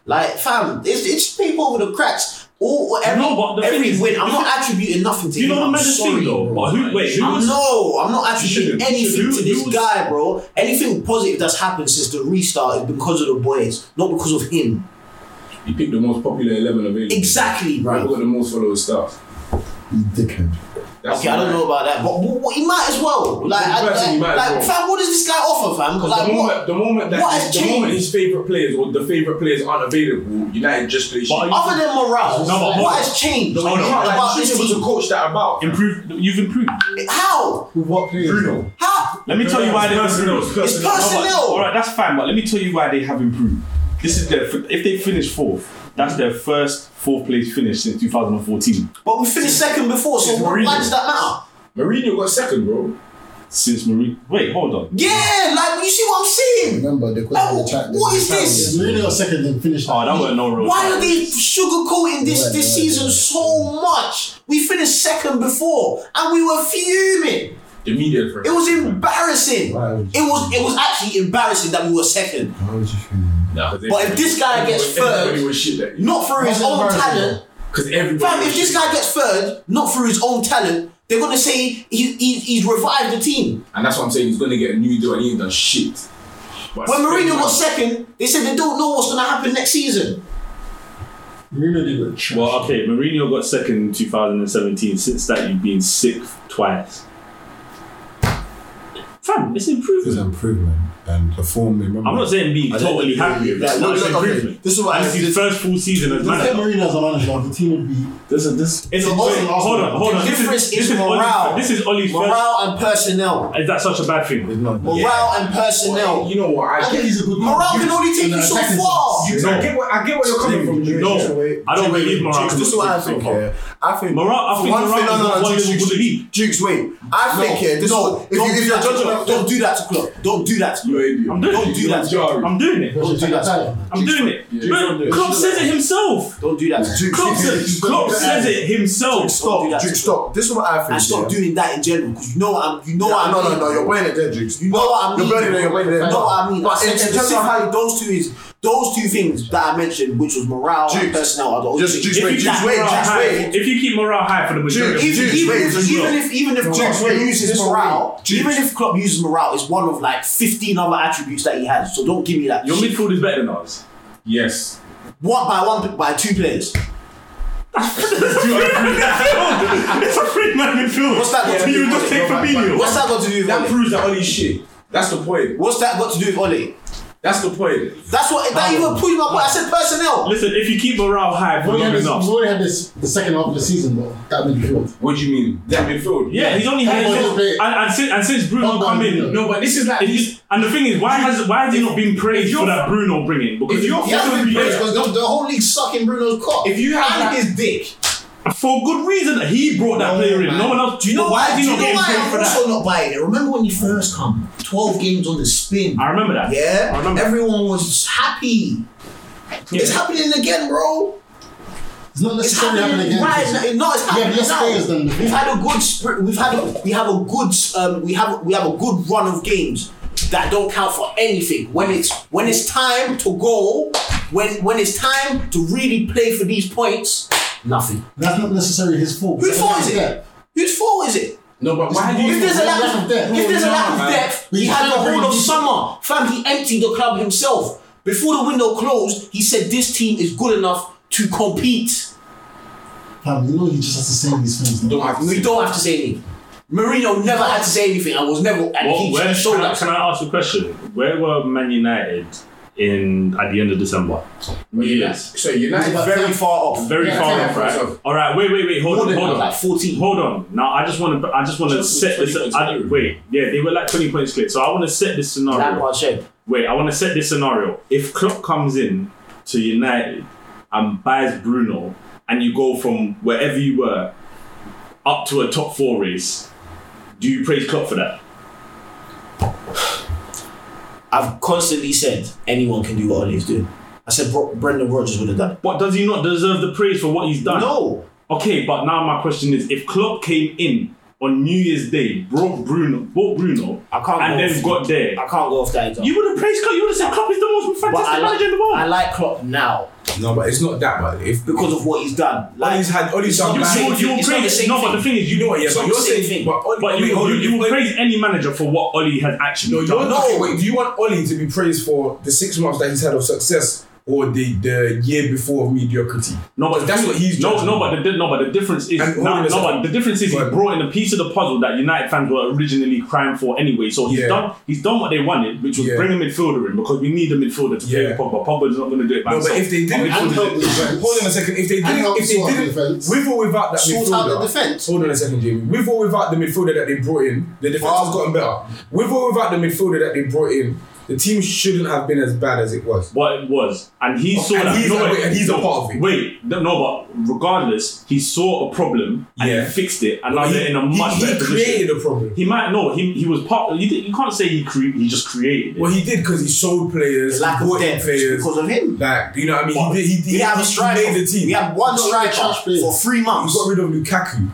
Speaker 8: Like, fam, it's, it's people with the cracks. All every,
Speaker 2: No, but the
Speaker 8: every
Speaker 2: thing is-
Speaker 8: win, I'm not attributing nothing to
Speaker 2: Do you
Speaker 8: him.
Speaker 2: know the
Speaker 8: I'm
Speaker 2: maddest
Speaker 8: sorry,
Speaker 2: thing though?
Speaker 8: bro.
Speaker 2: But who? Wait, who
Speaker 8: I'm-
Speaker 2: was?
Speaker 8: no, I'm not
Speaker 2: You
Speaker 8: attributing
Speaker 2: shouldn't. You
Speaker 8: anything
Speaker 2: shouldn't.
Speaker 8: to
Speaker 2: You
Speaker 8: this
Speaker 2: was-
Speaker 8: guy, bro. Anything positive that's happened since the restart is because of the boys, not because of him.
Speaker 4: You pick the most popular eleven available.
Speaker 8: Exactly,
Speaker 4: Right.
Speaker 8: bro.
Speaker 4: got the most followers stuff.
Speaker 1: Dickhead.
Speaker 4: That's
Speaker 8: okay, I don't
Speaker 4: mad.
Speaker 8: know about that, but, but, but he might as well. Like, I,
Speaker 4: Personally,
Speaker 8: like,
Speaker 4: he might as
Speaker 8: like
Speaker 4: well.
Speaker 8: fam, what does this guy offer, fam?
Speaker 4: 'Cause
Speaker 8: Like,
Speaker 4: the moment,
Speaker 8: what?
Speaker 4: the moment that
Speaker 8: what has
Speaker 4: the moment
Speaker 8: changed?
Speaker 4: his favorite players or the favorite players aren't available, United just play.
Speaker 2: But
Speaker 4: shit.
Speaker 2: are
Speaker 8: Other than morale,
Speaker 2: No, but
Speaker 8: what,
Speaker 2: hold
Speaker 8: has changed
Speaker 4: Like, you can't,
Speaker 8: about
Speaker 4: like, you
Speaker 8: this
Speaker 4: shouldn't be able
Speaker 8: team?
Speaker 4: to coach that about.
Speaker 2: you improved? You've improved.
Speaker 8: How?
Speaker 4: Bruno.
Speaker 8: How?
Speaker 2: Let me tell you why they
Speaker 4: It's personnel,
Speaker 2: improved.
Speaker 4: it's personnel.
Speaker 2: All right, that's fine. But let me tell you why they have improved. This is their f- if they finish fourth, that's their first fourth place finish since 2014.
Speaker 8: But we finished second before, so
Speaker 4: It's
Speaker 8: what,
Speaker 4: Mourinho.
Speaker 8: why does that matter?
Speaker 4: Mourinho got second, bro.
Speaker 2: since Marie. Wait, hold on.
Speaker 8: Yeah, like you see what I'm saying?
Speaker 3: Remember the question in the chat.
Speaker 8: Oh, What is this?
Speaker 1: Mourinho second and finished.
Speaker 2: Oh, that were no real.
Speaker 8: Why are they sugarcoating this
Speaker 3: Yeah,
Speaker 8: this
Speaker 3: yeah,
Speaker 8: season so much? We finished second before, and we were fuming.
Speaker 4: The media for
Speaker 8: It was embarrassing.
Speaker 3: Why would
Speaker 8: It was it was actually embarrassing that we were second.
Speaker 3: How would you feel?
Speaker 8: But if this guy gets
Speaker 4: everybody
Speaker 8: third,
Speaker 4: was shit that
Speaker 8: not through his
Speaker 1: That's
Speaker 8: own
Speaker 1: embarrassing.
Speaker 8: talent,
Speaker 4: because everybody.
Speaker 8: fam. If
Speaker 4: was
Speaker 8: this
Speaker 4: shit.
Speaker 8: guy gets third, not through his own talent, they're gonna say he, he, he's revived the team.
Speaker 4: and that's what I'm saying. He's gonna get a new deal and he ain't done shit. But
Speaker 8: When Mourinho
Speaker 4: Spurs-
Speaker 8: was second, they said they don't know what's gonna happen next season.
Speaker 1: Mourinho did it.
Speaker 2: Well, okay, Mourinho got second in 2017. Since that, you've been sixth twice. Fam,
Speaker 12: It's
Speaker 2: it's improvement.
Speaker 12: an improvement and the form. Remember,
Speaker 2: I'm not saying being totally happy with it. but
Speaker 3: Like, look,
Speaker 2: it's
Speaker 3: look, okay,
Speaker 2: improvement.
Speaker 3: This is what
Speaker 2: And
Speaker 3: I
Speaker 2: it's his
Speaker 3: said.
Speaker 2: first full season as
Speaker 1: If Pep
Speaker 2: manager.
Speaker 1: Mourinho as a manager, like, the team would be.
Speaker 2: This is this. It's
Speaker 1: So
Speaker 2: wait,
Speaker 1: Arsenal-
Speaker 2: hold on, hold on.
Speaker 8: The
Speaker 2: This is,
Speaker 8: difference
Speaker 2: this
Speaker 8: is
Speaker 2: is Oli's-
Speaker 8: morale.
Speaker 2: This is Oli's first.
Speaker 8: Morale and personnel.
Speaker 2: Is that such a bad thing?
Speaker 8: Morale and personnel.
Speaker 4: You know what? I,
Speaker 1: I
Speaker 4: get.
Speaker 1: think he's a good.
Speaker 8: Morale can only take you so far.
Speaker 4: You, I get what I get where you're coming from. You
Speaker 2: No,
Speaker 4: know.
Speaker 2: I don't believe morale.
Speaker 3: This is what I think. Yeah. I think
Speaker 2: Morale- I
Speaker 3: for
Speaker 2: think
Speaker 3: one
Speaker 2: morale
Speaker 3: thing- no,
Speaker 2: is
Speaker 3: no,
Speaker 2: not
Speaker 3: no,
Speaker 2: one
Speaker 3: Jukes,
Speaker 2: level
Speaker 3: Jukes,
Speaker 2: with the league.
Speaker 3: Jukes, wait. I think here. This
Speaker 8: No,
Speaker 3: no, if,
Speaker 8: don't,
Speaker 3: you,
Speaker 8: do
Speaker 3: if you're
Speaker 8: that to
Speaker 3: judging,
Speaker 8: Klopp. don't do that to Klopp. Don't do that to Klopp.
Speaker 2: I'm doing
Speaker 8: Don't
Speaker 2: it.
Speaker 8: do that.
Speaker 2: I'm doing it.
Speaker 1: Don't do that.
Speaker 2: I'm doing it. But Klopp says it himself.
Speaker 8: Don't do that.
Speaker 3: Jukes,
Speaker 2: Klopp says, Klopp says it himself.
Speaker 8: Don't do
Speaker 3: Stop,
Speaker 8: that to
Speaker 3: Jukes,
Speaker 8: Klopp.
Speaker 3: stop. This is what I think.
Speaker 8: And stop
Speaker 3: yeah.
Speaker 8: doing that in general because you know what I'm. You know
Speaker 3: No,
Speaker 8: what I'm.
Speaker 3: no, no, no.
Speaker 8: meaning.
Speaker 3: You're wearing it there, Jukes.
Speaker 8: You know what I mean.
Speaker 3: You're burning it. You're burning it.
Speaker 8: You know what I mean.
Speaker 3: But
Speaker 8: I
Speaker 3: in,
Speaker 8: said
Speaker 3: in terms of
Speaker 8: specifically
Speaker 3: how
Speaker 8: those two is those two things that I mentioned, which was morale and
Speaker 3: Jukes.
Speaker 8: personnel, are the only
Speaker 3: Just-
Speaker 8: things.
Speaker 3: Jukes,
Speaker 2: If you
Speaker 3: wait,
Speaker 2: keep
Speaker 3: Jukes,
Speaker 2: morale
Speaker 3: wait, Jukes,
Speaker 2: high,
Speaker 3: wait.
Speaker 2: if you keep morale high for the majority of
Speaker 3: Jukes,
Speaker 8: even,
Speaker 3: Jukes,
Speaker 8: even,
Speaker 3: wait,
Speaker 8: if,
Speaker 3: Jukes,
Speaker 8: even
Speaker 3: wait.
Speaker 8: if even if Klopp
Speaker 3: wait,
Speaker 8: uses
Speaker 3: this is
Speaker 8: morale,
Speaker 3: wait, Jukes.
Speaker 8: even if Klopp uses morale, it's one of like 15 other attributes that he has. So don't give me that.
Speaker 2: Your
Speaker 8: shit.
Speaker 2: midfield is better than ours.
Speaker 4: Yes.
Speaker 8: one by one by two players.
Speaker 2: it's a free man midfield.
Speaker 8: What's that got to do
Speaker 2: You
Speaker 8: with
Speaker 2: just
Speaker 8: it?
Speaker 2: take Fabinho.
Speaker 8: What's that got to do with
Speaker 4: That
Speaker 8: Ole?
Speaker 4: proves that Ollie's shit. That's the point.
Speaker 8: What's that got to do with Ole?
Speaker 4: That's the point.
Speaker 8: That's what that even put my point. I said personnel.
Speaker 2: Listen, if you keep morale high for
Speaker 1: Mourinho
Speaker 2: long
Speaker 1: had this-
Speaker 2: enough.
Speaker 1: Mourinho had this the second half of the season though. That midfield.
Speaker 4: What do you mean? That midfield.
Speaker 2: Yeah, he's only had
Speaker 1: Come on,
Speaker 2: and,
Speaker 1: just play it.
Speaker 2: and since and since Bruno
Speaker 1: Come on,
Speaker 2: come
Speaker 1: Bruno.
Speaker 2: in,
Speaker 4: No, but this is like
Speaker 2: it's just- and the thing is, why has why has he not been praised
Speaker 4: if
Speaker 2: for
Speaker 4: you're-
Speaker 2: that Bruno bringing? Because
Speaker 4: if you're-
Speaker 2: for,
Speaker 8: He hasn't been
Speaker 2: good
Speaker 8: praised
Speaker 2: reason-
Speaker 8: because the, the whole league's sucking Bruno's cock.
Speaker 4: If you have
Speaker 8: and
Speaker 4: that-
Speaker 8: his dick.
Speaker 2: for good reason, he brought that player in. No one else. Do you know why
Speaker 8: do
Speaker 2: is he
Speaker 8: you
Speaker 2: not
Speaker 8: know
Speaker 2: getting
Speaker 8: why
Speaker 2: praised
Speaker 8: I'm
Speaker 2: for that?
Speaker 8: also not buying it? Remember when you first come? 12 games on the spin.
Speaker 2: I remember that. I
Speaker 8: Yeah?
Speaker 2: remember.
Speaker 8: Everyone was happy. It's happening again, bro.
Speaker 1: It's not
Speaker 8: It's
Speaker 1: necessarily happening
Speaker 8: happening
Speaker 1: again.
Speaker 8: right
Speaker 1: because-
Speaker 8: now. No, it's
Speaker 1: We have
Speaker 8: happening
Speaker 1: less
Speaker 8: now.
Speaker 1: players than the-
Speaker 8: We've had a good sprint. We've had a, we have a good um, we have we have a good run of games that don't count for anything. When it's when it's time to go, when when it's time to really play for these points, nothing.
Speaker 1: That's not necessarily his fault.
Speaker 8: Whose fault is
Speaker 1: Yeah.
Speaker 8: it? Whose fault is it?
Speaker 4: No, but why do you
Speaker 8: If there's a lack
Speaker 1: lack
Speaker 8: of
Speaker 1: of depth.
Speaker 8: depth, if there's a lack of
Speaker 4: No, man.
Speaker 8: depth,
Speaker 1: But
Speaker 8: he
Speaker 1: he's
Speaker 8: had the
Speaker 1: trying to
Speaker 8: whole of
Speaker 1: bring-
Speaker 8: summer. Fam, he emptied the club himself. Before the window closed, he said this team is good enough to compete.
Speaker 1: Fam, you know he just has to say these things. though.
Speaker 4: don't have to
Speaker 8: We
Speaker 4: say-
Speaker 8: don't have to say anything. Mourinho never had to say anything. I was never, and
Speaker 2: Well,
Speaker 8: he
Speaker 2: where,
Speaker 8: showed
Speaker 2: can, I,
Speaker 8: that.
Speaker 2: can I ask a question? Where were Man United in at the end of December? Yes.
Speaker 4: So United
Speaker 1: It's
Speaker 4: very
Speaker 1: about-
Speaker 4: far off.
Speaker 2: Very
Speaker 4: Yeah,
Speaker 2: far
Speaker 4: yeah,
Speaker 2: off,
Speaker 4: yeah,
Speaker 2: right?
Speaker 4: so-
Speaker 2: All right, wait, wait, wait, hold
Speaker 8: More
Speaker 2: on,
Speaker 8: than
Speaker 2: hold
Speaker 8: that,
Speaker 2: on.
Speaker 8: like 14.
Speaker 2: Hold on. Now I just want to. I just want to
Speaker 4: Just
Speaker 2: set this.
Speaker 4: 20 points
Speaker 2: I,
Speaker 4: clear.
Speaker 2: wait, yeah, they were like twenty points clear. So I want to set this scenario.
Speaker 8: Lampard shape.
Speaker 2: Wait, I want to set this scenario. If Klopp comes in to United and buys Bruno, and you go from wherever you were up to a top four race, do you praise Klopp for that?
Speaker 8: I've constantly said anyone can do what Ole's doing. I said Bro- Brendan Rodgers would have done it.
Speaker 2: But does he not deserve the praise for what he's done?
Speaker 8: No,
Speaker 2: Okay, but now my question is: If Klopp came in on New Year's Day, brought Bruno, bought Bruno,
Speaker 8: I can't
Speaker 2: and
Speaker 8: go
Speaker 2: then
Speaker 8: off-
Speaker 2: got there,
Speaker 8: I can't go off that. example.
Speaker 2: you would have praised Klopp. You would have said Klopp is the most
Speaker 8: But
Speaker 2: fantastic
Speaker 8: I, like,
Speaker 2: manager in the world.
Speaker 8: I like Klopp now
Speaker 4: No, but it's not that. But if
Speaker 8: because of what he's done. Like,
Speaker 4: Ollie's had Ollie's done
Speaker 2: you
Speaker 8: not
Speaker 4: bad-
Speaker 8: the same
Speaker 2: would, you
Speaker 8: thing.
Speaker 2: would
Speaker 8: It's not the
Speaker 2: praise.
Speaker 8: same
Speaker 2: No, but the
Speaker 8: thing.
Speaker 2: thing is, you know
Speaker 4: No, yeah,
Speaker 8: It's
Speaker 4: but
Speaker 8: not
Speaker 4: you're
Speaker 8: the same
Speaker 4: saying,
Speaker 8: thing.
Speaker 4: but Ollie,
Speaker 2: But you,
Speaker 4: wait, hold
Speaker 2: you,
Speaker 4: on,
Speaker 2: you will praise any manager for what Oli has
Speaker 4: No,
Speaker 2: actually
Speaker 4: you
Speaker 2: done.
Speaker 4: want, okay, wait, do you want Ollie to be praised for the six months that he's had of success or the, the year before of mediocrity?
Speaker 2: No, but
Speaker 4: that's what he's
Speaker 2: no,
Speaker 4: judging.
Speaker 2: no, but the di- no, but the difference is
Speaker 4: And
Speaker 2: no,
Speaker 4: hold on a
Speaker 2: no, but
Speaker 4: second.
Speaker 2: the difference is he
Speaker 4: Right.
Speaker 2: brought in a piece of the puzzle that United fans were originally crying for anyway. So he's
Speaker 4: Yeah.
Speaker 2: done he's done what they wanted, which was
Speaker 4: Yeah.
Speaker 2: bring a midfielder in because we need a midfielder to play
Speaker 4: Yeah.
Speaker 2: with Pogba. Pogba's not going to do it by
Speaker 4: No,
Speaker 2: himself.
Speaker 4: but if they didn't,
Speaker 2: Our midfielder
Speaker 1: help
Speaker 2: did it.
Speaker 1: with defense.
Speaker 4: hold on a second. If they didn't,
Speaker 1: help
Speaker 4: if they
Speaker 1: sort out the
Speaker 4: didn't,
Speaker 1: defense.
Speaker 4: with or without that
Speaker 8: Sort
Speaker 4: midfielder,
Speaker 8: out the defense.
Speaker 4: Hold on a second, Jamie. With or without the midfielder that they brought in, the defense has gotten better. With or without the midfielder that they brought in, The team shouldn't have been as bad as it was.
Speaker 2: What it was, and he saw
Speaker 4: and
Speaker 2: that.
Speaker 4: he's
Speaker 2: no,
Speaker 4: a-
Speaker 2: wait,
Speaker 4: and he's a
Speaker 2: no,
Speaker 4: part of it.
Speaker 2: Wait, no, no, but regardless, he saw a problem and
Speaker 4: Yeah.
Speaker 2: he fixed it, and now
Speaker 4: He-
Speaker 2: they're in a
Speaker 4: he-
Speaker 2: much
Speaker 4: he,
Speaker 2: better position.
Speaker 4: created a problem.
Speaker 2: He might no, he he was part. You, didn't- you can't say he cre- he just created it.
Speaker 4: Well, he did because he sold players,
Speaker 8: The lack
Speaker 4: he
Speaker 8: of
Speaker 4: bought in
Speaker 8: depth
Speaker 4: players.
Speaker 8: because of him.
Speaker 4: Like, you know what I mean? he,
Speaker 8: But
Speaker 4: did, he, did,
Speaker 8: we have a
Speaker 4: he
Speaker 8: striker.
Speaker 4: made the team.
Speaker 8: We have one striker for three
Speaker 4: He
Speaker 8: months
Speaker 4: got rid of Lukaku.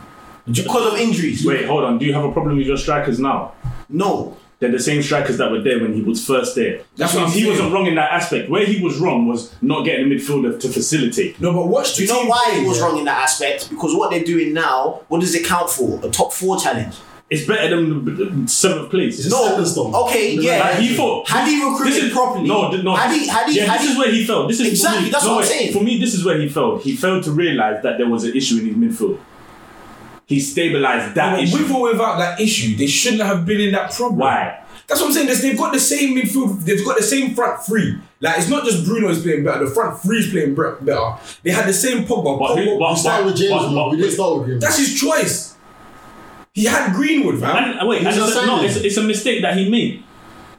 Speaker 8: because of injuries.
Speaker 2: Wait, hold on. Do you have a problem with your strikers now?
Speaker 8: No,
Speaker 2: They're the same strikers that were there when he was first there.
Speaker 4: That's what I'm
Speaker 2: he
Speaker 4: saying.
Speaker 2: wasn't wrong in that aspect. Where he was wrong was not getting a midfielder to facilitate.
Speaker 4: No, but watch the
Speaker 8: Do you know
Speaker 4: team
Speaker 8: why
Speaker 4: play,
Speaker 8: it was
Speaker 4: yeah.
Speaker 8: wrong in that aspect? Because what they're doing now, what does it count for? A top four challenge?
Speaker 2: It's better than the- the seventh place.
Speaker 13: It's a stepping stone.
Speaker 8: Okay, yeah.
Speaker 2: Like, he thought.
Speaker 8: Had he recruited
Speaker 2: This is
Speaker 8: properly?
Speaker 2: No, th- no.
Speaker 8: Had he? Had he?
Speaker 2: yeah,
Speaker 8: had
Speaker 2: this
Speaker 8: he,
Speaker 2: is where he failed. This is for
Speaker 8: Exactly,
Speaker 2: me-
Speaker 8: that's
Speaker 2: no,
Speaker 8: what I'm
Speaker 2: wait,
Speaker 8: saying.
Speaker 2: For me, this is where he failed. He failed to realize that there was an issue in his midfield. He stabilized that
Speaker 4: But
Speaker 2: issue.
Speaker 4: With or without that issue, they shouldn't have been in that problem.
Speaker 2: Why?
Speaker 4: That's what I'm saying. This- They've got the same midfield. They've got the same front three. Like it's not just Bruno is playing better. The front three is playing bre- better. They had the same Pogba.
Speaker 2: But who-
Speaker 4: Pogba-
Speaker 2: but-
Speaker 13: We started with James,
Speaker 2: but-
Speaker 13: man.
Speaker 2: but-
Speaker 13: we didn't start with him.
Speaker 4: that's his choice. He had Greenwood, man.
Speaker 2: And, wait, and
Speaker 13: He's
Speaker 2: it's,
Speaker 13: not
Speaker 2: a, no,
Speaker 13: signing.
Speaker 2: it's, it's a mistake that he made.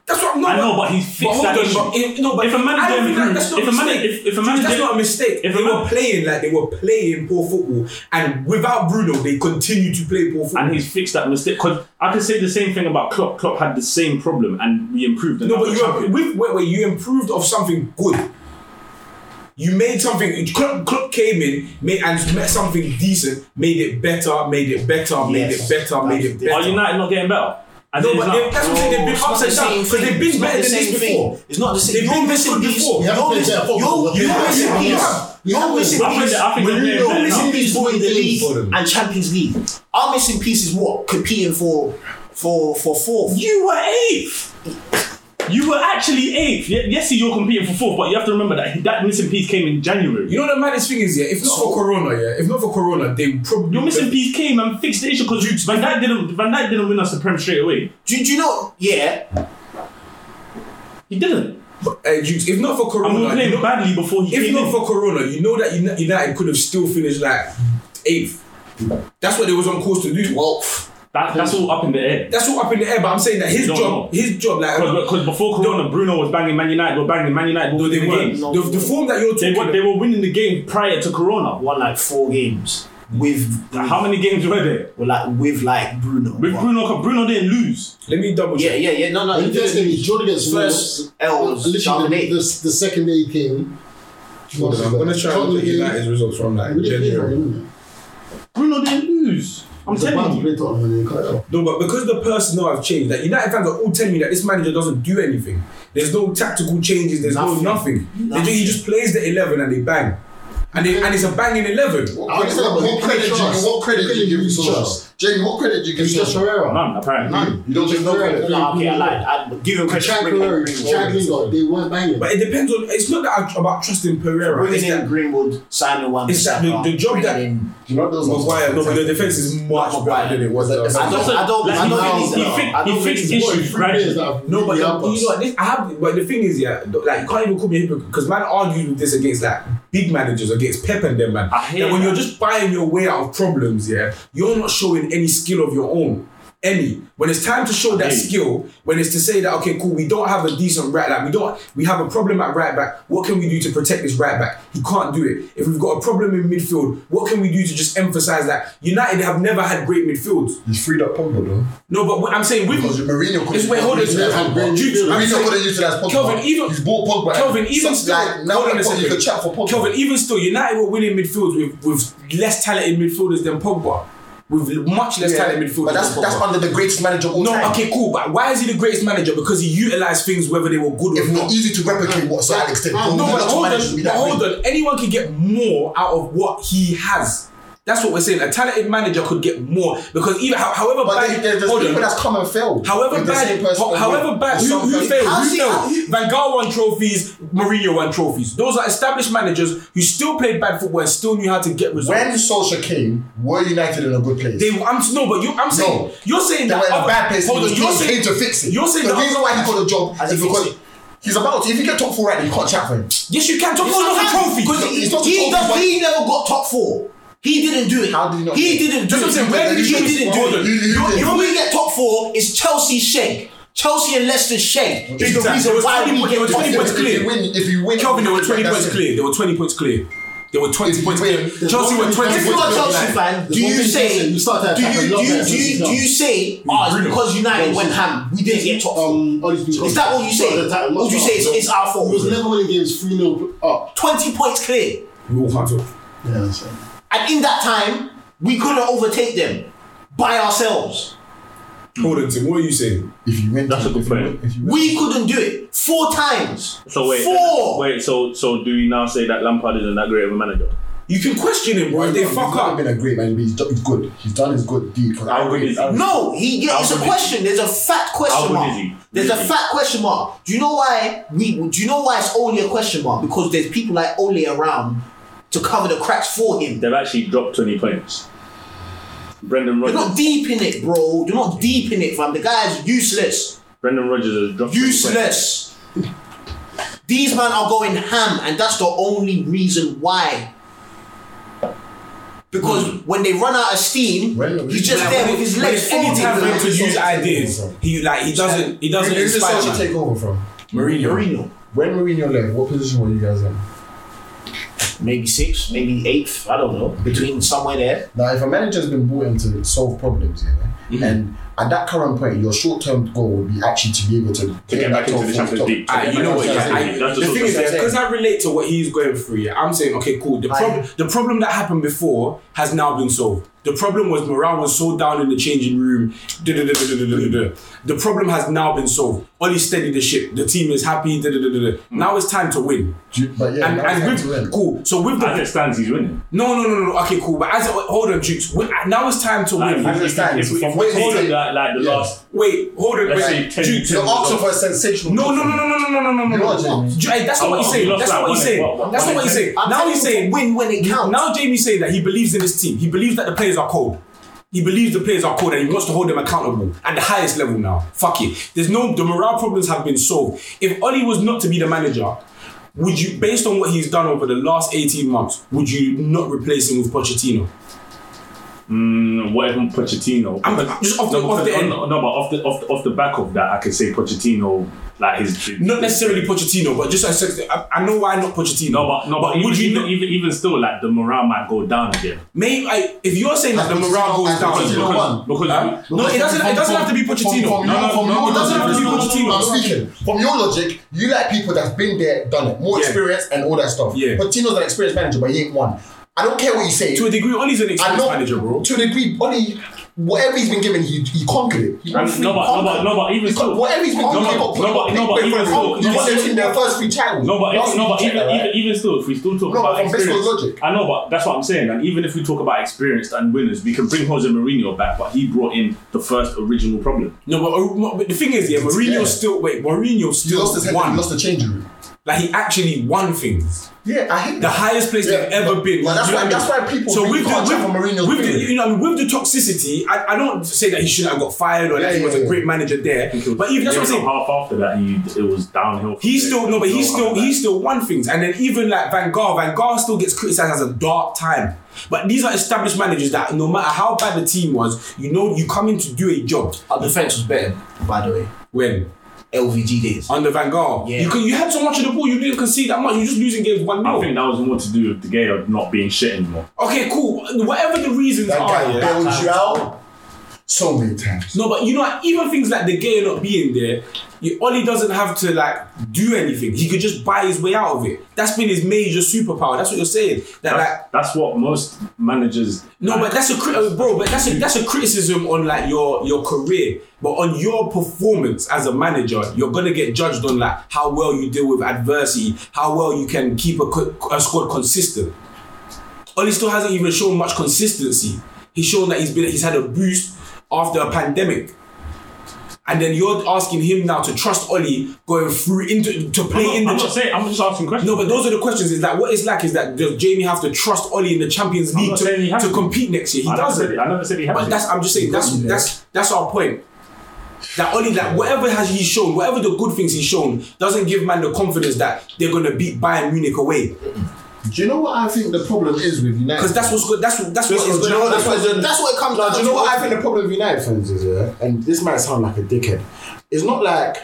Speaker 4: That's what I'm not.
Speaker 2: I know, but he fixed
Speaker 4: hold
Speaker 2: that
Speaker 4: on,
Speaker 2: issue.
Speaker 4: But if, no, but
Speaker 2: If a man
Speaker 4: I don't
Speaker 2: didn't
Speaker 4: think
Speaker 2: agree-
Speaker 4: that, that's not
Speaker 2: if
Speaker 4: a
Speaker 2: a man-
Speaker 4: mistake.
Speaker 2: if- if a man
Speaker 4: Dude, that's
Speaker 2: didn't-
Speaker 4: not a mistake.
Speaker 2: if a
Speaker 4: they
Speaker 2: man-
Speaker 4: were playing like they were playing poor football, and without Bruno, they continued to play poor football.
Speaker 2: and he's fixed that mistake. Because I could say the same thing about Klopp. Klopp had the same problem, and we improved. And
Speaker 4: No,
Speaker 2: now
Speaker 4: but
Speaker 2: we're
Speaker 4: you
Speaker 2: champions.
Speaker 4: with wait, wait, you improved of something good. You made something. Klopp, Klopp came in, made and met something decent, made it better, made it better, made it
Speaker 8: Yes.
Speaker 4: better, made it better.
Speaker 2: are United not getting better? I
Speaker 4: no,
Speaker 2: think
Speaker 4: but
Speaker 2: it's
Speaker 4: they,
Speaker 2: not.
Speaker 4: that's what I'm saying. They've been
Speaker 8: it's not
Speaker 4: ups and
Speaker 8: the Oh, same
Speaker 4: downs because
Speaker 8: thing.
Speaker 4: they've been
Speaker 8: It's not
Speaker 4: better
Speaker 8: the
Speaker 4: than
Speaker 8: same
Speaker 4: this
Speaker 8: thing.
Speaker 4: before.
Speaker 8: It's not the same.
Speaker 4: They've
Speaker 8: You're
Speaker 4: been
Speaker 8: missing
Speaker 4: good
Speaker 8: these.
Speaker 4: before.
Speaker 8: You're,
Speaker 13: You haven't played
Speaker 8: missing.
Speaker 13: their
Speaker 8: You're,
Speaker 13: football.
Speaker 8: you're
Speaker 13: Yeah,
Speaker 8: missing
Speaker 13: yeah,
Speaker 8: these.
Speaker 13: yeah.
Speaker 8: You're missing
Speaker 2: I think-
Speaker 8: these.
Speaker 2: I think they're playing
Speaker 8: You're
Speaker 2: better
Speaker 8: missing
Speaker 2: now.
Speaker 8: pieces for the
Speaker 4: For
Speaker 8: league
Speaker 4: them.
Speaker 8: and Champions League. Our missing piece is what competing for, for, for fourth.
Speaker 2: You were eighth. You were actually eighth. Ye- Yes, you're competing for fourth, but you have to remember that that missing piece came in January.
Speaker 4: You know what the maddest thing is, yeah. If not for Corona, yeah. If not for Corona, they probably
Speaker 2: Your missing piece came and fixed the issue because Van Dijk didn't. Van Dijk didn't win us the Prem straight away.
Speaker 8: Do, do you know? Yeah,
Speaker 2: He didn't.
Speaker 4: Hey, Jukes, if not for
Speaker 2: And we were
Speaker 4: Corona,
Speaker 2: playing
Speaker 4: you know-
Speaker 2: badly before he
Speaker 4: if
Speaker 2: came
Speaker 4: not
Speaker 2: in.
Speaker 4: for Corona, you know that Uni- United could have still finished like eighth. That's what they was on course to do. Well,
Speaker 2: that, that's all up in the air.
Speaker 4: that's all up in the air. But I'm saying that his
Speaker 2: No,
Speaker 4: job,
Speaker 2: no.
Speaker 4: his job, like
Speaker 2: Because before Corona, Bruno was banging Man United. Were banging Man United. were
Speaker 4: no, they
Speaker 2: winning the
Speaker 4: weren't.
Speaker 2: games.
Speaker 4: the, the form that you're
Speaker 2: They
Speaker 4: talking,
Speaker 2: were, they were winning the game prior to Corona.
Speaker 8: won like four games with
Speaker 2: How many games were there?
Speaker 8: Well, like with like Bruno.
Speaker 2: With Bruno, Bruno didn't lose.
Speaker 4: let me double
Speaker 8: Yeah,
Speaker 4: check.
Speaker 8: yeah, yeah. No, no.
Speaker 13: When
Speaker 8: he
Speaker 13: you guys
Speaker 8: didn't
Speaker 13: came,
Speaker 8: lose.
Speaker 13: Jordan gets
Speaker 8: First L was
Speaker 13: Literally, the,
Speaker 8: Charbonnet.
Speaker 13: the, the second day he came.
Speaker 4: Hold on, I'm gonna try and look at
Speaker 13: Tottenham-
Speaker 4: United's results from like
Speaker 13: We didn't play
Speaker 4: January.
Speaker 13: Tottenham, didn't we?
Speaker 2: Bruno didn't lose. I'm
Speaker 13: It's a bad
Speaker 2: telling
Speaker 13: to
Speaker 2: you.
Speaker 13: play Tottenham and they cut it off.
Speaker 4: No, but because the personnel have changed, that United fans are all telling you that this manager doesn't do anything. There's no tactical changes. There's no nothing. They ju- he just plays the eleven and they bang, and they, and it's a banging eleven.
Speaker 13: I
Speaker 14: What,
Speaker 13: understand, but who
Speaker 14: what credit do you,
Speaker 13: trusts?
Speaker 14: what credit do you give
Speaker 13: Who
Speaker 14: Solskjaer?
Speaker 13: trusts?
Speaker 14: Jamie, what credit do you give
Speaker 13: Lucas
Speaker 14: Solskjaer?
Speaker 13: Torreira.
Speaker 2: None, apparently.
Speaker 14: None. You don't give no
Speaker 13: Torreira.
Speaker 14: credit.
Speaker 8: Nah, okay, I lied. I, give him credit.
Speaker 13: Chad
Speaker 8: Bring in
Speaker 13: Torreira,
Speaker 8: Greenwood.
Speaker 13: Chad Lingard, they weren't banging.
Speaker 4: But it depends on. It's not that I, about trusting Pereira.
Speaker 8: Bringing
Speaker 4: It's
Speaker 8: in
Speaker 4: that
Speaker 8: Greenwood, signing one.
Speaker 4: It's that the- the job that-
Speaker 13: You know those ones?
Speaker 4: Maguire. No, but the defense is much better than it was. last
Speaker 8: I
Speaker 4: time.
Speaker 8: don't, I don't, I
Speaker 2: Like,
Speaker 8: don't
Speaker 2: he-
Speaker 8: believe
Speaker 2: he
Speaker 8: that.
Speaker 2: fi-
Speaker 8: I don't
Speaker 2: he fixed
Speaker 8: believe that.
Speaker 2: issues gradually.
Speaker 4: No, but the, you know what, this, I have. But the thing is, yeah, th- like you can't even call me a hypocrite because man argues with this against like big managers, against Pep and them, man.
Speaker 2: I hear
Speaker 4: that when
Speaker 2: that.
Speaker 4: you're just buying your way out of problems, yeah, you're not showing any skill of your own. Any when it's time to show that
Speaker 2: hear you.
Speaker 4: skill, when it's to say that okay, cool, we don't have a decent right back, we don't, we have a problem at right back. What can we do to protect this right back? He can't do it. If we've got a problem in midfield, what can we do to just emphasize that United have never had great midfields?
Speaker 15: You freed up Pogba though.
Speaker 4: No, but what I'm saying with
Speaker 14: Because Mourinho couldn't
Speaker 4: It's- wait, hold on.
Speaker 14: utilise Pogba.
Speaker 4: Jude, I'm
Speaker 14: Mourinho
Speaker 4: saying-
Speaker 14: couldn't utilise Pogba.
Speaker 4: Kelvin, even-
Speaker 14: He's bought Pogba.
Speaker 4: Kelvin,
Speaker 14: Some-
Speaker 4: even still,
Speaker 14: like, now
Speaker 4: hold on a
Speaker 14: that Pogba, you
Speaker 4: second.
Speaker 14: can chat for Pogba.
Speaker 4: Kelvin, even still, United were winning midfields with, with less talented midfielders than Pogba. With much less talented midfielders
Speaker 14: but that's
Speaker 4: than Pogba.
Speaker 14: that's under the greatest manager of all
Speaker 4: no,
Speaker 14: time.
Speaker 4: okay, cool. But why is he the greatest manager? Because he utilised things whether they were good
Speaker 14: It's
Speaker 4: or
Speaker 14: not
Speaker 4: not.
Speaker 14: easy to replicate what Sir Alex did.
Speaker 4: No,
Speaker 14: There's
Speaker 4: but
Speaker 14: lots of
Speaker 4: hold
Speaker 14: managers
Speaker 4: on,
Speaker 14: be
Speaker 4: but
Speaker 14: that
Speaker 4: hold
Speaker 14: way.
Speaker 4: on. Anyone can get more out of what he has. That's what we're saying. A talented manager could get more because even how- however
Speaker 14: But
Speaker 4: bad,
Speaker 14: there- there- there's
Speaker 4: hold
Speaker 14: people
Speaker 4: on.
Speaker 14: that's come and failed.
Speaker 4: However
Speaker 14: with the
Speaker 4: bad,
Speaker 14: same person
Speaker 4: ho-
Speaker 14: and
Speaker 4: however
Speaker 14: with- with
Speaker 4: bad, who,
Speaker 14: some
Speaker 4: who
Speaker 14: person.
Speaker 4: failed?
Speaker 8: How's
Speaker 4: Who
Speaker 8: he-
Speaker 4: failed?
Speaker 8: how-
Speaker 4: Van Gaal won trophies. Mourinho won trophies. Those are established managers who still played bad football and still knew how to get results.
Speaker 14: When Solskjaer came, were United in a good place?
Speaker 4: They, I'm no, but you, I'm saying
Speaker 14: No.
Speaker 4: you're saying
Speaker 14: They
Speaker 4: that
Speaker 14: were in a
Speaker 4: other-
Speaker 14: bad place.
Speaker 4: Hold on,
Speaker 14: he
Speaker 4: you're
Speaker 14: was
Speaker 4: saying
Speaker 14: came to fix it.
Speaker 4: You're saying
Speaker 14: the
Speaker 4: that
Speaker 14: reason why he got a job
Speaker 8: Has
Speaker 14: is
Speaker 8: he fixed
Speaker 14: because he's about to. If he get top four right, now, you can't chat for him.
Speaker 4: yes, you can. Top four is not a trophy.
Speaker 8: Because
Speaker 14: It's
Speaker 8: he,
Speaker 14: not a
Speaker 8: he,
Speaker 14: trophy,
Speaker 8: does,
Speaker 14: but-
Speaker 8: he never got top four. He didn't do it.
Speaker 14: How did he not do
Speaker 8: He
Speaker 14: it?
Speaker 8: didn't
Speaker 4: That's
Speaker 8: do it.
Speaker 4: what I'm saying. Where did
Speaker 8: he
Speaker 4: he-
Speaker 8: didn't
Speaker 4: Hold
Speaker 8: do
Speaker 4: on.
Speaker 8: it?
Speaker 14: He- he
Speaker 8: You
Speaker 14: did.
Speaker 8: know we get top four is Chelsea Shen. Chelsea and Leicester shed is the
Speaker 4: Exactly.
Speaker 8: reason
Speaker 4: There was
Speaker 8: why
Speaker 4: 20
Speaker 8: we
Speaker 4: points-
Speaker 8: get
Speaker 4: there was 20 points
Speaker 8: relegated.
Speaker 4: clear.
Speaker 5: If you win,
Speaker 4: Kelvin, they were 20
Speaker 5: that's
Speaker 4: points
Speaker 5: it.
Speaker 4: clear. They were 20 points clear. They were 20 points
Speaker 5: win,
Speaker 4: clear.
Speaker 5: there's
Speaker 4: Chelsea
Speaker 5: one
Speaker 4: were
Speaker 5: thing-
Speaker 4: 20
Speaker 8: If
Speaker 4: points
Speaker 8: you're a Chelsea
Speaker 4: clear.
Speaker 8: fan, do
Speaker 13: There's
Speaker 8: you
Speaker 13: one
Speaker 8: say
Speaker 13: thing
Speaker 8: do
Speaker 13: you start to attack
Speaker 8: you
Speaker 13: and
Speaker 8: do
Speaker 13: love
Speaker 8: you
Speaker 13: versus
Speaker 8: do you
Speaker 13: Islam.
Speaker 8: do you say oh, it's
Speaker 4: Bruno.
Speaker 8: because United went ham, we didn't get top four?
Speaker 13: Um, all these people-
Speaker 8: Is that what you say?
Speaker 13: All the time,
Speaker 8: Or do you say it's, it's our fault?
Speaker 13: It was never winning games 3 0 up.
Speaker 8: Twenty points clear,
Speaker 4: We all can't talk.
Speaker 13: Yeah, so.
Speaker 8: and in that time we couldn't overtake them by ourselves.
Speaker 4: Hold on, Tim. What are you saying?
Speaker 5: If you win,
Speaker 2: That's a good
Speaker 5: if you
Speaker 2: point.
Speaker 5: win- if you win-
Speaker 8: We couldn't do it four times.
Speaker 2: So wait,
Speaker 8: four.
Speaker 2: wait. So so do we now say that Lampard isn't that great of a manager?
Speaker 4: You can question him, bro. If they
Speaker 13: He's
Speaker 4: fuck
Speaker 13: not
Speaker 4: up.
Speaker 13: been a great man, but he's, done, he's good. He's done his good deed. for
Speaker 2: How good
Speaker 13: Great.
Speaker 2: is he?
Speaker 8: No, he yeah, it's a
Speaker 2: How good is
Speaker 8: question. There's a fat
Speaker 2: How
Speaker 8: question
Speaker 2: good
Speaker 8: mark.
Speaker 2: is he?
Speaker 8: There's a
Speaker 2: Really?
Speaker 8: fat question mark. Do you know why we? Do you know why it's only a question mark? Because there's people like Ole around to cover the cracks for him.
Speaker 2: They've actually dropped 20 points. Brendan
Speaker 8: You're
Speaker 2: Rodgers.
Speaker 8: not deep in it, bro. You're not deep in it, fam. The guy is useless.
Speaker 2: Brendan Rodgers has dropped 20 points.
Speaker 8: Useless. These men are going ham, and that's the only reason why. Because when they run out of steam, he's just
Speaker 4: Like,
Speaker 8: there
Speaker 4: when-
Speaker 8: with his
Speaker 4: Hmm. when
Speaker 8: legs
Speaker 4: it's any
Speaker 8: folded.
Speaker 4: time for him
Speaker 8: man.
Speaker 4: to use ideas, he like he doesn't he doesn't
Speaker 13: Where's the
Speaker 4: inspire
Speaker 13: Solskjaer
Speaker 4: me.
Speaker 13: take over from?
Speaker 4: Mourinho.
Speaker 8: Mourinho.
Speaker 13: When Mourinho left, what position were you guys in?
Speaker 8: maybe sixth, maybe eighth, I don't know, between somewhere there.
Speaker 13: Now, if a manager's been brought in to solve problems, yeah,
Speaker 2: Mm-hmm.
Speaker 13: and at that current point, your short-term goal would be actually to be able to,
Speaker 2: To get back into the Champions League.
Speaker 4: Ah, you know what? Yeah,
Speaker 2: That's
Speaker 4: I,
Speaker 2: the
Speaker 4: the
Speaker 2: sort
Speaker 4: thing
Speaker 2: of
Speaker 4: is,
Speaker 2: thing.
Speaker 4: because I relate to what he's going through. Yeah, I'm saying, okay, cool. The problem, the problem that happened before has now been solved. The problem was morale was so down in the changing room. duh, duh, duh, duh, duh, duh, duh, duh. The problem has now been solved. Ollie steadied the ship. The team is happy. duh, duh, duh, duh, duh. Now it's time to win.
Speaker 13: But yeah,
Speaker 4: And,
Speaker 13: now it's
Speaker 4: and
Speaker 13: time to
Speaker 4: with
Speaker 13: win.
Speaker 4: cool. So with
Speaker 2: As
Speaker 4: the
Speaker 2: it stands, he's winning.
Speaker 4: no, no, no, no, no. Okay, cool. But as hold on, Jukes. We- Now it's time to
Speaker 2: Like,
Speaker 4: win.
Speaker 2: if-
Speaker 13: understand.
Speaker 2: If, if, if
Speaker 13: From
Speaker 2: we
Speaker 13: where
Speaker 2: take
Speaker 13: they-
Speaker 2: that, like the
Speaker 13: Yeah.
Speaker 2: last,
Speaker 4: Wait, hold on.
Speaker 2: let's
Speaker 4: Wait,
Speaker 2: say, 10,
Speaker 4: Jukes.
Speaker 2: 10
Speaker 4: No,
Speaker 2: results.
Speaker 13: for a sensational.
Speaker 4: no, no, no, no, no, no, no, no,
Speaker 13: You know what
Speaker 4: no.
Speaker 13: I'm saying?
Speaker 4: Ju- Hey, that's not what he's
Speaker 2: Oh,
Speaker 4: saying.
Speaker 2: you lost
Speaker 4: That's
Speaker 2: that
Speaker 4: not what
Speaker 2: one.
Speaker 4: he's saying.
Speaker 2: What- what-
Speaker 4: That's
Speaker 2: what
Speaker 4: not what he's saying.
Speaker 8: I'm
Speaker 4: Now
Speaker 8: telling
Speaker 4: he's
Speaker 8: you
Speaker 4: saying
Speaker 8: to win when it counts.
Speaker 4: Now Jamie's saying that he believes in his team. He believes that the players are cold. He believes the players are cold and he wants to hold them accountable at the highest level now. Fuck it. There's no the morale problems have been solved. If Oli was not to be the manager, would you based on what he's done over the last 18 months, would you not replace him with Pochettino?
Speaker 2: mm, what if I'm Pochettino?
Speaker 4: I'm-
Speaker 2: Because-
Speaker 4: just off the-
Speaker 2: no, because
Speaker 4: off the
Speaker 2: on-
Speaker 4: end.
Speaker 2: No, but off the, off the off the back of that, I could say Pochettino, like his
Speaker 4: Not necessarily Pochettino, but just I said I, I know why not Pochettino.
Speaker 2: No, but no, but, even,
Speaker 4: would you
Speaker 2: even,
Speaker 4: not
Speaker 2: even even still, like the morale might go down again.
Speaker 4: maybe I, if you're saying that the morale goes
Speaker 13: Has
Speaker 4: down?
Speaker 13: Pochettino
Speaker 2: Because,
Speaker 13: won?
Speaker 2: because
Speaker 4: Huh?
Speaker 2: we-
Speaker 4: No, it doesn't. It doesn't have to be
Speaker 13: From,
Speaker 4: Pochettino.
Speaker 13: from,
Speaker 4: No,
Speaker 13: your,
Speaker 4: no,
Speaker 13: from
Speaker 4: no,
Speaker 13: your
Speaker 4: it doesn't have to be
Speaker 13: logic,
Speaker 4: Pochettino.
Speaker 13: I'm speaking. From your logic, you like people that's been there, done it, more
Speaker 4: Yeah.
Speaker 13: experience and all that stuff.
Speaker 4: Yeah.
Speaker 13: Pochettino's an experienced manager, but he ain't won. I don't care what you say.
Speaker 4: To a degree, Oli's an
Speaker 13: I
Speaker 4: experienced
Speaker 13: know
Speaker 4: manager, bro.
Speaker 13: to a degree, Oli, whatever he's been given, he, he conquered it. He won
Speaker 2: And
Speaker 13: three
Speaker 2: no, but, no, but,
Speaker 13: conquered.
Speaker 2: no, but even
Speaker 13: He's got-
Speaker 2: still,
Speaker 13: whatever he's been
Speaker 2: no,
Speaker 13: given,
Speaker 2: but,
Speaker 13: he
Speaker 2: no,
Speaker 13: got put
Speaker 2: but,
Speaker 13: up.
Speaker 2: no, but even still,
Speaker 13: He won
Speaker 2: even-
Speaker 13: in their first three titles.
Speaker 2: No, but,
Speaker 13: Last
Speaker 2: no,
Speaker 13: week
Speaker 2: but
Speaker 13: he
Speaker 2: even,
Speaker 13: checked that, right?
Speaker 2: even, even still, if we still talk
Speaker 13: No, but
Speaker 2: about
Speaker 13: from based on
Speaker 2: experience,
Speaker 13: logic.
Speaker 2: I know, but that's what I'm saying. And even if we talk about experienced and winners, we can bring Jose Mourinho back, but he brought in the first original problem.
Speaker 4: No, but, uh, no, but the thing is, yeah, Mourinho
Speaker 13: Yeah.
Speaker 4: still wait. Mourinho
Speaker 13: He
Speaker 4: still
Speaker 13: lost his head,
Speaker 4: won.
Speaker 13: he lost the changing room.
Speaker 4: like he actually won things.
Speaker 13: Yeah, I hate
Speaker 4: The highest place they've
Speaker 13: Yeah,
Speaker 4: ever
Speaker 13: but-
Speaker 4: been.
Speaker 13: but that's
Speaker 4: You know
Speaker 13: why-
Speaker 4: what I
Speaker 13: that's
Speaker 4: mean?
Speaker 13: why people
Speaker 4: So
Speaker 13: really
Speaker 4: with
Speaker 13: can't
Speaker 4: the,
Speaker 13: check
Speaker 4: with,
Speaker 13: on Mourinho's
Speaker 4: with the
Speaker 13: period.
Speaker 4: you know I mean, with the toxicity, I, I don't say that he shouldn't have got fired or that
Speaker 13: Yeah,
Speaker 4: he was
Speaker 13: yeah,
Speaker 4: a
Speaker 13: yeah.
Speaker 4: great manager there. But even that's what I'm saying.
Speaker 2: Half after that, he it was downhill. from
Speaker 4: He
Speaker 2: there.
Speaker 4: still no, but he
Speaker 2: There's
Speaker 4: still
Speaker 2: coming
Speaker 4: he
Speaker 2: back.
Speaker 4: still won things, and then even like Van Gaal, Van Gaal still gets criticised as a dark time. But these are established managers that no matter how bad the team was, you know you come in to do a job.
Speaker 8: Our defense was better, by the way.
Speaker 4: When
Speaker 8: LVG days.
Speaker 4: under Van Gaal,
Speaker 8: Yeah.
Speaker 4: you could, you had so much of the ball, you didn't concede that much. You're just losing games one
Speaker 2: I
Speaker 4: 0
Speaker 2: think that was more to do with De Gea not being shit anymore.
Speaker 4: Okay, cool. Whatever the reasons
Speaker 13: That
Speaker 4: are,
Speaker 13: guy
Speaker 4: yeah.
Speaker 13: bailed you out so many times.
Speaker 4: No, but you know, what? even things like the gay not being there, you, Ollie doesn't have to like do anything. He could just buy his way out of it. That's been his major superpower. That's what you're saying.
Speaker 2: That's,
Speaker 4: That like
Speaker 2: that's what most managers.
Speaker 4: no, but that's a cri- uh, bro. But that's a, that's a criticism on like your your career, but on your performance as a manager, you're gonna get judged on like how well you deal with adversity, how well you can keep a, co- a squad consistent. Ollie still hasn't even shown much consistency. He's shown that he's been he's had a boost after a pandemic. And then you're asking him now to trust Ollie going through into to play
Speaker 2: I'm, not,
Speaker 4: in the
Speaker 2: I'm
Speaker 4: ju-
Speaker 2: not saying. I'm just asking questions.
Speaker 4: no, but those are the questions. Is that what it's like? Is that does Jamie have to trust Ollie in the Champions League
Speaker 2: not saying he
Speaker 4: to,
Speaker 2: has
Speaker 4: to
Speaker 2: to.
Speaker 4: compete next year? He
Speaker 2: I never
Speaker 4: doesn't.
Speaker 2: said he- I never said he had
Speaker 4: But
Speaker 2: to.
Speaker 4: that's I'm just saying that's that's that's our point. That Ollie, that whatever has he shown, whatever the good things he's shown, doesn't give man the confidence that they're gonna beat Bayern Munich away.
Speaker 1: Do you know what I think the problem is with United?
Speaker 4: Because that's what's good. That's what. That's what is
Speaker 1: do
Speaker 4: going
Speaker 1: you know
Speaker 4: on.
Speaker 1: what
Speaker 4: That's
Speaker 1: the
Speaker 4: what.
Speaker 1: problem-
Speaker 4: That's what it comes
Speaker 1: No,
Speaker 4: down
Speaker 1: do you
Speaker 4: to.
Speaker 1: know what I think the problem with United fans is, yeah? And this might sound like a dickhead. It's not like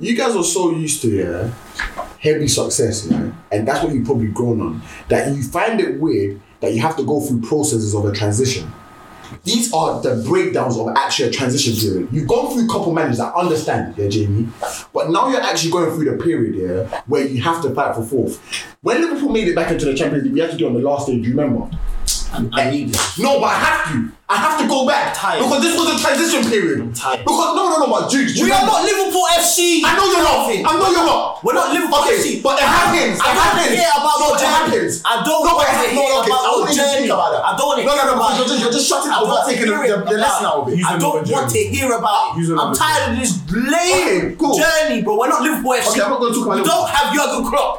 Speaker 1: you guys are so used to, yeah, heavy success, yeah, and that's what you've probably grown on, that you find it weird that you have to go through processes of a transition. These are the breakdowns of actually a transition period. You've gone through a couple managers that understand, yeah, Jamie, but now you're actually going through the period, yeah, where you have to fight for fourth. When Liverpool made it back into the Champions League, we had to do it on the last day, do you remember?
Speaker 8: I need it.
Speaker 1: No, but I have to. I have to go back.
Speaker 8: tired.
Speaker 1: Because this was a transition period. I'm
Speaker 8: tired.
Speaker 1: Because no, no, no, but Jude,
Speaker 8: We are not Liverpool FC.
Speaker 1: I know you're not. I know you're not.
Speaker 8: We're not Liverpool
Speaker 1: Okay,
Speaker 8: FC.
Speaker 1: but it happens. It
Speaker 8: I don't
Speaker 1: happens.
Speaker 8: care about
Speaker 1: No,
Speaker 8: your
Speaker 1: it
Speaker 8: journey.
Speaker 1: happens.
Speaker 8: I don't
Speaker 1: No, but
Speaker 8: want to
Speaker 1: it happens.
Speaker 8: hear
Speaker 1: No, no, okay. I
Speaker 8: about your
Speaker 1: wouldn't even
Speaker 8: journey.
Speaker 1: think about that.
Speaker 8: I don't want to
Speaker 1: No, no,
Speaker 8: hear
Speaker 1: no.
Speaker 8: about
Speaker 1: because You're just, you're just shutting out. without taking the,
Speaker 8: hear
Speaker 1: the, the lesson out of it.
Speaker 8: I don't
Speaker 4: another
Speaker 8: want to hear about.
Speaker 4: Use
Speaker 8: I'm
Speaker 4: another
Speaker 8: tired of this lame
Speaker 1: Okay, cool.
Speaker 8: journey, bro. We're not Liverpool FC.
Speaker 1: Okay, I'm not going to talk about
Speaker 8: We
Speaker 1: Liverpool.
Speaker 8: don't have Jurgen Klopp.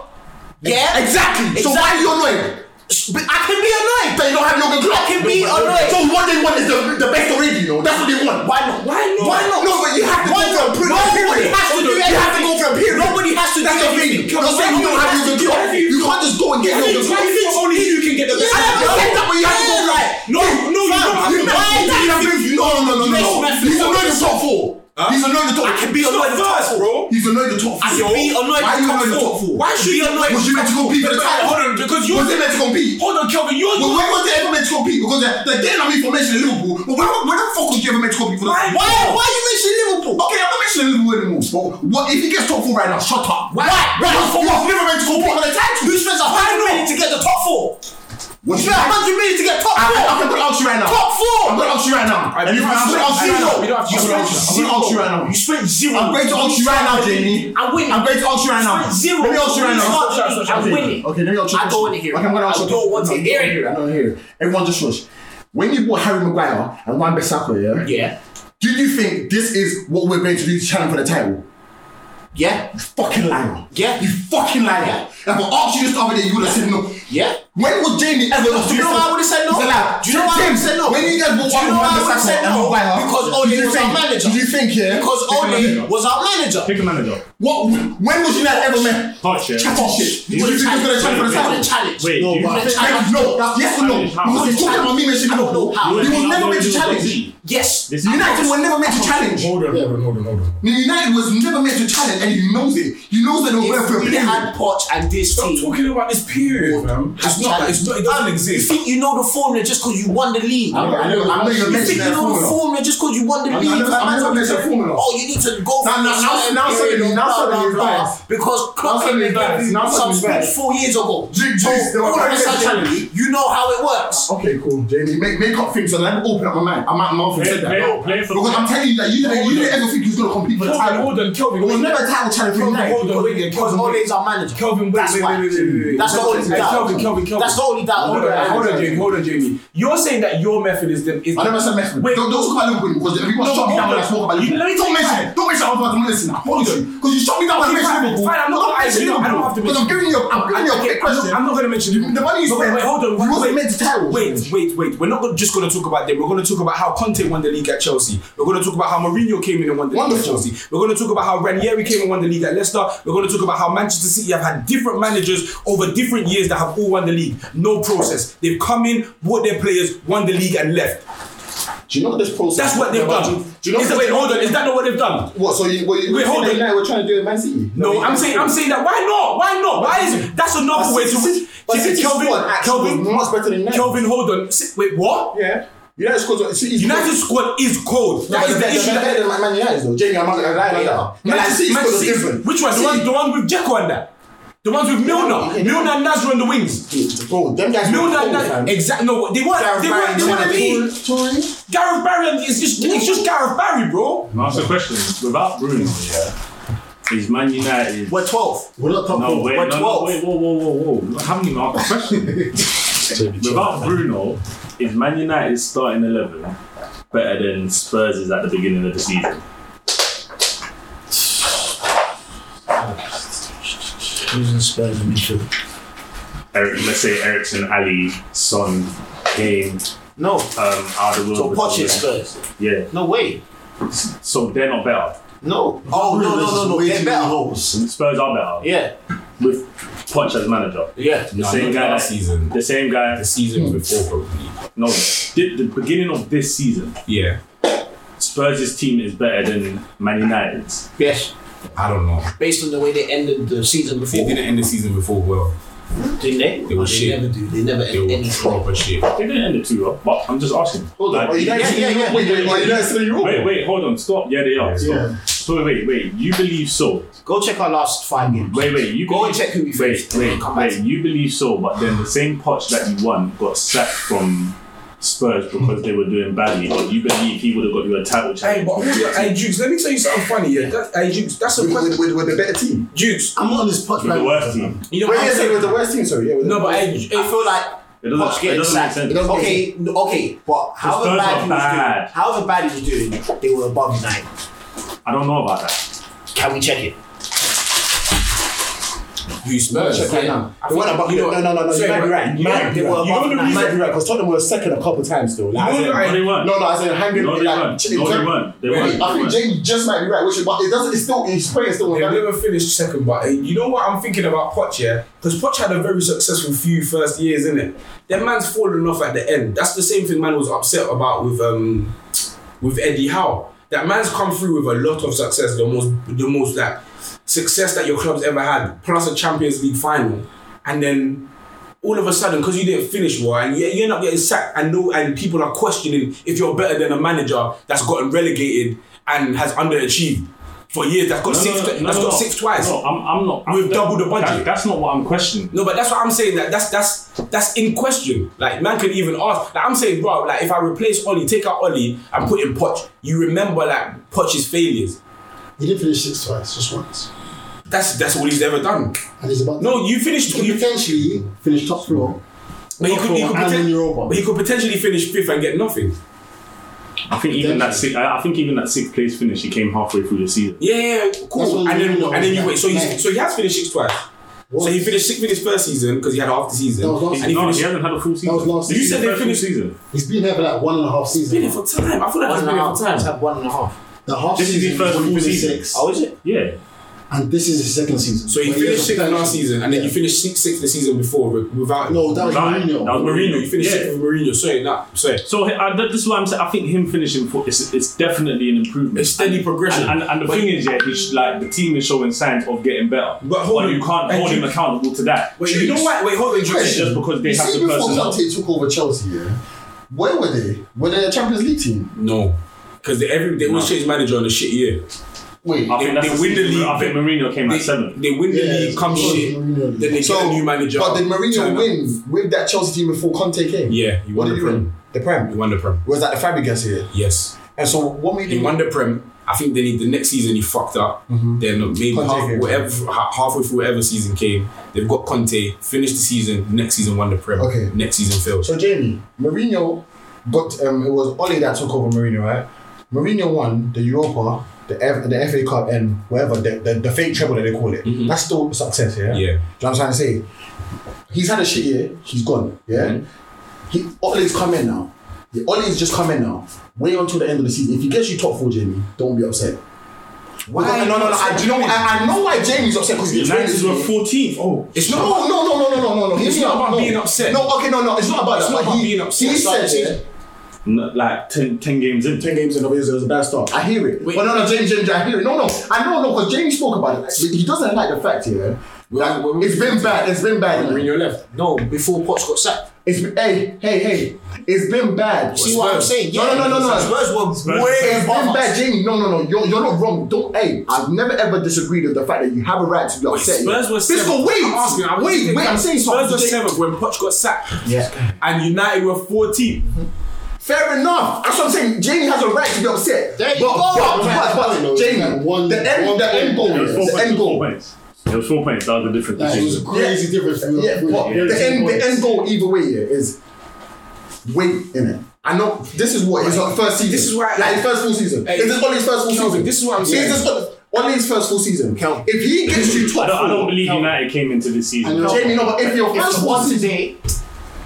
Speaker 8: Yeah,
Speaker 1: Exactly. So why are you annoyed?
Speaker 8: But I can be annoyed.
Speaker 1: That you don't have Jurgen Klopp.
Speaker 8: I can be annoyed.
Speaker 1: So what they want is the, the best already, you know. That's what they want.
Speaker 8: Why not? Why not?
Speaker 1: Why not? No, but you have to
Speaker 8: Why
Speaker 1: go for a
Speaker 8: not?
Speaker 1: period.
Speaker 8: Nobody
Speaker 1: Period.
Speaker 8: has to do
Speaker 1: You have to go for a period.
Speaker 8: Nobody has to do
Speaker 1: That's the thing.
Speaker 8: everything.
Speaker 1: You're saying you don't have Jurgen Klopp. You can't just go and get Jurgen Klopp.
Speaker 4: Only you can get the best.
Speaker 1: Yeah,
Speaker 8: no,
Speaker 1: that's what you have to go
Speaker 8: yeah,
Speaker 1: for.
Speaker 4: No, no, you don't
Speaker 1: You
Speaker 4: have to.
Speaker 1: know,
Speaker 8: Why is that
Speaker 1: you have to- no, no, no, no, no.
Speaker 8: Best
Speaker 1: He's
Speaker 8: method.
Speaker 1: annoyed the top four. He's annoyed the top. I can be
Speaker 4: It's not first, bro.
Speaker 1: He's annoyed the top four.
Speaker 8: I can be annoyed
Speaker 1: Why are
Speaker 8: with
Speaker 1: you annoyed
Speaker 8: top
Speaker 1: the
Speaker 8: four.
Speaker 1: top four?
Speaker 4: Why should you annoy?
Speaker 1: Was you meant to compete for the title?
Speaker 4: Hold on, because you.
Speaker 1: Was they meant to compete?
Speaker 4: Hold on, Kelvin. You're.
Speaker 1: Well, when was they ever meant to compete? Because they're, they're getting our information in Liverpool. But when, when the fuck was you ever meant to compete for the
Speaker 4: Why-
Speaker 8: Why? Why are you mentioning Liverpool?
Speaker 1: Okay, I'm not mentioning Liverpool anymore. But what if he gets top four right now? Shut up.
Speaker 8: Why? Why?
Speaker 1: Because you was never meant to compete for the title.
Speaker 8: Who spends a hundred million to get the top four?
Speaker 1: What
Speaker 8: You spent a hundred million to get top
Speaker 1: I'm
Speaker 8: four.
Speaker 1: gonna ask you right now. I'm
Speaker 8: Top four.
Speaker 1: gonna ask you right now.
Speaker 4: Alright,
Speaker 1: And
Speaker 4: we
Speaker 1: if
Speaker 4: don't
Speaker 1: I'm
Speaker 4: have
Speaker 1: gonna
Speaker 4: to-
Speaker 1: ask you
Speaker 4: I know, we don't
Speaker 1: right now. I'm
Speaker 4: have to- we don't have to-
Speaker 1: gonna ask you right now.
Speaker 4: You spent zero.
Speaker 1: I'm going to ask you right now, Jamie.
Speaker 8: I win.
Speaker 1: I'm going to ask you right now.
Speaker 8: Zero.
Speaker 1: Let me ask you right now.
Speaker 8: Stop, stop, stop, stop. I win it.
Speaker 1: Okay, let me ask you. a
Speaker 8: I don't
Speaker 1: question.
Speaker 8: wanna hear it.
Speaker 1: Okay, I'm gonna ask
Speaker 8: I
Speaker 1: you a
Speaker 8: don't
Speaker 1: question.
Speaker 8: want to
Speaker 1: No,
Speaker 8: hear
Speaker 1: you don't
Speaker 8: it.
Speaker 1: I don't hear it. Everyone just rush. When you bought Harry Maguire and Wan Bissaka, yeah,
Speaker 8: Yeah.
Speaker 1: did you think this is what we're going to do to challenge for the title?
Speaker 8: Yeah.
Speaker 1: Fucking liar.
Speaker 8: Yeah.
Speaker 1: You fucking liar. If I asked you this the other day, you would have said no.
Speaker 8: Yeah.
Speaker 1: When was Jamie ever
Speaker 8: Eh, Do you know why I would've said no?
Speaker 1: He's allowed.
Speaker 8: Do you know why I would've
Speaker 1: James,
Speaker 8: said no?
Speaker 1: When you guys bought
Speaker 8: Do you
Speaker 1: Wan
Speaker 8: know why I
Speaker 1: Bissaka
Speaker 8: would've said
Speaker 1: and
Speaker 8: no?
Speaker 1: Maguire,
Speaker 8: Because
Speaker 1: did
Speaker 8: Ole
Speaker 1: you
Speaker 8: was our
Speaker 1: think-
Speaker 8: manager.
Speaker 1: Did you think, yeah?
Speaker 8: Because
Speaker 1: Pick a
Speaker 8: Ole
Speaker 1: manager.
Speaker 8: was our manager.
Speaker 2: Pick a manager.
Speaker 1: What? When was United ever met?
Speaker 2: Hot shit.
Speaker 1: Chat
Speaker 2: Hot
Speaker 1: shit.
Speaker 2: You
Speaker 1: You think he's
Speaker 2: would've
Speaker 1: gonna challenge for the title?
Speaker 2: challenged-
Speaker 8: challenge.
Speaker 2: Wait,
Speaker 1: No,
Speaker 2: you-
Speaker 1: but
Speaker 8: Challenge.
Speaker 1: challenge. no, that's yes or no. Because he's talking about me mentioning
Speaker 8: I don't know
Speaker 1: Liverpool.
Speaker 8: how.
Speaker 1: He was never meant to challenge.
Speaker 8: Yes.
Speaker 2: This-
Speaker 1: United were never meant to challenge.
Speaker 4: Hold on.
Speaker 16: hold on, hold on.
Speaker 1: United was never meant to challenge, and he knows it. He knows that they were going for a
Speaker 8: If we
Speaker 1: period.
Speaker 8: had Poch and this
Speaker 4: Stop
Speaker 8: team,
Speaker 4: talking about this period, man. It's not. like- It's not. It doesn't
Speaker 8: You
Speaker 4: exist.
Speaker 8: think you know the formula just because you won the league?
Speaker 1: I know- I know- I know you're
Speaker 8: you
Speaker 1: mentioning
Speaker 8: think you
Speaker 1: that
Speaker 8: know the
Speaker 1: formula.
Speaker 8: formula just because you won the
Speaker 1: I know- I
Speaker 8: league?
Speaker 1: know- I
Speaker 8: man.
Speaker 1: know you're mentioning formula.
Speaker 8: Oh, you need to go
Speaker 1: Now-
Speaker 8: for
Speaker 1: now- now-
Speaker 8: a certain
Speaker 1: now
Speaker 8: period
Speaker 1: suddenly-
Speaker 8: of
Speaker 1: now
Speaker 8: blah,
Speaker 1: suddenly
Speaker 8: blah,
Speaker 1: it's
Speaker 8: blah,
Speaker 1: biased.
Speaker 8: Because Klopp
Speaker 1: suddenly
Speaker 8: gave
Speaker 1: it's biased.
Speaker 8: you
Speaker 1: Now
Speaker 8: some
Speaker 1: suddenly it's
Speaker 8: speech
Speaker 1: biased.
Speaker 8: four years ago.
Speaker 1: Jig-
Speaker 8: So
Speaker 1: jigs, they were
Speaker 8: all of a
Speaker 1: trying to get
Speaker 8: sudden,
Speaker 1: challenged.
Speaker 8: you know how it works.
Speaker 1: Okay, cool, Jamie. Make, make up things, and let me open up my mind. I might mouth and
Speaker 2: Play-
Speaker 1: said that.
Speaker 2: play-
Speaker 1: no.
Speaker 2: play for-
Speaker 1: because I'm telling you that you didn't, you didn't ever think he was going to compete for the
Speaker 4: Kelvin,
Speaker 1: title.
Speaker 4: hold on, Kelvin.
Speaker 1: It was
Speaker 4: wait.
Speaker 1: never a title challenge for
Speaker 4: Kelvin,
Speaker 1: United.
Speaker 4: hold on, wait, yeah,
Speaker 8: Because
Speaker 4: Kelvin.
Speaker 8: Ole
Speaker 4: wait.
Speaker 8: is our manager.
Speaker 4: Kelvin, wait,
Speaker 8: That's
Speaker 4: wait,
Speaker 8: why.
Speaker 4: wait, wait, wait, wait.
Speaker 8: That's the only
Speaker 4: Hey,
Speaker 8: doubt.
Speaker 4: Kelvin, Kelvin, Kelvin.
Speaker 8: That's the only doubt.
Speaker 4: Hold on, hold on, Jamie. Hold on, Jamie. You're saying that your method is the is.
Speaker 1: I never said Messi.
Speaker 4: Wait.
Speaker 1: Don't, don't talk about Liverpool because everyone
Speaker 4: No,
Speaker 1: shut me
Speaker 4: hold
Speaker 1: down when I
Speaker 4: on.
Speaker 1: spoke about
Speaker 4: You-
Speaker 1: Liverpool.
Speaker 4: let me
Speaker 1: don't
Speaker 4: take
Speaker 1: mention
Speaker 4: time.
Speaker 1: it. Don't mention it. I'm not going to listen. I promise you. Because you shut me down when I
Speaker 4: Okay,
Speaker 1: mentioned
Speaker 4: fine,
Speaker 1: Liverpool.
Speaker 4: fine, I'm not-
Speaker 1: Don't
Speaker 4: I
Speaker 1: mention
Speaker 4: agree, I don't have to
Speaker 1: Liverpool. Because I'm giving you a, I'm giving you a
Speaker 4: Okay,
Speaker 1: quick question.
Speaker 4: I'm not going to mention
Speaker 1: The money you
Speaker 4: No, wait,
Speaker 1: spent-
Speaker 4: wait, hold on.
Speaker 1: You wasn't
Speaker 4: wait,
Speaker 1: meant to tell.
Speaker 4: Wait, wait, wait. We're not gonna- just going to talk about them. We're going to talk about how Conte won the league at Chelsea. We're going to talk about how Mourinho came in and won the league at
Speaker 1: Wonderful.
Speaker 4: Chelsea. We're going to talk about how Ranieri came and won the league at Leicester. We're going to talk about how Manchester City have had different managers over different years that have all won the league. No process. They've come in, bought their players, won the league, and left.
Speaker 1: Do you know this process?
Speaker 4: That's what they've done.
Speaker 1: Do you know
Speaker 4: Is that- wait, hold on. Is that not what they've done?
Speaker 1: What? So you, what, you you
Speaker 4: Wait,
Speaker 1: think
Speaker 4: hold on.
Speaker 1: that United were trying to do in Man City?
Speaker 4: No, I'm saying I'm saying that. Why not? Why not? Why is that's another way to?
Speaker 1: But
Speaker 4: Kelvin,
Speaker 1: City's squad actually
Speaker 4: Kelvin,
Speaker 1: was much better than United.
Speaker 4: Kelvin, hold on. Si- Wait, what?
Speaker 1: Yeah. United squad. City's
Speaker 4: United squad is cold.
Speaker 1: No,
Speaker 4: That is
Speaker 1: they're
Speaker 4: the
Speaker 1: better-
Speaker 4: issue.
Speaker 1: they're better
Speaker 4: that-
Speaker 1: than Man Man United though. Jamie, I'm not gonna lie like that. Man City's
Speaker 4: Man
Speaker 1: squad is
Speaker 4: City-
Speaker 1: different.
Speaker 4: Which one? The one, the one with Jekyll and that. The ones with Milner, Milner and Nasr on the wings.
Speaker 1: Bro, them guys.
Speaker 4: Milner
Speaker 1: were cold,
Speaker 4: and Nasr.
Speaker 1: man.
Speaker 4: Exactly. No, they weren't. They weren't. They weren't a league.
Speaker 1: Tory?
Speaker 4: Gareth Barry and- it's just it's just Gareth Barry, bro.
Speaker 2: Can I ask a question? Without Bruno, yeah, is Man United.
Speaker 8: We're 12.
Speaker 1: We're not top
Speaker 2: No,
Speaker 1: four.
Speaker 2: wait,
Speaker 8: We're
Speaker 2: no, no,
Speaker 8: 12.
Speaker 2: wait, whoa, whoa, whoa, whoa. I haven't even asked a question. Without Bruno, is Man United's starting 11 better than Spurs is at the beginning of the season?
Speaker 8: Losing Spurs in midfield.
Speaker 2: Eric, let's say Ericsson, Ali, Son, Kane,
Speaker 8: No.
Speaker 2: um, Alderweireld.
Speaker 8: So Poch is Spurs.
Speaker 2: Yeah,
Speaker 8: No way.
Speaker 2: so they're not better.
Speaker 8: No. Oh no no no no. They're better.
Speaker 2: Spurs are better.
Speaker 8: Yeah.
Speaker 2: with Poch as manager.
Speaker 4: Yeah,
Speaker 2: the
Speaker 4: no,
Speaker 2: same
Speaker 4: not
Speaker 2: guy
Speaker 4: last season.
Speaker 2: The same guy.
Speaker 4: The
Speaker 1: Hmm.
Speaker 4: season before, probably.
Speaker 2: No, the, the beginning of this season,
Speaker 4: Yeah.
Speaker 2: Spurs' team is better than Man United's.
Speaker 8: Yes.
Speaker 4: I don't know.
Speaker 8: Based on the way they ended the season
Speaker 4: They
Speaker 8: before,
Speaker 4: didn't end the season before well.
Speaker 8: didn't they?
Speaker 4: They were
Speaker 8: Oh,
Speaker 4: shit.
Speaker 8: They never do. They never
Speaker 4: They
Speaker 8: end
Speaker 4: were
Speaker 8: anything.
Speaker 4: proper shit.
Speaker 2: They didn't end it too well, but I'm just asking.
Speaker 14: Hold on.
Speaker 2: Like,
Speaker 14: Are you guys
Speaker 8: yeah, yeah.
Speaker 14: Wait, wait, wait. Are you guys still in Europe?
Speaker 2: Wait, wait, hold on, stop. Yeah, they are. Stop. So wait, wait, wait. You believe so?
Speaker 8: Go check our last five games.
Speaker 2: Wait, wait. You
Speaker 8: Go
Speaker 2: believe,
Speaker 8: and check who we
Speaker 2: Wait,
Speaker 8: faced.
Speaker 2: wait,
Speaker 8: Come back
Speaker 2: wait. You believe so? But then the same Poch that you won got sacked from Spurs because they were doing badly. But you believe he would have got you a title
Speaker 4: Hey,
Speaker 2: challenge?
Speaker 4: but also, hey, Jukes, let me tell you something funny. Yeah, that, hey, Jukes, that's a question.
Speaker 14: With, with the better team.
Speaker 4: Jukes,
Speaker 8: I'm not on this podcast.
Speaker 2: You're the worst team.
Speaker 4: you know
Speaker 14: Wait, yeah,
Speaker 4: what I'm
Speaker 14: sorry,
Speaker 4: saying?
Speaker 14: with the worst team, sorry. Yeah, with
Speaker 4: No,
Speaker 14: the
Speaker 4: but hey,
Speaker 8: I
Speaker 4: hey,
Speaker 8: feel like
Speaker 2: It doesn't-
Speaker 8: Poch
Speaker 2: it
Speaker 8: getting
Speaker 2: doesn't make
Speaker 8: sacked.
Speaker 2: sense. It
Speaker 14: doesn't make
Speaker 8: Okay, n- okay, but however
Speaker 2: Spurs are
Speaker 8: bad he was
Speaker 2: bad.
Speaker 8: doing, however bad he was doing, they were above nine.
Speaker 2: I don't know about that.
Speaker 8: Can we check it?
Speaker 4: who Spurs?
Speaker 14: Check right now. They went above.
Speaker 4: you know
Speaker 14: No, no, no, no. You
Speaker 4: sorry,
Speaker 14: might be
Speaker 4: but-
Speaker 14: right. You
Speaker 4: you
Speaker 14: might
Speaker 4: know-
Speaker 14: be
Speaker 8: they
Speaker 14: right.
Speaker 8: were
Speaker 14: You
Speaker 8: above
Speaker 14: know the
Speaker 8: nine.
Speaker 14: reason? Because Tottenham were second a couple times though. Like,
Speaker 4: You know
Speaker 14: I said-
Speaker 2: No,
Speaker 4: the-
Speaker 2: they weren't.
Speaker 14: No, no, I said hanging.
Speaker 2: No, they
Speaker 14: like,
Speaker 2: weren't.
Speaker 14: in
Speaker 2: No, they
Speaker 14: terms-
Speaker 2: weren't. They
Speaker 14: Really,
Speaker 2: weren't.
Speaker 14: I
Speaker 2: They
Speaker 14: think
Speaker 2: weren't.
Speaker 14: James just might be right, which, but it doesn't. It's still his point. is Still
Speaker 4: They've
Speaker 14: on
Speaker 4: never finished second, but uh, you know what I'm thinking about Poch, yeah? Because Poch had a very successful few first years, innit? That man's fallen off at the end. That's the same thing man was upset about with um with Eddie Howe. That man's come through with a lot of success, the most the most like success that your club's ever had, plus a Champions League final, and then all of a sudden, because you didn't finish well, and you, you end up getting sacked, and no, and people are questioning if you're better than a manager that's gotten relegated and has underachieved for years, that's got
Speaker 2: No,
Speaker 4: six,
Speaker 2: no, no,
Speaker 4: that's
Speaker 2: no,
Speaker 4: got
Speaker 2: no.
Speaker 4: six twice.
Speaker 2: No, I'm, I'm not. I'm
Speaker 4: We've
Speaker 2: that-
Speaker 4: doubled the budget.
Speaker 2: that- that's not what I'm questioning.
Speaker 4: No, but that's what I'm saying. That that's that's that's in question. Like man could even ask. Like I'm saying, bro. Like if I replace Ollie, take out Ollie and put in Poch, you remember like Poch's failures.
Speaker 1: He did finish six twice, just once.
Speaker 4: That's that's all he's ever done.
Speaker 1: And he's about
Speaker 4: No, you finished.
Speaker 1: he could
Speaker 4: You,
Speaker 1: potentially finish top floor.
Speaker 4: but he could, he could
Speaker 1: and
Speaker 4: poten-
Speaker 1: in Europa.
Speaker 4: but he could potentially finish fifth and get nothing.
Speaker 2: I think even that six, I I think even that sixth place finish, he came halfway through the season.
Speaker 4: Yeah, yeah, yeah,
Speaker 1: That's
Speaker 4: cool.
Speaker 1: what
Speaker 4: And
Speaker 1: we
Speaker 4: then
Speaker 1: know
Speaker 4: and then you
Speaker 1: about
Speaker 4: wait. So
Speaker 1: that.
Speaker 4: he's, so he has finished sixth twice. So he finished sixth in his first season because he had half the season.
Speaker 1: That was last
Speaker 4: and he
Speaker 2: no,
Speaker 4: finished.
Speaker 2: he hasn't had a full season.
Speaker 1: was last
Speaker 2: Did you
Speaker 4: season.
Speaker 2: say they
Speaker 4: First full
Speaker 2: finished season?
Speaker 1: He's been there for like one and a half
Speaker 4: Been there
Speaker 1: seasons.
Speaker 4: for time. I feel like
Speaker 8: One
Speaker 4: that's
Speaker 8: and
Speaker 4: been
Speaker 8: a
Speaker 4: there
Speaker 8: half
Speaker 4: for time.
Speaker 8: times. Have one and a half.
Speaker 1: The half
Speaker 2: This is his
Speaker 1: season
Speaker 2: first
Speaker 1: when he
Speaker 2: full
Speaker 1: finished
Speaker 2: season.
Speaker 1: sixth,
Speaker 8: Oh, is it?
Speaker 2: Yeah.
Speaker 1: and this is his second season.
Speaker 4: So he
Speaker 1: But he
Speaker 4: finished
Speaker 1: has
Speaker 4: sixth
Speaker 1: potential.
Speaker 4: last season, and then
Speaker 1: Yeah.
Speaker 4: you finished sixth, sixth the season before wi- without him.
Speaker 1: No, that was
Speaker 2: Nah,
Speaker 1: Mourinho.
Speaker 2: that was
Speaker 4: Mourinho. You finished
Speaker 2: Yeah.
Speaker 4: sixth with Mourinho. Sorry, nah, sorry.
Speaker 2: So he- I, that- this is why I'm saying I think him finishing for it's, it's definitely an improvement.
Speaker 4: It's steady
Speaker 2: And-
Speaker 4: progression.
Speaker 2: And, and, and the
Speaker 4: But-
Speaker 2: thing is, yeah, he's like the team is showing signs of getting better.
Speaker 4: But hold on.
Speaker 2: you can't
Speaker 4: Hey,
Speaker 2: hold him
Speaker 4: Jude.
Speaker 2: accountable to that.
Speaker 4: Wait, you know what? Wait, hold on.
Speaker 2: It's
Speaker 4: Just,
Speaker 2: just because they
Speaker 1: You
Speaker 2: have
Speaker 1: see,
Speaker 2: the
Speaker 1: before
Speaker 2: personnel.
Speaker 1: Conte took over Chelsea, yeah, where were they? Were they a Champions League team?
Speaker 4: no, because they every they always change manager on a shit year.
Speaker 1: Wait,
Speaker 2: I
Speaker 4: They-
Speaker 2: think that's
Speaker 4: they
Speaker 2: the
Speaker 4: win the
Speaker 2: season- I
Speaker 4: league.
Speaker 2: think Mourinho came
Speaker 4: They,
Speaker 2: at seven.
Speaker 4: they win the
Speaker 1: Yeah,
Speaker 4: league, come
Speaker 1: of course,
Speaker 4: shit.
Speaker 1: Mourinho.
Speaker 4: Then they get a new manager.
Speaker 1: but did
Speaker 4: turn
Speaker 1: Mourinho
Speaker 4: up.
Speaker 1: win with that Chelsea team before Conte came?
Speaker 4: Yeah, he
Speaker 1: What
Speaker 4: won
Speaker 1: did
Speaker 4: the
Speaker 1: he win?
Speaker 4: prem.
Speaker 1: The Prem.
Speaker 4: He won the prem.
Speaker 1: Was that the Fabregas here?
Speaker 4: Yes,
Speaker 1: And so what made
Speaker 4: he
Speaker 1: him
Speaker 4: won the prem. I think then he, the next season he fucked up. Then maybe
Speaker 1: Mm-hmm. Conte
Speaker 4: half,
Speaker 1: came.
Speaker 4: whatever, ha- halfway through whatever season came, they've got Conte. Finished the season. Next season won the prem.
Speaker 1: Okay.
Speaker 4: Next season failed.
Speaker 1: So Jamie, Mourinho got um, it was Oli that took over Mourinho, right? Mourinho won the Europa, the F, the FA Cup, and whatever the, the, the fake treble that they call it. That's still success, Mm-hmm. yeah. Do you
Speaker 4: Yeah.
Speaker 1: know what I'm trying to say? He's had a shit year. He's gone, yeah. He Oli's come in now. Yeah, Oli's just come in now. Wait until the end of the season. If he gets you top four, Jamie, don't be upset. Why? No, no, no. I, do you know, I, I know why Jamie's upset because he's
Speaker 2: United were fourteenth. Oh,
Speaker 4: It's not.
Speaker 1: no, no, no, no, no, no, no, no.
Speaker 4: It's
Speaker 1: He's
Speaker 4: not about
Speaker 1: no.
Speaker 4: being upset.
Speaker 1: No, okay, no, no. It's not about
Speaker 4: It's
Speaker 1: that.
Speaker 4: not
Speaker 1: but
Speaker 4: about
Speaker 1: he,
Speaker 4: being upset.
Speaker 1: He
Speaker 4: It's about the
Speaker 1: said,
Speaker 4: season.
Speaker 1: yeah,
Speaker 2: no, like 10, 10 games in.
Speaker 1: 10 games in a row is a bad start. I hear it. but no, no, James, James, I hear it. No, no. I know, no, because James spoke about it. He doesn't like the fact here. Like,
Speaker 4: when we-
Speaker 1: it's been bad. It's been bad.
Speaker 4: Mourinho left.
Speaker 8: No, before Poch got sacked.
Speaker 1: It's been, hey, hey, hey. It's been bad.
Speaker 8: See what I'm saying?
Speaker 1: No,
Speaker 8: Yeah,
Speaker 1: no, no, no, no.
Speaker 8: Spurs were
Speaker 2: Spurs-
Speaker 8: way
Speaker 1: It's
Speaker 8: above
Speaker 1: been
Speaker 8: us.
Speaker 1: bad, Jamie. No, no, no. You're, you're not wrong. Don't. Hey, I've never ever disagreed with the fact that you have a right to be upset.
Speaker 4: Spurs were
Speaker 1: Fiscal,
Speaker 4: seventh.
Speaker 1: wait,
Speaker 4: I'm asking, I'm
Speaker 1: wait,
Speaker 4: thinking,
Speaker 1: wait. I'm saying something.
Speaker 4: Spurs were seventh when Poch got sacked.
Speaker 1: Yeah.
Speaker 4: And United were 14th.
Speaker 1: Fair enough. That's what I'm saying. Jamie has a right to be upset.
Speaker 8: There you
Speaker 1: but,
Speaker 8: go.
Speaker 1: But, but, but,
Speaker 15: Like
Speaker 1: Jamie,
Speaker 15: one-
Speaker 1: the end,
Speaker 15: one
Speaker 1: the
Speaker 15: point.
Speaker 1: end goal,
Speaker 15: It
Speaker 2: It was
Speaker 15: was
Speaker 2: four
Speaker 1: the
Speaker 2: points.
Speaker 1: end
Speaker 2: It was four
Speaker 1: goal.
Speaker 2: points. It was four points. That was the difference.
Speaker 15: Like, it
Speaker 2: between-
Speaker 15: was a crazy difference. From
Speaker 1: Yeah,
Speaker 15: from-
Speaker 1: but
Speaker 15: yeah,
Speaker 1: the
Speaker 15: two
Speaker 1: end, the
Speaker 15: points.
Speaker 1: end goal either way yeah, is wait in it. I know this is what his first season.
Speaker 4: This is why-
Speaker 1: like his first full season.
Speaker 4: Hey,
Speaker 1: is this Ollie's first full
Speaker 4: Kelvin,
Speaker 1: season?
Speaker 4: this is what I'm saying.
Speaker 1: Is this Ollie's first full season? If he gets you
Speaker 2: I
Speaker 1: top
Speaker 2: don't, I don't
Speaker 1: four,
Speaker 2: believe United came into this season.
Speaker 1: Jamie, no, but if your
Speaker 8: If
Speaker 1: first
Speaker 8: the
Speaker 1: full
Speaker 8: one
Speaker 1: season,
Speaker 8: today,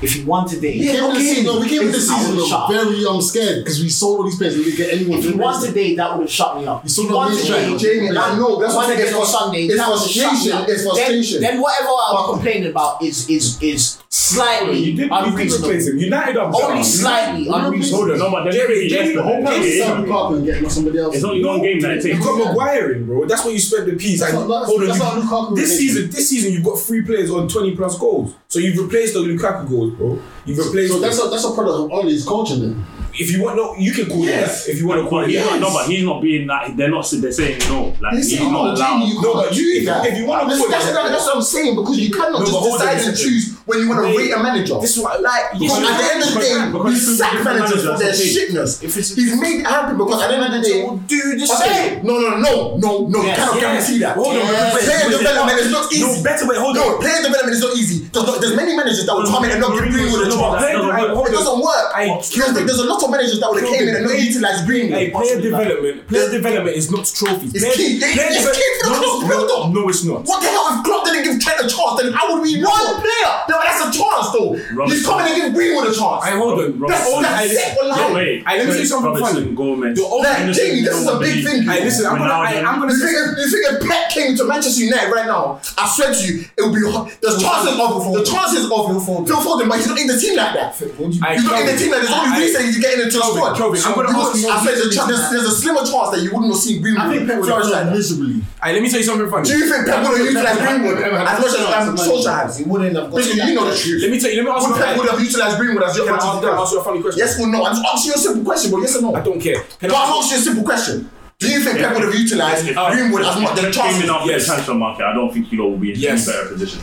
Speaker 8: If you wanted it,
Speaker 1: We came in the season, no, we came in the
Speaker 8: I
Speaker 1: season
Speaker 8: would've shut up.
Speaker 1: though, very um, scared because we saw all these players. We didn't get anyone.
Speaker 8: If
Speaker 1: from
Speaker 8: you
Speaker 1: the
Speaker 8: want
Speaker 1: rest.
Speaker 8: today, that would have shut me up.
Speaker 1: You saw
Speaker 8: If
Speaker 1: the
Speaker 8: want
Speaker 1: reason,
Speaker 8: today,
Speaker 1: Jamie, I know, that's
Speaker 8: want
Speaker 1: what-
Speaker 8: today
Speaker 1: it's
Speaker 8: on
Speaker 1: frus-
Speaker 8: Sunday.
Speaker 1: it's
Speaker 8: that would have shut me
Speaker 1: frustration,
Speaker 8: up.
Speaker 1: it's
Speaker 8: Then-
Speaker 1: frustration.
Speaker 8: Then, whatever I'm complaining about is is is slightly
Speaker 4: You did- you did
Speaker 8: unreasonable.
Speaker 4: replace him. United are
Speaker 8: only
Speaker 4: better.
Speaker 8: slightly unreasonable.
Speaker 4: Hold on.
Speaker 2: No, but then
Speaker 4: Jerry,
Speaker 2: he
Speaker 4: Jerry,
Speaker 2: left the whole
Speaker 4: Jerry,
Speaker 2: game.
Speaker 4: Jerry,
Speaker 1: Sam Parker and getting somebody else.
Speaker 2: It's only one game that it
Speaker 4: You
Speaker 2: takes.
Speaker 4: got Maguire in, bro. That's what you spent the piece.
Speaker 1: That's
Speaker 4: And
Speaker 1: not- that's-
Speaker 4: hold on,
Speaker 1: that's
Speaker 4: you-
Speaker 1: not Lukaku
Speaker 4: this
Speaker 1: related.
Speaker 4: season, this season you've got three players on twenty plus goals. So you've replaced the Lukaku goals, bro. You've replaced.
Speaker 1: So that's a that's a product of Ollie's culture then.
Speaker 4: if you want, no, you can call it that. If you want to call
Speaker 2: But he's
Speaker 4: it that.
Speaker 2: not, no, but he's not being that. They're not. They're saying no. Like he's
Speaker 1: saying, "Oh,
Speaker 2: not
Speaker 1: Jamie,
Speaker 2: allowed.
Speaker 1: you
Speaker 4: No,
Speaker 1: can't
Speaker 4: but you-
Speaker 1: do that."
Speaker 4: if you wanna
Speaker 1: that's,
Speaker 4: put
Speaker 1: that's,
Speaker 4: it-
Speaker 1: not- that's what I'm saying because you cannot
Speaker 4: No, but
Speaker 1: just
Speaker 4: hold on a
Speaker 1: decide and
Speaker 4: second.
Speaker 1: choose when you want to
Speaker 4: Wait.
Speaker 1: rate a manager.
Speaker 4: This is what- like,
Speaker 1: because
Speaker 4: yes,
Speaker 1: at the end of the day,
Speaker 2: because-
Speaker 1: we
Speaker 2: because
Speaker 1: sack
Speaker 2: different
Speaker 1: managers for
Speaker 2: managers,
Speaker 1: their
Speaker 2: that's the thing.
Speaker 1: shitness. He's made it happen because at the end of the day,
Speaker 8: will do the
Speaker 1: Okay.
Speaker 8: same.
Speaker 1: No, no, no, no, no. you
Speaker 8: Yes,
Speaker 1: cannot
Speaker 8: yes.
Speaker 1: guarantee that.
Speaker 4: Hold on, wait, wait,
Speaker 1: Player
Speaker 4: wait,
Speaker 1: development
Speaker 4: wait.
Speaker 1: is not easy.
Speaker 4: No, better wait, hold
Speaker 1: No, player development is not easy. There's, not, there's many managers that will come in and not give Greenwood a
Speaker 2: No,
Speaker 1: job.
Speaker 2: but player-
Speaker 4: I- hold
Speaker 1: Oh, It
Speaker 4: on.
Speaker 1: doesn't work.
Speaker 4: I-
Speaker 1: Because there- there's a lot of managers that would have came in and not utilised
Speaker 4: Hey,
Speaker 1: Greenwood.
Speaker 4: player development. Player development is not trophies.
Speaker 1: It's
Speaker 4: Player-
Speaker 1: key. It-
Speaker 4: player
Speaker 1: it's
Speaker 4: develop-
Speaker 1: key for the
Speaker 4: No,
Speaker 1: club
Speaker 4: no,
Speaker 1: build-up.
Speaker 4: No, it's not.
Speaker 1: What the hell if Klopp didn't give Trent a chance? Then how would we know? One player. No, that's a chance though.
Speaker 2: Robinson.
Speaker 1: He's coming and give Greenwood a chance.
Speaker 4: I hold on.
Speaker 2: Rob-
Speaker 1: that's
Speaker 2: Rob-
Speaker 1: that's it.
Speaker 2: No,
Speaker 1: Wallahi.
Speaker 2: wait.
Speaker 4: I- let me say something
Speaker 2: Robertson,
Speaker 4: funny.
Speaker 2: Gomez.
Speaker 4: The only-
Speaker 1: Like, Jamie, this is a big thing.
Speaker 4: Hey, listen, I'm gonna, I, I'm gonna
Speaker 1: You think, if, you think if Pep came to Manchester United right now, I swear to you, it would be the chances of the chances of Phil Foden. Phil Foden, but he's not in the team like that.
Speaker 4: I-
Speaker 1: He's not in the team like that. There's only
Speaker 4: I-
Speaker 1: reason you get into the
Speaker 4: Kelvin,
Speaker 1: squad.
Speaker 4: Kelvin, I'm gonna
Speaker 1: You
Speaker 4: ask
Speaker 1: would-
Speaker 4: you
Speaker 1: I
Speaker 4: something.
Speaker 1: swear there's a chance- there's, there's a slimmer chance that you wouldn't have seen Greenwood. flourish like that. miserably.
Speaker 4: Hey, let me tell you something funny.
Speaker 1: Do you think Pep would have utilised Greenwood as much as um, Solskjaer has?
Speaker 17: He wouldn't have got
Speaker 1: Basically, you know the truth.
Speaker 4: Let me tell you. Let me ask you.
Speaker 1: Would Pep would
Speaker 4: something.
Speaker 1: have utilised Greenwood as your
Speaker 4: Can I ask- can I ask
Speaker 1: does?
Speaker 4: you a funny question?
Speaker 1: Yes or no? I'm just asking you a simple question, bro. Yes or no?
Speaker 4: I don't care. Can
Speaker 1: But
Speaker 4: I-
Speaker 1: I'm asking you a simple question. Do you think Pep would have utilised
Speaker 2: If-
Speaker 1: Greenwood as much as
Speaker 2: if it came in
Speaker 1: chances?
Speaker 2: after
Speaker 4: Yes.
Speaker 2: the transfer market, I don't think you lot will be in
Speaker 4: Yes.
Speaker 2: any better position.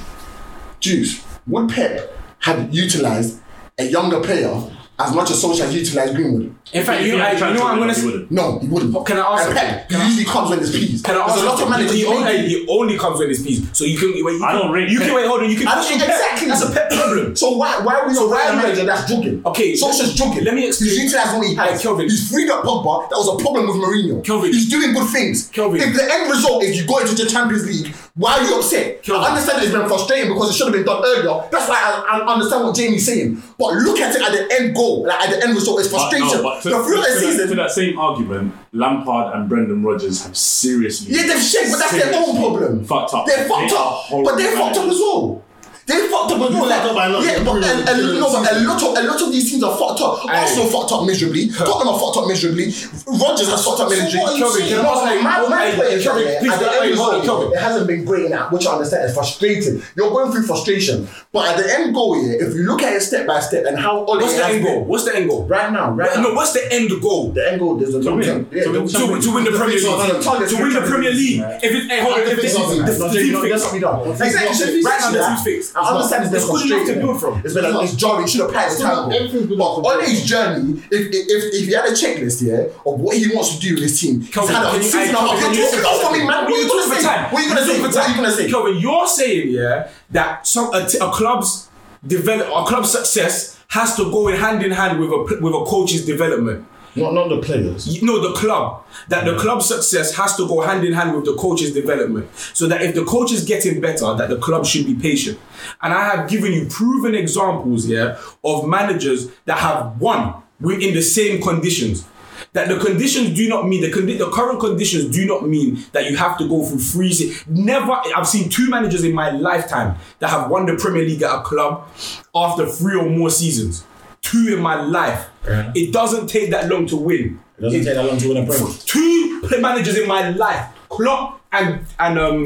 Speaker 1: Jews, would Pep have utilised a younger player as much as Solskjaer utilised Greenwood?
Speaker 4: In fact, you know, I- you know what I'm gonna.
Speaker 2: You
Speaker 4: say?
Speaker 2: wouldn't.
Speaker 1: No, he wouldn't.
Speaker 4: Can I ask
Speaker 1: And
Speaker 4: something?
Speaker 1: Pep,
Speaker 4: Can I-
Speaker 1: he usually comes when there's peace.
Speaker 4: Can I ask
Speaker 1: there's a lot of
Speaker 4: something?
Speaker 1: managers.
Speaker 4: He
Speaker 1: who-
Speaker 4: only, he only comes when it's peace. So you can. Wait, you
Speaker 2: I
Speaker 4: can,
Speaker 2: don't rate
Speaker 4: You can
Speaker 2: Pep.
Speaker 4: wait. Hold on. You can.
Speaker 1: I don't think exactly.
Speaker 4: That's a pet problem.
Speaker 1: So why why are we so why
Speaker 4: why
Speaker 1: a
Speaker 4: am I-
Speaker 1: manager that's jogging?
Speaker 4: Okay,
Speaker 1: Solskjaer's jogging.
Speaker 4: let me explain-
Speaker 1: He's utilised what he has.
Speaker 4: Hey, Kelvin.
Speaker 1: He's freed up Pogba. That was a problem with Mourinho.
Speaker 4: Kelvin.
Speaker 1: He's doing good things.
Speaker 4: Kelvin.
Speaker 1: If the end result is you go into the Champions League, why are you upset?
Speaker 4: Kelvin.
Speaker 1: I understand it's been frustrating because it should have been done earlier. That's why I, I understand what Jamie's saying. But look at it at the end goal, like at the end result, it's
Speaker 2: But
Speaker 1: frustration.
Speaker 2: no, but to,
Speaker 1: the
Speaker 2: to,
Speaker 1: throughout the
Speaker 2: to that, to
Speaker 1: season,
Speaker 2: that same argument, Lampard and Brendan Rodgers have seriously.
Speaker 1: yeah, they've shit, but that's their own
Speaker 2: seriously
Speaker 1: problem.
Speaker 2: Fucked up.
Speaker 1: They're fucked
Speaker 2: They are
Speaker 1: up,
Speaker 2: horrible
Speaker 1: but they're fucked up
Speaker 2: managers.
Speaker 1: as well. They fucked up as well.
Speaker 18: fucked up by a lot.
Speaker 1: Like, yeah, but
Speaker 18: You're
Speaker 1: and,
Speaker 18: really-
Speaker 1: and, no, but a
Speaker 18: you're
Speaker 1: lot of a lot of these teams are fucked up. Arsenal fucked up miserably. Tottenham are fucked up miserably. Rodgers has fucked up miserably.
Speaker 4: what are you saying?
Speaker 1: No,
Speaker 4: Kelvin,
Speaker 1: my-
Speaker 4: Kelvin,
Speaker 1: my point is
Speaker 4: Kelvin,
Speaker 1: that
Speaker 4: please,
Speaker 1: at the
Speaker 4: wait,
Speaker 1: end
Speaker 4: hold on,
Speaker 1: result,
Speaker 4: Kelvin.
Speaker 1: It hasn't been great, and I- which I understand is frustrating. You're going through frustration, but at the end goal here, if you look at it step by step and how Ole
Speaker 4: What's the
Speaker 1: has
Speaker 4: end
Speaker 1: been-
Speaker 4: goal? What's the end goal?
Speaker 1: Right now, right
Speaker 4: No.
Speaker 1: now.
Speaker 4: What's the end goal?
Speaker 1: The end goal. There's a long
Speaker 2: win.
Speaker 1: term. Yeah,
Speaker 2: To win.
Speaker 1: the-
Speaker 4: To, to win the Premier League. To win the Premier League. If it, hey, hold on, if this is the, the team
Speaker 1: That's
Speaker 4: fix.
Speaker 1: what we done.
Speaker 4: Exactly. Right now, the team's fixed.
Speaker 1: I understand it's been
Speaker 4: It's good enough to
Speaker 1: frustrating.
Speaker 4: build from.
Speaker 1: It's been like it's jarring. Should have passed the
Speaker 18: not- everything's
Speaker 1: tackle.
Speaker 18: been
Speaker 1: But
Speaker 18: up to
Speaker 1: on his journey, if if if, if he had a checklist here of what he wants to do with his team, he's
Speaker 4: Kelvin,
Speaker 1: had a
Speaker 4: can you-
Speaker 1: season
Speaker 4: hey,
Speaker 1: off.
Speaker 4: Kelvin,
Speaker 1: You're talking
Speaker 4: can you-
Speaker 1: over me, man. What are you
Speaker 4: talking
Speaker 1: gonna say?
Speaker 4: about?
Speaker 1: What are you gonna say?
Speaker 4: talking
Speaker 1: What
Speaker 4: about?
Speaker 1: are you gonna say?
Speaker 4: Kelvin, you're saying yeah that some a, t- a club's develop a club's success has to go in hand in hand with a pl- with a coach's development.
Speaker 1: Not not the players.
Speaker 4: You know the club that the club's success has to go hand in hand with the coach's development. So that if the coach is getting better, that the club should be patient. And I have given you proven examples here of managers that have won within the same conditions. That the conditions do not mean the condi- the current conditions do not mean that you have to go through three. se- Never, I've seen two managers in my lifetime that have won the Premier League at a club after three or more seasons. Two in my life. It doesn't take that long to win. It doesn't
Speaker 17: that long to win a Premier.
Speaker 4: two play managers in my life, Klopp and and um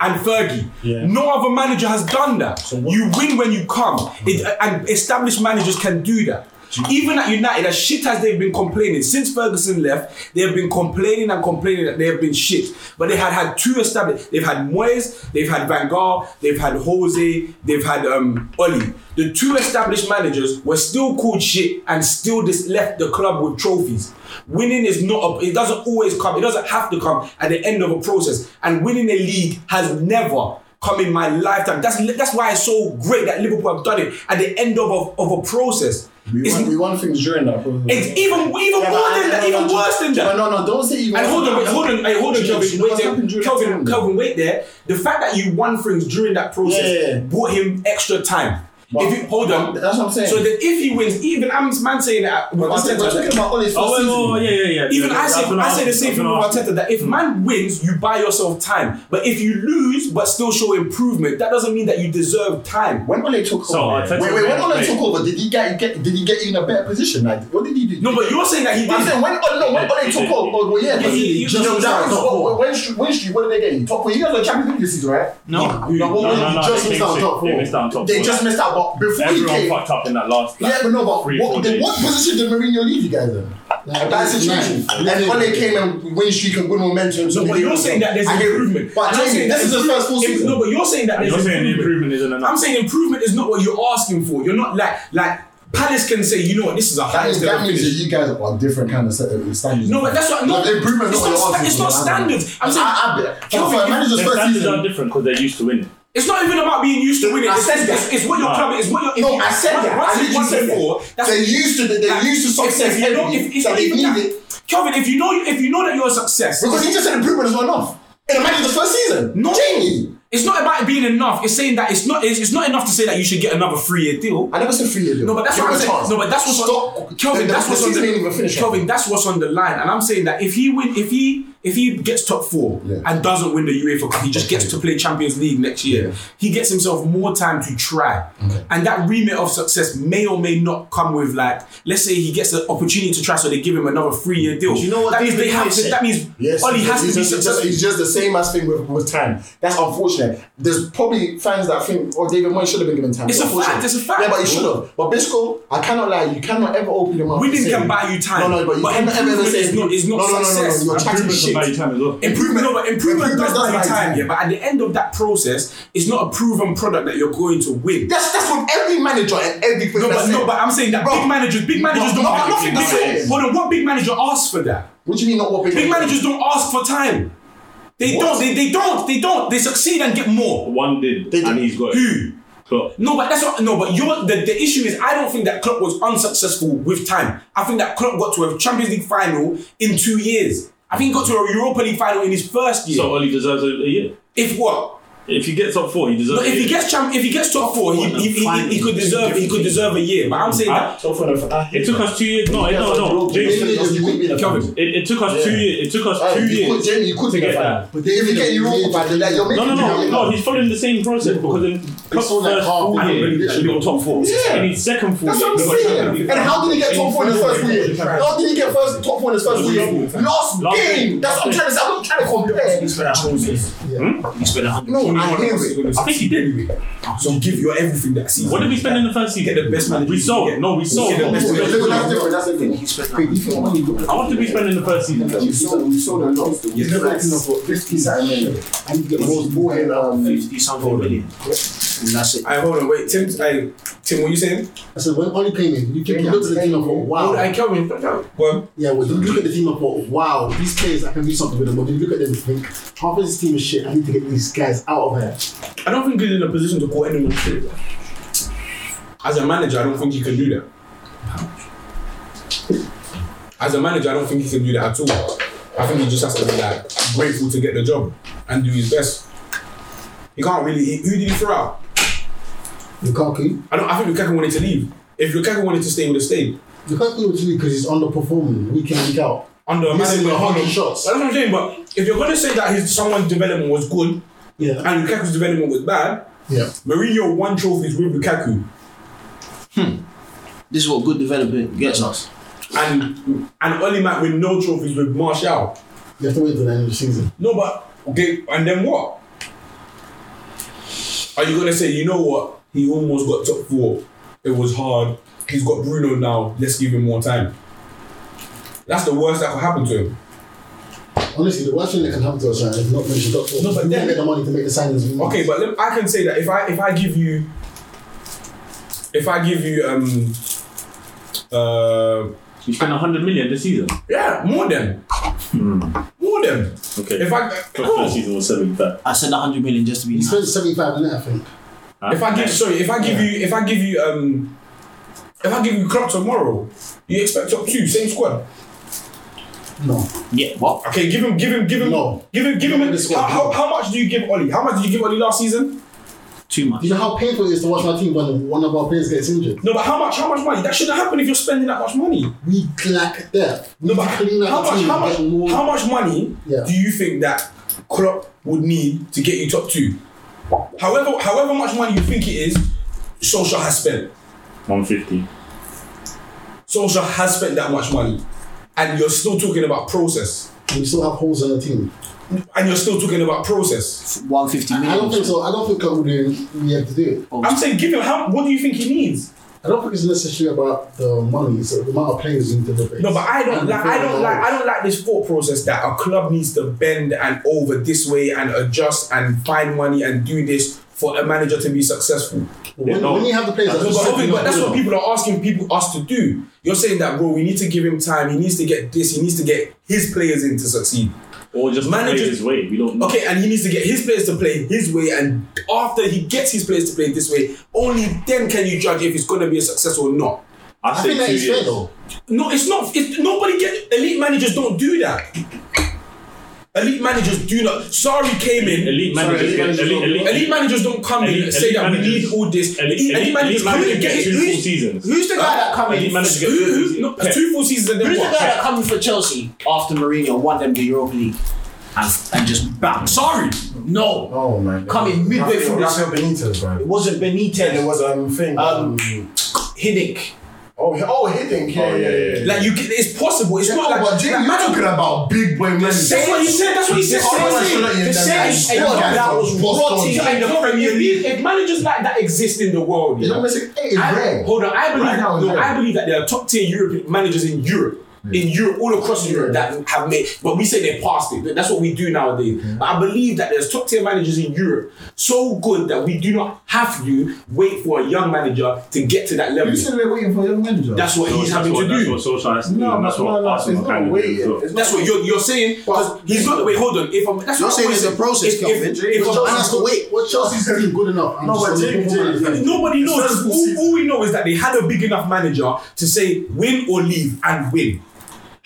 Speaker 4: and Fergie. No other manager has done that. you win when you come, it, and established managers can do that. Even at United, as shit as they've been complaining since Ferguson left, they have been complaining and complaining that they have been shit. But they had had two established. They've had Moyes, they've had Van Gaal, they've had Jose, they've had um Oli. The two established managers were still called shit and still just left the club with trophies. Winning is not a, it doesn't always come, it doesn't have to come at the end of a process. And winning a league has never come in my lifetime. That's that's why it's so great that Liverpool have done it at the end of a, of a process. It's-
Speaker 17: We won things during that.
Speaker 4: it's even even more than that, even worse than that.
Speaker 1: No, no, don't say you.
Speaker 4: And hold on, wait, hold on, hey, hold on,
Speaker 1: Do you know- do
Speaker 4: Kelvin,
Speaker 1: you know
Speaker 4: wait
Speaker 1: what's happened during
Speaker 4: there.
Speaker 1: that
Speaker 4: Kelvin,
Speaker 1: time?
Speaker 4: Kelvin, wait there. The fact that you won things during that process
Speaker 1: Yeah, yeah, yeah.
Speaker 4: bought him extra time. if he, hold on,
Speaker 1: that's what I'm saying.
Speaker 4: So that if he wins, even I'm man saying that. Well,
Speaker 1: But we're talking about all his first
Speaker 2: Oh, wait,
Speaker 1: season.
Speaker 2: wait, wait, yeah, yeah, yeah.
Speaker 4: Even
Speaker 2: Yeah,
Speaker 4: I say,
Speaker 2: that's what
Speaker 4: I
Speaker 2: I-
Speaker 4: say the same
Speaker 2: that's
Speaker 4: thing with
Speaker 2: what I-
Speaker 4: Arteta that if
Speaker 1: Hmm.
Speaker 4: man wins, you buy yourself time. But if you lose but still show improvement, that doesn't mean that you deserve time.
Speaker 1: When Ole took
Speaker 2: So,
Speaker 1: over,
Speaker 2: Arteta
Speaker 1: wait, wait, when
Speaker 2: made-
Speaker 1: Ole
Speaker 2: made-
Speaker 1: took over, did he get, get did he get in a better position? Like, what did he do?
Speaker 4: No, but you're saying that he
Speaker 1: I'm saying
Speaker 4: did.
Speaker 1: when oh, no, when Ole
Speaker 2: He
Speaker 1: took
Speaker 2: did.
Speaker 1: over, oh, well, yeah,
Speaker 4: Yeah,
Speaker 1: but
Speaker 4: he- he-
Speaker 1: just
Speaker 4: he
Speaker 1: no,
Speaker 4: was
Speaker 1: that
Speaker 4: top
Speaker 1: was
Speaker 4: four.
Speaker 1: what- when Street, when Street, what did they get? Top four. You guys were Champions League this season, right?
Speaker 2: No,
Speaker 1: No,
Speaker 2: no,
Speaker 1: what-
Speaker 2: no,
Speaker 1: what-
Speaker 2: no,
Speaker 1: just
Speaker 2: they
Speaker 1: missed
Speaker 2: came
Speaker 1: out on
Speaker 2: six.
Speaker 1: top
Speaker 2: They
Speaker 1: four.
Speaker 2: missed out on top
Speaker 1: They
Speaker 2: four.
Speaker 1: just missed out, but before
Speaker 2: Everyone
Speaker 1: he came,
Speaker 2: fucked up in that last. Like,
Speaker 1: yeah, but no, but
Speaker 2: three, four
Speaker 1: what, then
Speaker 2: days.
Speaker 1: what position did Mourinho leave you guys in? A bad situation. And then Ole came and Um, win streak and good momentum. So
Speaker 4: No, but
Speaker 1: they-
Speaker 4: you're saying that there's
Speaker 1: I get it.
Speaker 4: improvement.
Speaker 1: But
Speaker 4: And
Speaker 1: I'm
Speaker 4: I'm saying
Speaker 1: saying this is his first full
Speaker 4: if-
Speaker 1: season.
Speaker 4: No, but you're saying that
Speaker 2: And
Speaker 4: there's
Speaker 2: you're saying the improvement isn't enough.
Speaker 4: I'm saying improvement is not what you're asking for. You're not like like Palace can say, you know what, this is a
Speaker 1: That
Speaker 4: high
Speaker 1: means
Speaker 4: level
Speaker 1: that means that
Speaker 4: finish.
Speaker 1: you guys are different kind of set of standards.
Speaker 4: No, but that's what no.
Speaker 1: Like, improvement
Speaker 4: it's
Speaker 1: is
Speaker 4: not,
Speaker 1: what
Speaker 4: sta-
Speaker 1: you're
Speaker 4: it's
Speaker 1: asking
Speaker 4: not
Speaker 1: for, man.
Speaker 4: standards. I'm saying
Speaker 1: I, I, for a manager's
Speaker 2: Their
Speaker 1: first
Speaker 2: standards are
Speaker 1: season.
Speaker 2: different because they're used to winning.
Speaker 4: It's not even about being used to winning.
Speaker 1: I
Speaker 4: It's,
Speaker 1: said that.
Speaker 4: it's, it's what your
Speaker 2: No.
Speaker 4: club. It's what your. if
Speaker 1: No,
Speaker 4: you-
Speaker 1: I said that. I
Speaker 4: once-
Speaker 1: literally
Speaker 4: once
Speaker 1: said
Speaker 4: before,
Speaker 1: that.
Speaker 4: that's-
Speaker 1: They're used to the- they're
Speaker 4: like,
Speaker 1: used to
Speaker 4: if-
Speaker 1: success
Speaker 4: If you know,
Speaker 1: heavily,
Speaker 4: if, if
Speaker 1: so they
Speaker 4: even
Speaker 1: need
Speaker 4: that-
Speaker 1: it.
Speaker 4: Kelvin, if you know, if you know that you're a success,
Speaker 1: Because he just said improvement is not enough. In a manager's first season.
Speaker 4: No.
Speaker 1: Jamie.
Speaker 4: it's not about it being enough. It's saying that it's not. It's, it's not enough to say that you should get another three-year deal.
Speaker 1: I never said three years.
Speaker 4: No, but that's
Speaker 1: Give
Speaker 4: what
Speaker 1: him
Speaker 4: I'm
Speaker 1: a
Speaker 4: saying.
Speaker 1: chance.
Speaker 4: No, but that's what's on.
Speaker 1: Stop.
Speaker 4: Kelvin,
Speaker 1: The-
Speaker 4: that's
Speaker 1: the
Speaker 4: what's on
Speaker 1: season ain't even
Speaker 4: the.
Speaker 1: finished.
Speaker 4: Kelvin, that's what's on the line, and I'm saying that if he win, if he if he gets top four
Speaker 1: Yeah.
Speaker 4: and doesn't win the UEFA Cup, he just gets to play Champions League next year. He gets himself more time to try, and that remit of success may or may not come with like, let's say he gets the opportunity to try, so they give him another three-year deal.
Speaker 8: you know what
Speaker 4: That means
Speaker 8: David
Speaker 4: they have.
Speaker 8: Moyes
Speaker 4: To,
Speaker 8: said?
Speaker 4: that means Oli
Speaker 1: he's
Speaker 4: has to
Speaker 1: just-
Speaker 4: be
Speaker 1: he's just,
Speaker 4: successful.
Speaker 1: It's just the same as thing with, with time. That's unfortunate. There's probably fans that think, oh, David Moyes should have been given time.
Speaker 4: It's a
Speaker 1: unfortunate.
Speaker 4: fact, it's a fact.
Speaker 1: Yeah, but he should have. But Bisco, I cannot lie. You cannot ever open your mouth.
Speaker 4: Winning
Speaker 1: and say-
Speaker 4: can buy you time,
Speaker 1: No, no, but you
Speaker 4: but
Speaker 1: cannot ever, ever
Speaker 4: improvement
Speaker 1: say
Speaker 4: is not- is not
Speaker 1: no, no, no, no, no,
Speaker 4: success.
Speaker 1: You're chatting
Speaker 2: Improvement
Speaker 1: shit.
Speaker 2: can buy you time as well.
Speaker 4: Improvement, no, but improvement,
Speaker 1: Improvement
Speaker 4: does
Speaker 1: does
Speaker 4: buy
Speaker 1: buy
Speaker 4: time,
Speaker 1: time.
Speaker 4: yeah. But at the end of that process, it's not a proven product that you're going to win.
Speaker 1: That's that's from every manager and every.
Speaker 4: No, but no, but I'm saying that
Speaker 1: Bro.
Speaker 4: big managers, big managers
Speaker 1: Bro,
Speaker 4: don't.
Speaker 1: no, nothing
Speaker 4: big,
Speaker 1: to say.
Speaker 4: big, hold on, what big manager asks for that?
Speaker 1: What do you mean not what big?
Speaker 4: Big managers don't ask for time. They don't. They, they don't. They don't. They succeed and get more.
Speaker 2: One did, and he's got it.
Speaker 4: Who?
Speaker 2: Klopp.
Speaker 4: No, but that's what. No, but you're, the the issue is I don't think that Klopp was unsuccessful with time. I think that Klopp got to a Champions League final in two years. I think he got to a Europa League final in his first year.
Speaker 2: So Oli deserves a a year.
Speaker 4: if what?
Speaker 2: If he gets top four, he deserves.
Speaker 4: But
Speaker 2: a
Speaker 4: if
Speaker 2: year.
Speaker 4: he gets champ, if he gets top four, he, he, he, he, he could deserve he could deserve a year. But I'm saying
Speaker 2: Huh?
Speaker 4: that
Speaker 2: it took us two years. No, no, no, James.
Speaker 4: Kelvin,
Speaker 2: It, it took us two years. It took us two
Speaker 1: You could,
Speaker 2: years.
Speaker 1: Jamie, you could
Speaker 2: to
Speaker 1: be a
Speaker 2: get
Speaker 1: fan.
Speaker 2: that.
Speaker 1: But if you get Europa, then that you're
Speaker 2: No,
Speaker 1: making
Speaker 2: no, no,
Speaker 1: it
Speaker 2: no. He's following the same process because in Klopp's
Speaker 1: all like
Speaker 2: first
Speaker 1: half
Speaker 2: full
Speaker 1: and
Speaker 2: year,
Speaker 1: literally
Speaker 2: he got top four.
Speaker 1: Yeah.
Speaker 2: In his second full
Speaker 1: That's
Speaker 2: year,
Speaker 1: what I'm
Speaker 2: he got Champions
Speaker 1: saying.
Speaker 2: League
Speaker 1: And how
Speaker 2: final.
Speaker 1: did he get top four in his first full year? How did he get first top four in his first full year? Last
Speaker 2: Last
Speaker 1: game.
Speaker 2: game.
Speaker 1: That's what I'm trying to say. I'm not trying to compare.
Speaker 8: He spent a hundred.
Speaker 1: No, I hear it.
Speaker 2: I think he did.
Speaker 4: so give your everything that season.
Speaker 2: What did we spend in the first season?
Speaker 4: Get the best manager
Speaker 2: We
Speaker 4: you
Speaker 2: sold.
Speaker 4: can get.
Speaker 2: No, we sold.
Speaker 4: Get the best
Speaker 2: We
Speaker 4: manager.
Speaker 2: sold.
Speaker 1: That's different. That's different.
Speaker 8: He spent a hundred.
Speaker 2: How much did we spend in the first season?
Speaker 14: We sold, we sold a lot. We
Speaker 4: Yes.
Speaker 14: spent like you know, for 50 something million. And you get most more in um,
Speaker 8: Fifty something million. And that's it.
Speaker 4: I hold on, wait, Tim, I, Tim, what are you saying?
Speaker 19: I said, when Oli came in, you, keep, you looked at the team and thought, wow.
Speaker 4: Oh, I Kelvin, well,
Speaker 19: Yeah, well, you look at the team and thought, wow, these players, I can do something with them. But you look at them and think, half of this team is shit. I need to get these guys out of here.
Speaker 4: I don't think he's in a position to call anyone shit. As a manager, I don't think he can do that. As a manager, I don't think he can do that at all. I think he just has to be like grateful to get the job and do his best. He can't really. He, who did he throw out?
Speaker 19: Lukaku.
Speaker 4: I don't. I think Lukaku wanted to leave. If Lukaku wanted to stay, he would have stayed.
Speaker 19: Lukaku was because he's underperforming week in, week out.
Speaker 4: Under a
Speaker 19: Missing
Speaker 4: management,
Speaker 19: a hundred
Speaker 4: hold on.
Speaker 19: shots.
Speaker 4: That's what I'm saying. But if you're gonna say that his someone's development was good
Speaker 19: Yeah.
Speaker 4: and Lukaku's development was bad,
Speaker 19: Yeah.
Speaker 4: Mourinho won trophies with Lukaku.
Speaker 8: This is what good development gets us.
Speaker 4: and and Oli might win no trophies with Martial.
Speaker 19: You have to wait till the end of the season.
Speaker 4: No, but okay, and then what? Are you gonna say, you know what? He almost got top four. It was hard. He's got Bruno now. Let's give him more time. That's the worst that could happen to him.
Speaker 19: Honestly, the worst thing that can happen to us right, is not finish the top four.
Speaker 4: No, but
Speaker 19: we
Speaker 4: then-
Speaker 19: didn't get the money to make the signings. we
Speaker 4: Okay,
Speaker 19: made.
Speaker 4: but let, I can say that if I if I give you if I give you um uh
Speaker 2: We spent 100 million this season.
Speaker 4: yeah more than more than
Speaker 2: Okay.
Speaker 4: if I
Speaker 2: Klopp's
Speaker 4: bro,
Speaker 2: first season was 75.
Speaker 8: I said a hundred million just to be
Speaker 19: he
Speaker 8: nice.
Speaker 19: spent seventy-five in it, I think.
Speaker 4: If I give sorry, if I give you if I give you um if I give you Klopp tomorrow, you expect top two, same squad.
Speaker 19: No,
Speaker 8: Yeah, what?
Speaker 4: Okay, give him give him give him
Speaker 19: No.
Speaker 4: give him give
Speaker 19: Not
Speaker 4: him
Speaker 19: with the squad,
Speaker 4: how,
Speaker 19: no.
Speaker 4: how, how much do you give Oli? How much did you give Oli last season?
Speaker 2: Too much.
Speaker 1: You know how painful it is to watch my team when one of our players gets injured.
Speaker 4: No, but how much? How much money? That shouldn't happen if you're spending that much money.
Speaker 1: We lack depth.
Speaker 4: No,
Speaker 1: We
Speaker 4: but
Speaker 1: clean out
Speaker 4: how
Speaker 1: the
Speaker 4: much?
Speaker 1: team,
Speaker 4: How
Speaker 1: get
Speaker 4: much?
Speaker 1: more-
Speaker 4: How much money
Speaker 1: Yeah.
Speaker 4: do you think that Klopp would need to get you top two? However, however much money you think it is, Solskjaer has spent.
Speaker 2: 150.
Speaker 4: Solskjaer has spent that much money, and you're still talking about process,
Speaker 1: We still have holes in the team.
Speaker 4: and you're still talking about process.
Speaker 1: 150 million. I don't think so. I don't think that would be- we have to do it.
Speaker 4: I'm saying, give him how? What do you think he needs?
Speaker 1: I don't think it's necessarily about the money. It's the amount of players you need to replace.
Speaker 4: No, but I don't
Speaker 1: And the
Speaker 4: like. I don't
Speaker 1: players
Speaker 4: like. I don't like this thought process that a club needs to bend and over this way and adjust and find money and do this for a manager to be successful.
Speaker 1: When, when you have the players,
Speaker 4: No,
Speaker 1: that
Speaker 4: but
Speaker 1: just
Speaker 4: obviously-
Speaker 1: do
Speaker 4: but
Speaker 1: not
Speaker 4: that's
Speaker 1: do
Speaker 4: what
Speaker 1: it.
Speaker 4: people are asking people us to do. You're saying that, bro. We need to give him time. He needs to get this. He needs to get his players in to succeed.
Speaker 2: Or just
Speaker 4: Managers-
Speaker 2: play his way. We don't know.
Speaker 4: Okay, and he needs to get his players to play his way, and after he gets his players to play this way, only then can you judge if it's gonna be a success or not.
Speaker 2: I,
Speaker 1: I
Speaker 2: say
Speaker 1: think that
Speaker 2: two
Speaker 1: is fair
Speaker 2: years.
Speaker 1: though.
Speaker 4: No, it's not. It's, nobody get elite managers don't do that. Elite managers do not. Sorry, came in.
Speaker 2: Elite managers
Speaker 1: elite
Speaker 2: get
Speaker 1: managers
Speaker 2: elite,
Speaker 1: don't-
Speaker 2: elite,
Speaker 4: Elite managers don't come in
Speaker 2: Elite-
Speaker 4: and say
Speaker 2: elite
Speaker 4: that we
Speaker 2: managers-
Speaker 4: need all this.
Speaker 2: elite- elite managers
Speaker 4: who-
Speaker 2: get
Speaker 4: who-
Speaker 2: two full
Speaker 4: who's-
Speaker 2: seasons.
Speaker 4: Who's the guy that
Speaker 8: come in?
Speaker 2: Elite managers get
Speaker 4: Who-
Speaker 2: two
Speaker 4: who- no,
Speaker 2: seasons. Pep.
Speaker 4: two full seasons and then
Speaker 8: Who's the
Speaker 4: what?
Speaker 8: guy that come in for Chelsea after Mourinho won them the Europa League and, and just bam?
Speaker 4: Sorry,
Speaker 8: No,
Speaker 5: Oh man.
Speaker 8: come in midway through the
Speaker 5: Rafael Benitez,
Speaker 8: It
Speaker 5: man.
Speaker 8: wasn't Benitez.
Speaker 5: There was um thing.
Speaker 8: Um,
Speaker 5: Um,
Speaker 8: Hiddick.
Speaker 5: oh, he- oh, Hiddink. Yeah, yeah, yeah. yeah.
Speaker 4: Like you, can- it's possible. It's not
Speaker 1: Oh,
Speaker 4: like.
Speaker 1: but Jim, you're talking about big boy money.
Speaker 4: That's what he said. That's what he said.
Speaker 1: This
Speaker 4: That's what
Speaker 1: is
Speaker 4: he
Speaker 1: not
Speaker 4: said.
Speaker 1: your
Speaker 4: The
Speaker 1: damn
Speaker 4: same
Speaker 1: guys.
Speaker 4: squad
Speaker 1: Those guys
Speaker 4: that
Speaker 1: are
Speaker 4: was
Speaker 1: Boston.
Speaker 4: rotting in the Premier League. If managers like that exist in the world,
Speaker 1: You
Speaker 4: yeah,
Speaker 1: know what I'm saying? Hey, it's
Speaker 4: I-
Speaker 1: rare.
Speaker 4: hold on. I believe,
Speaker 1: Right now, it's
Speaker 4: no,
Speaker 1: rare.
Speaker 4: I believe that there are top tier European managers in Europe. In Europe, all across Europe, that have made, but we say they're past it. That's what we do nowadays. But I believe that there's top tier managers in Europe so good that we do not have to wait for a young manager to get to that level.
Speaker 1: You said we're waiting for your manager.
Speaker 4: That's what
Speaker 2: No,
Speaker 4: he's
Speaker 2: that's
Speaker 4: having
Speaker 2: what-
Speaker 4: to do.
Speaker 2: That's what Solskjaer has to do,
Speaker 5: No,
Speaker 2: and that's
Speaker 5: no,
Speaker 2: what
Speaker 5: no, it's
Speaker 2: Arsenal
Speaker 5: not
Speaker 2: kind of
Speaker 5: waiting.
Speaker 2: do. as well.
Speaker 5: It's
Speaker 4: That's what you're you're saying because he's not. Wait, hold on. If I'm, that's
Speaker 8: You're
Speaker 4: what
Speaker 8: saying
Speaker 4: I'm
Speaker 8: it's a process,
Speaker 4: If,
Speaker 8: Kelvin.
Speaker 4: if, if
Speaker 8: But
Speaker 4: I'm-
Speaker 8: Chelsea-
Speaker 1: to wait. What Chelsea's team good enough?
Speaker 5: No,
Speaker 4: Oh,
Speaker 5: but Jamie, Jamie,
Speaker 4: nobody
Speaker 5: It's
Speaker 4: knows.
Speaker 5: not
Speaker 4: All, all we know is that they had a big enough manager to say win or leave and win.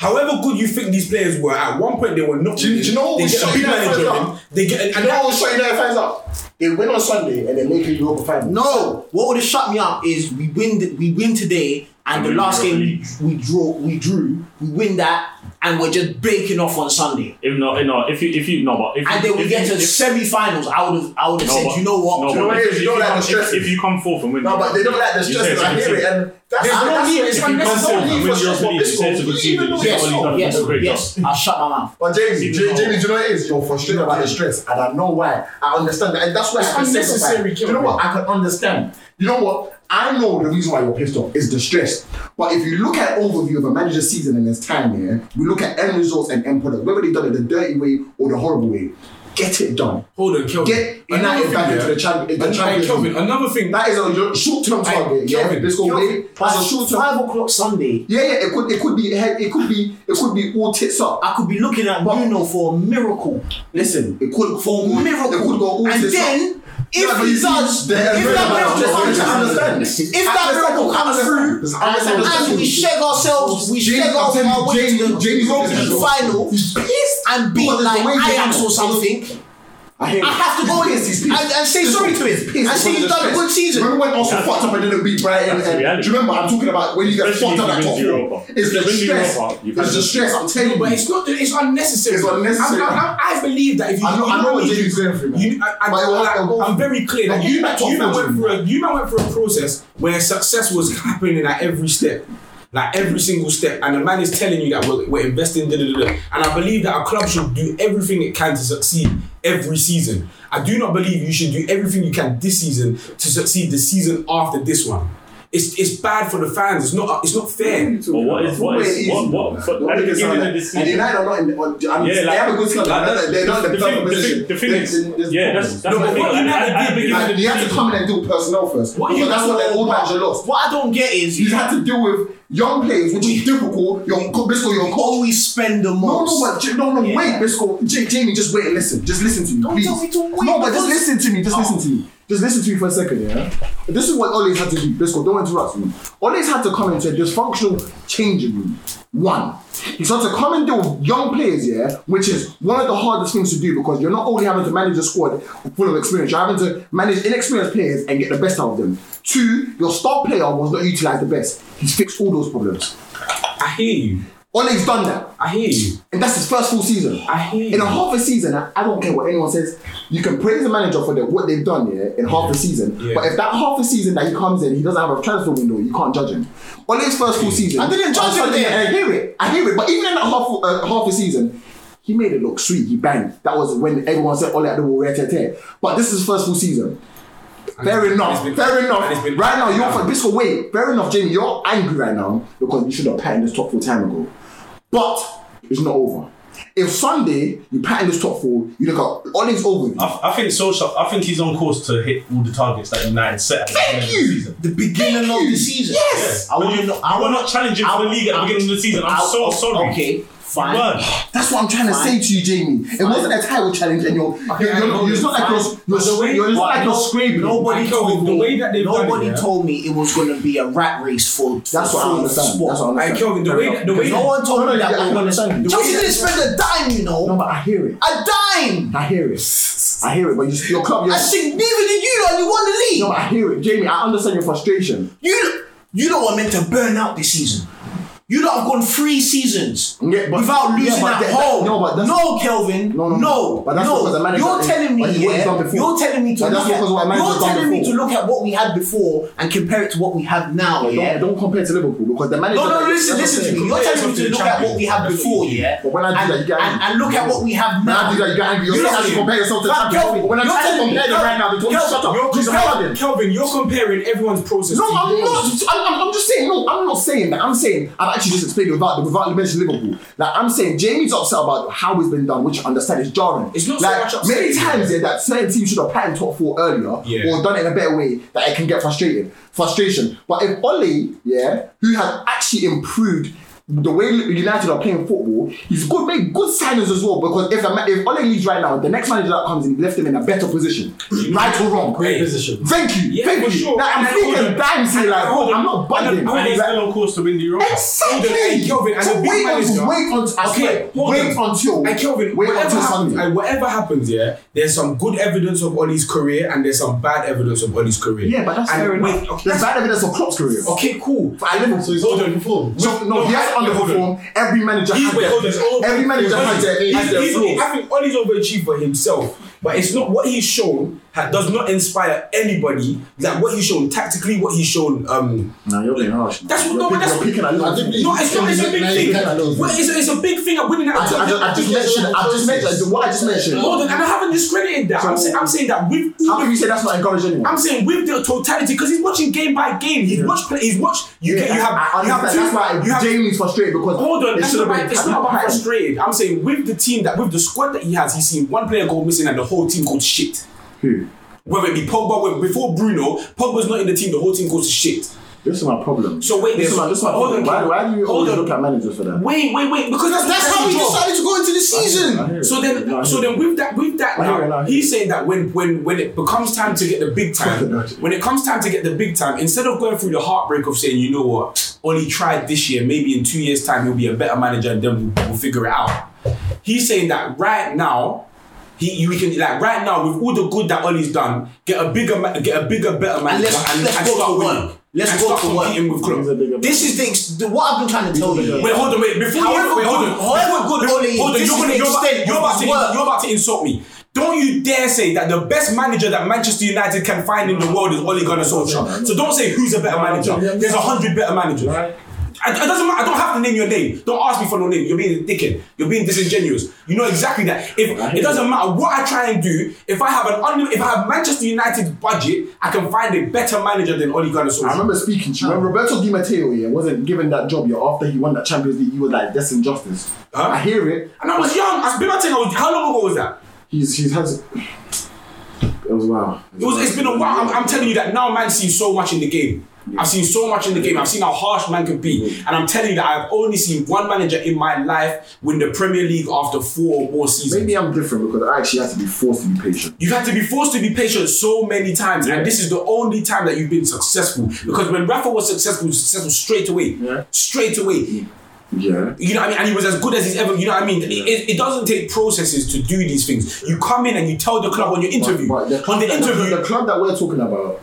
Speaker 4: However good you think these players were, at one point they were not.
Speaker 1: Do you-
Speaker 4: winning.
Speaker 1: do you know what
Speaker 4: they
Speaker 1: was
Speaker 4: get a
Speaker 1: shut
Speaker 4: big
Speaker 1: down
Speaker 4: manager.
Speaker 1: first
Speaker 4: in,
Speaker 1: up?
Speaker 4: They get.
Speaker 1: And
Speaker 4: And,
Speaker 1: that will shut you down fans up. They win on Sunday and they make a Europa final.
Speaker 8: No, what would have shut me up is we win. The, we win today, and the
Speaker 2: we
Speaker 8: last
Speaker 2: draw.
Speaker 8: game we, we draw, we drew, we win that, and we're just baking off on Sunday.
Speaker 2: If not, no, if you, if you, no, but if
Speaker 8: And
Speaker 2: you,
Speaker 8: then we
Speaker 2: if
Speaker 8: get
Speaker 2: you,
Speaker 8: to
Speaker 2: if-
Speaker 8: semi-finals. I would have, I would have
Speaker 2: no,
Speaker 8: said,
Speaker 2: but-
Speaker 8: you know what?
Speaker 2: No,
Speaker 1: know
Speaker 2: but
Speaker 1: what it is?
Speaker 2: if
Speaker 1: You don't like
Speaker 2: come-
Speaker 1: the stress.
Speaker 2: If, if you come fourth and win,
Speaker 1: No, but they don't like the
Speaker 2: you
Speaker 1: stress.
Speaker 2: say it's
Speaker 1: and
Speaker 2: a
Speaker 1: I
Speaker 2: good
Speaker 1: hear
Speaker 2: team.
Speaker 1: it, and that's
Speaker 4: There's no
Speaker 1: that's
Speaker 4: need,
Speaker 1: what-
Speaker 4: it's
Speaker 1: that's what- that's what
Speaker 4: unnecessary.
Speaker 2: Win
Speaker 1: we
Speaker 2: your
Speaker 1: for sure
Speaker 2: spot,
Speaker 1: for this
Speaker 2: it's a good
Speaker 1: goal.
Speaker 2: team.
Speaker 1: Even though
Speaker 2: Yes,
Speaker 1: it's
Speaker 2: Ollie
Speaker 1: not.
Speaker 2: done a
Speaker 8: yes,
Speaker 2: great
Speaker 8: yes. I shut my mouth.
Speaker 1: But James,
Speaker 2: Even
Speaker 1: James,
Speaker 2: though-
Speaker 1: James, you know what it is? You're frustrated about the stress, and I know why. I understand that, and that's why
Speaker 5: It's
Speaker 1: I can
Speaker 5: unnecessary,
Speaker 1: sympathize. Do you know
Speaker 5: Kieran.
Speaker 1: what? I can understand. You know what? I know the reason why you're pissed off is the stress. But if you look at overview of a manager's season and his time here, we look at end results and end product, whether they done it the dirty way or the horrible way. Get it done.
Speaker 4: hold on, Kelvin.
Speaker 1: Get United back into the champion. The
Speaker 4: And, and
Speaker 1: Champions
Speaker 4: Kelvin,
Speaker 1: League.
Speaker 4: another thing.
Speaker 1: That is a short term target. Yeah,
Speaker 4: Kelvin,
Speaker 1: let's go away. That's a short term.
Speaker 8: Five o'clock Sunday,
Speaker 1: Yeah, yeah. It could, it could be, it could be, it could be all tits up.
Speaker 8: I could be looking at
Speaker 1: But-
Speaker 8: Bruno for a miracle.
Speaker 1: Mm. Listen, it could
Speaker 8: For a miracle.
Speaker 1: It could go all
Speaker 8: and
Speaker 1: this
Speaker 8: then,
Speaker 1: Yeah,
Speaker 8: if
Speaker 1: but
Speaker 8: he
Speaker 1: you
Speaker 8: does,
Speaker 1: see,
Speaker 8: if
Speaker 1: there-
Speaker 8: that
Speaker 1: there-
Speaker 8: miracle
Speaker 1: there-
Speaker 8: comes
Speaker 1: I understand.
Speaker 8: through, if that miracle comes through,
Speaker 1: I understand.
Speaker 8: and we shake ourselves, we
Speaker 1: James,
Speaker 8: shake
Speaker 1: I'm
Speaker 8: off
Speaker 1: telling
Speaker 8: our
Speaker 1: you,
Speaker 8: way to
Speaker 1: James-
Speaker 8: the
Speaker 1: James
Speaker 8: Europa
Speaker 1: is-
Speaker 8: League final and beat
Speaker 1: Because it's the way
Speaker 8: like
Speaker 1: they
Speaker 8: Ajax
Speaker 1: are.
Speaker 8: or something.
Speaker 1: I, hear
Speaker 8: I
Speaker 1: you.
Speaker 8: have to
Speaker 1: He's
Speaker 8: go in
Speaker 1: pissed, he's
Speaker 8: and,
Speaker 1: pissed.
Speaker 8: and say
Speaker 1: He's
Speaker 8: sorry
Speaker 1: pissed.
Speaker 8: to it.
Speaker 1: He's
Speaker 8: And say
Speaker 1: pissed
Speaker 8: you've done
Speaker 1: because
Speaker 8: a
Speaker 1: of the
Speaker 8: good
Speaker 1: stress.
Speaker 8: season.
Speaker 1: Remember when Arsenal
Speaker 2: Yeah.
Speaker 1: fucked up and didn't beat Brighton?
Speaker 2: That's
Speaker 1: and-
Speaker 2: the reality.
Speaker 1: do you remember? I'm talking about when you get
Speaker 2: Especially
Speaker 1: fucked up
Speaker 2: if
Speaker 1: at
Speaker 2: you
Speaker 1: top
Speaker 2: win Europa.
Speaker 1: four. It's the
Speaker 2: If you win
Speaker 1: stress.
Speaker 2: Europa, you've
Speaker 1: It's
Speaker 2: had
Speaker 1: the
Speaker 2: to-
Speaker 1: stress. I'm telling
Speaker 4: But
Speaker 1: you.
Speaker 4: it's not. It's unnecessary.
Speaker 1: It's unnecessary.
Speaker 4: I'm, I'm, I'm, I believe that if you,
Speaker 1: I know-
Speaker 4: you
Speaker 1: I know what
Speaker 4: you-
Speaker 1: Jimmy's going through, man.
Speaker 4: You, I, I,
Speaker 1: But it will- it will-
Speaker 4: I, am very clear that
Speaker 1: But
Speaker 4: you,
Speaker 1: you might
Speaker 4: you, man
Speaker 1: talk
Speaker 4: went
Speaker 1: for
Speaker 4: through a, you man went through a process where success was happening at every step. Like every single step, and the man is telling you that we're, we're investing, da, da, da, da. and I believe that a club should do everything it can to succeed every season. I do not believe you should do everything you can this season to succeed the season after this one. It's it's bad for the fans. It's not it's not fair.
Speaker 2: But what is
Speaker 1: Football
Speaker 2: what is
Speaker 1: ain't
Speaker 2: what
Speaker 1: easy,
Speaker 2: what
Speaker 1: man.
Speaker 2: for,
Speaker 1: Don't
Speaker 2: at the
Speaker 1: make it sound
Speaker 2: beginning of
Speaker 1: like-
Speaker 2: this
Speaker 1: And
Speaker 2: season?
Speaker 1: United are not in. the- I'm-
Speaker 2: Yeah,
Speaker 1: They
Speaker 2: like-
Speaker 1: have a good squad.
Speaker 2: like,
Speaker 1: They're
Speaker 2: that's-
Speaker 1: not- They're not in
Speaker 2: the
Speaker 1: the
Speaker 2: thing-
Speaker 1: proper
Speaker 2: the thing-
Speaker 1: position.
Speaker 2: the thing
Speaker 1: They-
Speaker 2: is-
Speaker 1: they- there's
Speaker 2: yeah,
Speaker 1: problems.
Speaker 2: that's that's the
Speaker 4: but
Speaker 2: thing.
Speaker 4: what
Speaker 2: At- at the
Speaker 4: United did
Speaker 2: beginning
Speaker 4: because
Speaker 1: Like,
Speaker 2: of
Speaker 1: they had to come in and do personnel first.
Speaker 4: What
Speaker 1: Because
Speaker 4: you-
Speaker 1: that's what their old manager lost.
Speaker 8: What I don't get is
Speaker 1: He's had to deal with young players, which is difficult. Your Bisco, your coach.
Speaker 8: always spend the
Speaker 1: No, no,
Speaker 8: most.
Speaker 1: but J- no, no,
Speaker 8: Yeah.
Speaker 1: wait, Bisco. J- Jamie, just wait and listen. Just listen to me,
Speaker 8: Don't
Speaker 1: please.
Speaker 8: tell me to wait,
Speaker 1: No, but just
Speaker 8: because- Oh.
Speaker 1: listen to me. Just listen to me. Just listen to me for a second, yeah. This is what Ole's had to do. Bisco, don't interrupt me. Ole's had to come into a dysfunctional changing room One, he's had to come and deal with young players, yeah, which is one of the hardest things to do because you're not only having to manage a squad full of experience, you're having to manage inexperienced players and get the best out of them. Two, your star player was not utilized the best. He's fixed all those problems.
Speaker 4: I hear you.
Speaker 1: Ole's done that.
Speaker 4: I hear you.
Speaker 1: And that's his first full season.
Speaker 4: I hear you.
Speaker 1: In a half a season, I I don't care what anyone says. You can praise the manager for the, what they've done yeah, in half a season.
Speaker 4: Yeah.
Speaker 1: But if that half a season that he comes in, he doesn't have a transfer window, you can't judge him. Ole's first full season.
Speaker 8: I didn't judge him
Speaker 1: suddenly-
Speaker 8: there.
Speaker 1: I hear it. I hear it. But even in that half uh, half a season, he made it look sweet. He banged. That was when everyone said Ole at the wall, rare, tear, tear. But this is his first full season. Fair enough. fair enough. right now, you're for Bisco. Wait. Fair enough, Jamie. You're angry right now because you should have patterned this top four time ago. But it's not over. If Sunday you pattern this top four, you look at Ole's over.
Speaker 8: Ah.
Speaker 2: I, I think Solskjaer, I think he's on course to hit all the targets that United set at the beginning of the season.
Speaker 8: The beginning of the season.
Speaker 2: Yes.
Speaker 8: I want to know. I
Speaker 2: We're
Speaker 8: want
Speaker 2: not challenging for the league at the beginning of the season. I'm so sorry.
Speaker 8: Okay. Fine.
Speaker 2: Word.
Speaker 1: That's what I'm trying to say to you, Jamie. It wasn't a title challenge, and you're, you're, you're, you're, it's not like you're, you're,
Speaker 8: But the way-
Speaker 1: you're, it's not
Speaker 8: but
Speaker 1: like you're
Speaker 8: no-
Speaker 1: scraping.
Speaker 8: Nobody told me.
Speaker 4: the way that they've done it,
Speaker 8: nobody
Speaker 4: yeah.
Speaker 8: told me it was going to be a rat race for.
Speaker 1: That's what I understand. That's what I
Speaker 4: Like,
Speaker 1: understand.
Speaker 4: Kelvin, the way that, the way
Speaker 8: No one told me that.
Speaker 1: Oh, I understand. The
Speaker 8: Chelsea
Speaker 1: way-
Speaker 8: didn't spend a dime, you know.
Speaker 1: No, but I hear it.
Speaker 8: A dime.
Speaker 1: I hear it. I hear it. But you, your club, you're,
Speaker 8: I think neither did you, and you won the league.
Speaker 1: no, I hear it, Jamie. I understand your frustration.
Speaker 8: You you don't were meant to burn out this season. You don't have gone three seasons
Speaker 1: Yeah, but-
Speaker 8: without
Speaker 1: yeah,
Speaker 8: losing
Speaker 1: but
Speaker 8: at
Speaker 1: that-
Speaker 8: home.
Speaker 1: no, but that's-
Speaker 8: Kelvin.
Speaker 1: No, no,
Speaker 8: No,
Speaker 1: no. But that's because the manager-
Speaker 8: you're telling
Speaker 1: but he
Speaker 8: me.
Speaker 1: would've done
Speaker 8: Yeah,
Speaker 1: before.
Speaker 8: you're telling me to
Speaker 1: But that's
Speaker 8: look at.
Speaker 1: because what the manager's
Speaker 8: You're
Speaker 1: done
Speaker 8: telling me to
Speaker 1: before.
Speaker 8: look at what we had before and compare it to what we have now.
Speaker 1: But
Speaker 8: yeah.
Speaker 1: Don't, don't compare it to Liverpool because the manager.
Speaker 8: No, no,
Speaker 1: that-
Speaker 8: listen,
Speaker 1: that's
Speaker 8: listen
Speaker 1: what I'm
Speaker 8: to me.
Speaker 1: saying.
Speaker 8: You're telling me to look at what we had before, yeah?
Speaker 1: But when I do
Speaker 8: and,
Speaker 1: that, you get
Speaker 8: and,
Speaker 1: angry.
Speaker 8: and look at what we have
Speaker 1: When
Speaker 8: now.
Speaker 1: I do that, you get angry. You're
Speaker 8: You
Speaker 1: not
Speaker 8: know-
Speaker 1: trying to compare yourself to
Speaker 8: Fam,
Speaker 1: Champions
Speaker 8: Kelvin,
Speaker 1: League. When I
Speaker 8: you're
Speaker 1: try to
Speaker 8: telling me-
Speaker 1: compare them right now, they told me,
Speaker 4: Kelvin,
Speaker 1: shut up.
Speaker 4: you're-
Speaker 1: Just
Speaker 4: Kelvin,
Speaker 1: shut up.
Speaker 4: Kelvin, you're comparing everyone's process.
Speaker 1: No,
Speaker 4: to
Speaker 1: I'm
Speaker 4: yours.
Speaker 1: not. I'm, I'm, I'm just saying. No, I'm not saying that. I'm saying I've actually just explained without without mentioning Liverpool. Like I'm saying, Jamie's upset about how it's been done, which I understand is jarring.
Speaker 4: It's not so
Speaker 1: like,
Speaker 4: much upset,
Speaker 1: Many
Speaker 4: yeah.
Speaker 1: times, yeah, that certain teams should have patterned top four earlier
Speaker 4: Yeah.
Speaker 1: or done it in a better way that it can get frustrated, frustration. But if Ole, yeah, who has actually improved. The way United are playing football, he's good, made good signings as well. Because if a ma- if Ole leaves right now, the next manager that comes in left him in a better position, right or wrong.
Speaker 4: Great
Speaker 20: position.
Speaker 1: Thank you.
Speaker 4: Mm-hmm. Yeah,
Speaker 1: thank
Speaker 4: for
Speaker 1: you.
Speaker 4: sure.
Speaker 1: Like, I'm
Speaker 4: And I told
Speaker 1: thinking
Speaker 4: him-
Speaker 1: dimes here, like,
Speaker 4: I told
Speaker 1: bro,
Speaker 4: him-
Speaker 1: I'm not
Speaker 2: And
Speaker 1: bugging.
Speaker 2: the point is still on course to win the Europa.
Speaker 1: Exactly.
Speaker 4: Hey, Kelvin, and
Speaker 1: so
Speaker 4: the big
Speaker 1: wait
Speaker 4: manager-
Speaker 1: until, wait until, I
Speaker 4: Okay,
Speaker 1: swear,
Speaker 4: hold
Speaker 1: wait
Speaker 4: on.
Speaker 1: until,
Speaker 4: And Kelvin,
Speaker 1: wait
Speaker 4: whatever,
Speaker 1: until
Speaker 4: happens,
Speaker 1: Sunday.
Speaker 4: and whatever happens, yeah, there's some good evidence of Ollie's career and there's some bad evidence of Ollie's career.
Speaker 1: Yeah, but that's
Speaker 4: and
Speaker 1: fair
Speaker 4: wait,
Speaker 1: enough.
Speaker 4: Okay,
Speaker 1: There's bad evidence of Klopp's career.
Speaker 4: okay, cool.
Speaker 1: But I live so he's
Speaker 2: Hold on, before.
Speaker 1: So, no, he has
Speaker 4: hold on.
Speaker 1: underperformed. Every manager
Speaker 4: He's
Speaker 1: has
Speaker 4: wait, hold on. hold on.
Speaker 1: their, every manager has their,
Speaker 4: He's-
Speaker 1: has their
Speaker 4: he's-
Speaker 1: flaws.
Speaker 4: I think Ollie's overachieved for himself, but it's not what he's shown ha- does not inspire anybody. Like what he's shown tactically, what he's shown. Um,
Speaker 21: Nah, you're being harsh. man.
Speaker 4: that's what. No, but that's
Speaker 1: You're picking a
Speaker 4: no.
Speaker 1: little bit.
Speaker 4: It's not. It's a big
Speaker 1: Nah,
Speaker 4: thing.
Speaker 1: you're picking a little bit.
Speaker 4: Well, It's a, it's a big thing. I'm winning at
Speaker 1: I, ju- I, ju- I just mentioned, I just mentioned, what I just mentioned.
Speaker 4: Hold on, and I haven't discredited that. I'm, saying, I'm saying that with
Speaker 1: How can you say that's not encouraging anyone?
Speaker 4: I'm saying with the totality because he's watching game by game. He's watched. Play, he's watched. You get. You have.
Speaker 1: I
Speaker 4: you have
Speaker 1: understand.
Speaker 4: two.
Speaker 1: That's why
Speaker 4: you have.
Speaker 1: Jamie's frustrated because
Speaker 4: Hold on,
Speaker 1: it
Speaker 4: that's
Speaker 1: should
Speaker 4: not
Speaker 1: have
Speaker 4: about,
Speaker 1: been
Speaker 4: it's not about
Speaker 1: patterned.
Speaker 4: frustrated. I'm saying with the team that with the squad that he has, he's seen one player go missing and the whole team goes shit.
Speaker 21: Who?
Speaker 4: Whether it be Pogba, whether, before Bruno, Pogba's not in the team, the whole team goes to shit.
Speaker 21: This is my problem.
Speaker 4: So wait,
Speaker 21: this
Speaker 4: there's-
Speaker 21: is my, this is my
Speaker 4: hold
Speaker 21: problem.
Speaker 4: on,
Speaker 21: Why, why do you
Speaker 4: hold
Speaker 21: always
Speaker 4: on.
Speaker 21: look at managers for that?
Speaker 4: Wait, wait, wait, because that's
Speaker 8: That's how we
Speaker 4: job.
Speaker 8: decided to go into the season.
Speaker 21: I hear it.
Speaker 4: So then,
Speaker 21: No, I
Speaker 4: so
Speaker 21: hear
Speaker 4: then with that, with that
Speaker 21: I hear it, I
Speaker 4: now,
Speaker 21: hear
Speaker 4: he's saying that when when when it becomes time to get the big time, when it comes time to get the big time, instead of going through the heartbreak of saying, you know what, Oli tried this year, maybe in two years' time he'll be a better manager, and then we'll, we'll figure it out. He's saying that right now. He, you we can like right now with all the good that Oli's done, get a bigger, ma- get a bigger, better manager,
Speaker 8: let's- let's go
Speaker 4: start
Speaker 8: for
Speaker 4: winning.
Speaker 8: one. Let's
Speaker 4: and
Speaker 8: go
Speaker 4: start
Speaker 8: for one.
Speaker 4: competing with Klopp.
Speaker 21: He's a bigger
Speaker 8: This is the, ex- the what I've been trying to tell you.
Speaker 4: Wait, hold on, wait. Before
Speaker 8: However
Speaker 4: you, wait, hold on.
Speaker 8: good- however
Speaker 4: Before-
Speaker 8: good Ole is,
Speaker 4: hold on.
Speaker 8: this
Speaker 4: You're,
Speaker 8: is
Speaker 4: gonna,
Speaker 8: the
Speaker 4: you're, about,
Speaker 8: extent
Speaker 4: you're,
Speaker 8: of
Speaker 4: about to,
Speaker 8: his work.
Speaker 4: you're about to insult me. Don't you dare say that the best manager that Manchester United can find in the world is Ole Gunnar Solskjaer. So don't say who's a better manager. There's a hundred better managers. I, it doesn't matter. I don't have to name your name. Don't ask me for no name. You're being a dickhead. You're being disingenuous. You know exactly that. If it doesn't matter what I try and do, if I have an un- if I have Manchester United budget, I can find a better manager than Ole Gunnar Solskjaer.
Speaker 1: I remember speaking to you when Roberto Di Matteo yeah, wasn't given that job yeah, after he won that Champions League. He was like, that's injustice.
Speaker 4: Huh?
Speaker 1: I hear it.
Speaker 4: and I was young. I've been I was, how long ago was that?
Speaker 1: He's he's has. It was wow.
Speaker 4: It was, it's been a while. I'm, I'm telling you that now, man, seen so much in the game. I've seen so much in the game. I've seen how harsh man can be. And I'm telling you that I've only seen one manager in my life win the Premier League after four or more seasons.
Speaker 1: Maybe I'm different because I actually had to be forced to be patient.
Speaker 4: You've had to be forced to be patient so many times, and this is the only time that you've been successful. Because when Rafa was successful, he was successful straight away. Straight away.
Speaker 1: Yeah.
Speaker 4: You know what I mean? And he was as good as he's ever. You know what I mean? It, it, it doesn't take processes to do these things. You come in and you tell the club on your interview.
Speaker 1: But the
Speaker 4: on
Speaker 1: club
Speaker 4: the
Speaker 1: that-
Speaker 4: interview.
Speaker 1: the club that we're talking about,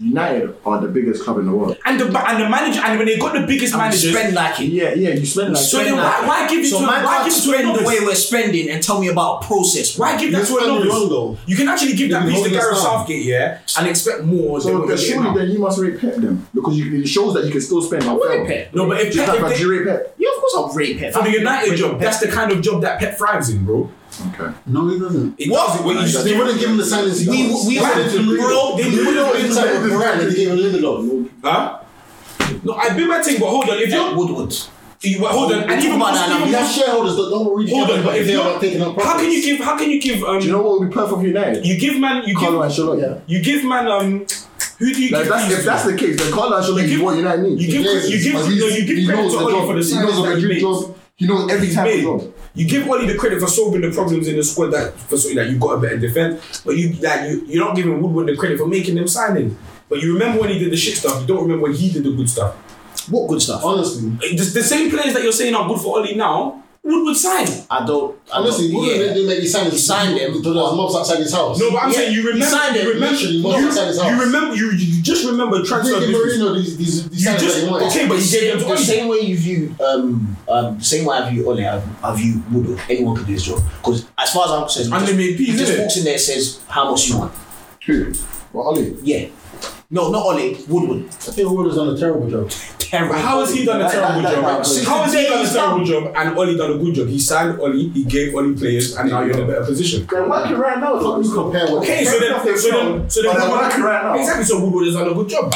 Speaker 1: United are the biggest club in the world.
Speaker 4: and the and the manager and when they got the biggest
Speaker 8: And we
Speaker 4: manager
Speaker 8: spend like it.
Speaker 1: Yeah, yeah, you spend like
Speaker 4: So then why, why give it
Speaker 8: So
Speaker 4: to
Speaker 8: man
Speaker 4: why
Speaker 8: can't
Speaker 4: give it to
Speaker 8: spend the
Speaker 4: Endo's?
Speaker 8: way we're spending and tell me about process.
Speaker 4: Why give that to
Speaker 8: You're spending wrong,
Speaker 4: Endo's?
Speaker 8: though.
Speaker 4: You can actually give that
Speaker 8: You're
Speaker 4: piece to
Speaker 8: holding us
Speaker 4: Gareth
Speaker 8: down.
Speaker 4: Southgate, yeah, and expect more. than
Speaker 1: So
Speaker 4: what
Speaker 1: then
Speaker 4: we're getting now.
Speaker 1: surely then you must rate Pep then because you, it shows that you can still spend. I
Speaker 8: wouldn't Pep.
Speaker 4: No, but if
Speaker 1: just
Speaker 4: Pep-
Speaker 1: like that,
Speaker 4: if they-
Speaker 1: you rate Pep.
Speaker 8: Yeah, of course I'll rate Pep.
Speaker 4: For the United job,
Speaker 8: Pep.
Speaker 4: that's the kind of job that Pep thrives in, bro.
Speaker 1: Okay.
Speaker 3: No, he doesn't.
Speaker 4: It does it when you
Speaker 3: They wouldn't give him the silence.
Speaker 4: We- we- bro, they wouldn't give him
Speaker 3: inside the
Speaker 4: the-
Speaker 3: brand that they gave him Lindelof.
Speaker 4: Huh? No, I've been my thing, but hold on. If you're
Speaker 8: Woodward,
Speaker 4: you, but hold on, and even
Speaker 3: about that. We
Speaker 4: even-
Speaker 3: have shareholders that don't really
Speaker 4: Hold on, but if
Speaker 3: they
Speaker 4: you're
Speaker 3: are taking up profits.
Speaker 4: how can you give? How can you give? Um,
Speaker 1: Do you know what would be perfect for United?
Speaker 4: you give man. You
Speaker 1: Carlo
Speaker 4: give.
Speaker 1: Ancelotti. Yeah.
Speaker 4: You give man. Um, who do you
Speaker 1: Like
Speaker 4: give?
Speaker 1: that's,
Speaker 4: these
Speaker 1: if that's
Speaker 4: to?
Speaker 1: the case, then Carlo Ancelotti
Speaker 4: You
Speaker 1: is
Speaker 4: give-
Speaker 1: what United needs.
Speaker 4: you give-
Speaker 1: Yes,
Speaker 4: you give-
Speaker 1: but
Speaker 4: no,
Speaker 1: he's-
Speaker 4: you give
Speaker 1: he
Speaker 4: credit
Speaker 1: knows
Speaker 4: to
Speaker 1: the
Speaker 4: Oli
Speaker 1: job.
Speaker 4: for the
Speaker 1: He
Speaker 4: silence
Speaker 1: knows
Speaker 4: that
Speaker 1: every
Speaker 4: he
Speaker 1: job. He knows every
Speaker 4: He's
Speaker 1: type of
Speaker 4: made.
Speaker 1: job.
Speaker 4: You give Oli the credit for solving the problems in the squad that for so that you got a better defense, but you that you you're not giving Woodward the credit for making them signings. But you remember when he did the shit stuff. You don't remember when he did the good stuff.
Speaker 8: What good stuff?
Speaker 3: Honestly,
Speaker 4: The, the same players that you're saying are good for Oli now, Woodward signed.
Speaker 8: I don't. I
Speaker 3: Honestly,
Speaker 8: don't,
Speaker 3: Woodward
Speaker 8: yeah.
Speaker 3: didn't make these signings.
Speaker 8: He signed them.
Speaker 3: Because there was mobs outside his house.
Speaker 4: No, but I'm
Speaker 8: Yeah,
Speaker 4: saying you
Speaker 8: he
Speaker 4: remember.
Speaker 8: signed it.
Speaker 4: you remember.
Speaker 3: Literally,
Speaker 4: You,
Speaker 3: mobs outside his house.
Speaker 4: you remember. You, you just remember
Speaker 3: He
Speaker 4: transfer
Speaker 3: gave
Speaker 4: business.
Speaker 3: Mourinho these these these
Speaker 4: You
Speaker 3: signings
Speaker 4: just-
Speaker 3: that he wanted.
Speaker 4: okay, but
Speaker 8: The
Speaker 4: he gave
Speaker 8: same,
Speaker 4: them to
Speaker 8: the
Speaker 4: Oli.
Speaker 8: same way you view, um, um, the same way I view Ole, I, I view Woodward. Anyone can do his job. Because as far as I'm concerned, he
Speaker 4: Unlimited
Speaker 8: just, he
Speaker 4: peas,
Speaker 8: just
Speaker 4: innit?
Speaker 8: walks in there and says how much you want.
Speaker 1: Who? Well, Oli.
Speaker 8: Yeah. No, not Ole. Woodward.
Speaker 3: I think Woodward's done a terrible job.
Speaker 8: Terrible.
Speaker 4: But how has he done a
Speaker 8: Like,
Speaker 4: terrible
Speaker 8: like,
Speaker 4: job?
Speaker 8: like, like,
Speaker 4: how has he done a
Speaker 8: he's
Speaker 4: terrible job and Oli done a good job? He signed Oli, he gave Oli players, and now you're in a better position.
Speaker 1: They're working right now. so you compare what-
Speaker 4: Okay, so then, so then, so then,
Speaker 1: But they're working right now.
Speaker 4: exactly. So Woodward has done a good job.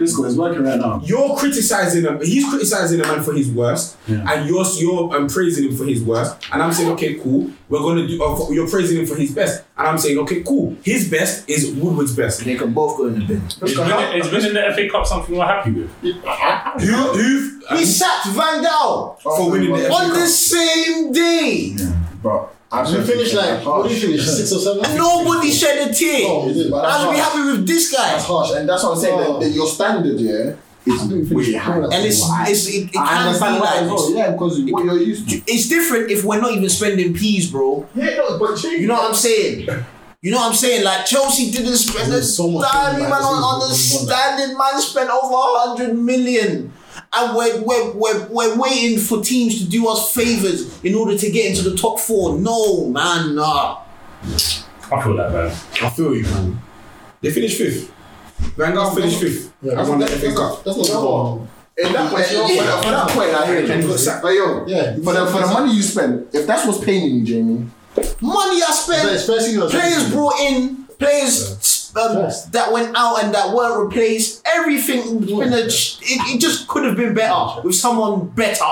Speaker 1: This guy is working right now.
Speaker 4: You're criticizing him. He's criticizing a man for his worst, and you're you're um, praising him for his worst. And I'm saying, okay, cool. We're gonna do. Uh, you're praising him for his best, and I'm saying, okay, cool. His best is Woodward's best.
Speaker 8: They can both go in the bin.
Speaker 2: Is winning, is winning the FA Cup something we're happy with?
Speaker 4: Who who
Speaker 8: He sacked Van Gaal
Speaker 1: Oh,
Speaker 4: for winning the FA
Speaker 8: on the
Speaker 4: Cup?
Speaker 8: same day.
Speaker 1: Bro,
Speaker 3: We finished like what did you finish? Six or seven?
Speaker 8: Nobody shed a tear.
Speaker 3: No, we didn't, but that's
Speaker 8: I should be
Speaker 3: harsh.
Speaker 8: happy with this guy.
Speaker 1: Oh, That's harsh, and that's what I'm saying.
Speaker 3: Oh.
Speaker 1: That, that your standard, yeah, is way high.
Speaker 8: And it's, it's it, it
Speaker 1: I
Speaker 8: can be
Speaker 1: understand why
Speaker 8: like
Speaker 1: as well.
Speaker 8: this.
Speaker 1: Yeah, because what you're used to.
Speaker 8: It's different if we're not even spending peas, bro.
Speaker 1: Yeah, no, but
Speaker 8: You know what I'm saying? You know what I'm saying? Like Chelsea didn't spend a
Speaker 3: There's so much
Speaker 8: dime,
Speaker 3: money
Speaker 8: man.
Speaker 3: behind the
Speaker 8: On
Speaker 3: scenes, but we won
Speaker 8: understanding, man, spent over hundred million, and we're, we're we're we're waiting for teams to do us favors in order to get into the top four. No, man, nah.
Speaker 2: I feel that, man.
Speaker 3: I feel you, man.
Speaker 4: They finished fifth. Van Gaal finished fifth.
Speaker 3: Yeah,
Speaker 4: and won the FA Cup.
Speaker 3: That's not the ball.
Speaker 1: In that way, yo, for, that, for that point, I hear you. But yo,
Speaker 3: Yeah.
Speaker 1: for the for the money you spend, if that's what's paying you, Jamie,
Speaker 8: Money I spent.
Speaker 3: Especially you know,
Speaker 8: players brought in, players um, that went out and that weren't replaced. Everything was been a, it, it just could have been better with someone better.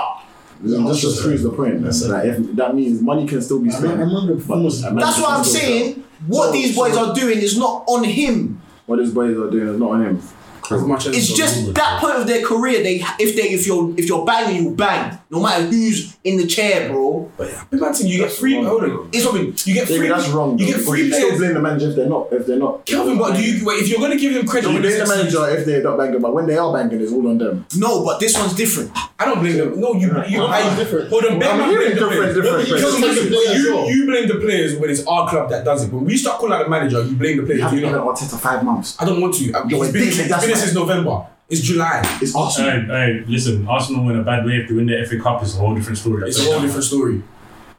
Speaker 1: that just proves the point. man. Like, if, that means money can still be
Speaker 3: I
Speaker 1: spent.
Speaker 3: remember the performance.
Speaker 8: That's what I'm saying. What these boys are doing is not on him.
Speaker 1: What these boys are doing is not on him.
Speaker 4: As much as
Speaker 8: It's just that point of their career. They if they if you're if you're banging, you bang. No matter who's in the chair, bro.
Speaker 4: Imagine you get free. Hold on, it's Robin. You get
Speaker 1: Yeah,
Speaker 4: free.
Speaker 1: but that's wrong.
Speaker 4: You
Speaker 1: though,
Speaker 4: get
Speaker 1: because
Speaker 4: free
Speaker 1: you still
Speaker 4: players.
Speaker 1: blame the manager if they're not. If they're not.
Speaker 4: Kelvin, but do you wait? If you're gonna give them credit,
Speaker 1: You
Speaker 4: when
Speaker 1: blame
Speaker 4: they
Speaker 1: the
Speaker 4: succeed-
Speaker 1: manager if they're not banging, but when they are banging, it's all on them.
Speaker 8: No, but this one's different.
Speaker 4: I don't blame them. No, you you
Speaker 3: Well,
Speaker 4: I,
Speaker 3: it's different.
Speaker 4: Hold on, Ben
Speaker 1: I'm
Speaker 4: man
Speaker 1: hearing
Speaker 4: blame the
Speaker 1: different-
Speaker 4: players.
Speaker 1: different
Speaker 4: No,
Speaker 3: players.
Speaker 4: because
Speaker 3: It's different
Speaker 4: you,
Speaker 3: players.
Speaker 4: you blame the players when it's our club that does it. When we start calling out the manager, you blame the
Speaker 1: You
Speaker 4: players.
Speaker 1: haven't
Speaker 4: You
Speaker 1: given
Speaker 4: know,
Speaker 1: Arteta five months.
Speaker 4: I don't want to. I've
Speaker 1: Yo,
Speaker 4: it's been,
Speaker 1: it's
Speaker 4: it's
Speaker 1: that's
Speaker 4: been
Speaker 1: right.
Speaker 4: since November. It's July.
Speaker 1: It's Arsenal.
Speaker 2: Hey, hey, listen, Arsenal were in a bad way. If they win the FA Cup, it's a whole different story.
Speaker 4: It's a whole different story.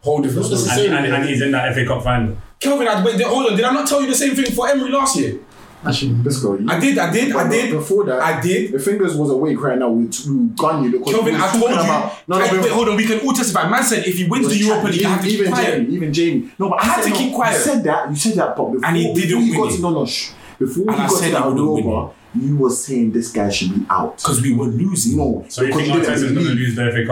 Speaker 4: Whole different
Speaker 3: Not
Speaker 4: story.
Speaker 3: necessarily.
Speaker 2: And, and, and he's in that FA Cup final.
Speaker 4: Kelvin, I, wait, hold on. Did I not tell you the same thing for Emery last year?
Speaker 1: Actually, let's go.
Speaker 4: I did. I did. I did.
Speaker 1: Before that,
Speaker 4: I did.
Speaker 1: The fingers was awake right now. We we gun you because
Speaker 4: Kelvin,
Speaker 1: we were
Speaker 4: I told
Speaker 1: talking
Speaker 4: you.
Speaker 1: About, no, no,
Speaker 4: Wait,
Speaker 1: we-
Speaker 4: wait, hold on. We can all testify. Man said if he wins the
Speaker 1: Even
Speaker 4: Europa League, I have to keep
Speaker 1: even
Speaker 4: quiet.
Speaker 1: Jamie, even Jamie. No, but I,
Speaker 4: I had
Speaker 1: said
Speaker 4: to keep
Speaker 1: no,
Speaker 4: quiet.
Speaker 1: You said that. You said that, but before,
Speaker 4: And he
Speaker 1: before
Speaker 4: didn't
Speaker 1: you
Speaker 4: win
Speaker 1: got
Speaker 4: it.
Speaker 1: to no, no, shh. Before we
Speaker 4: And I
Speaker 1: got
Speaker 4: said
Speaker 1: to
Speaker 4: I
Speaker 1: that
Speaker 4: wouldn't win
Speaker 1: Europa, you were saying this guy should be out.
Speaker 4: Because we were losing.
Speaker 1: No,
Speaker 2: So you
Speaker 1: because
Speaker 2: think
Speaker 1: he didn't
Speaker 2: Arteta's going to
Speaker 1: believe.
Speaker 2: lose the FA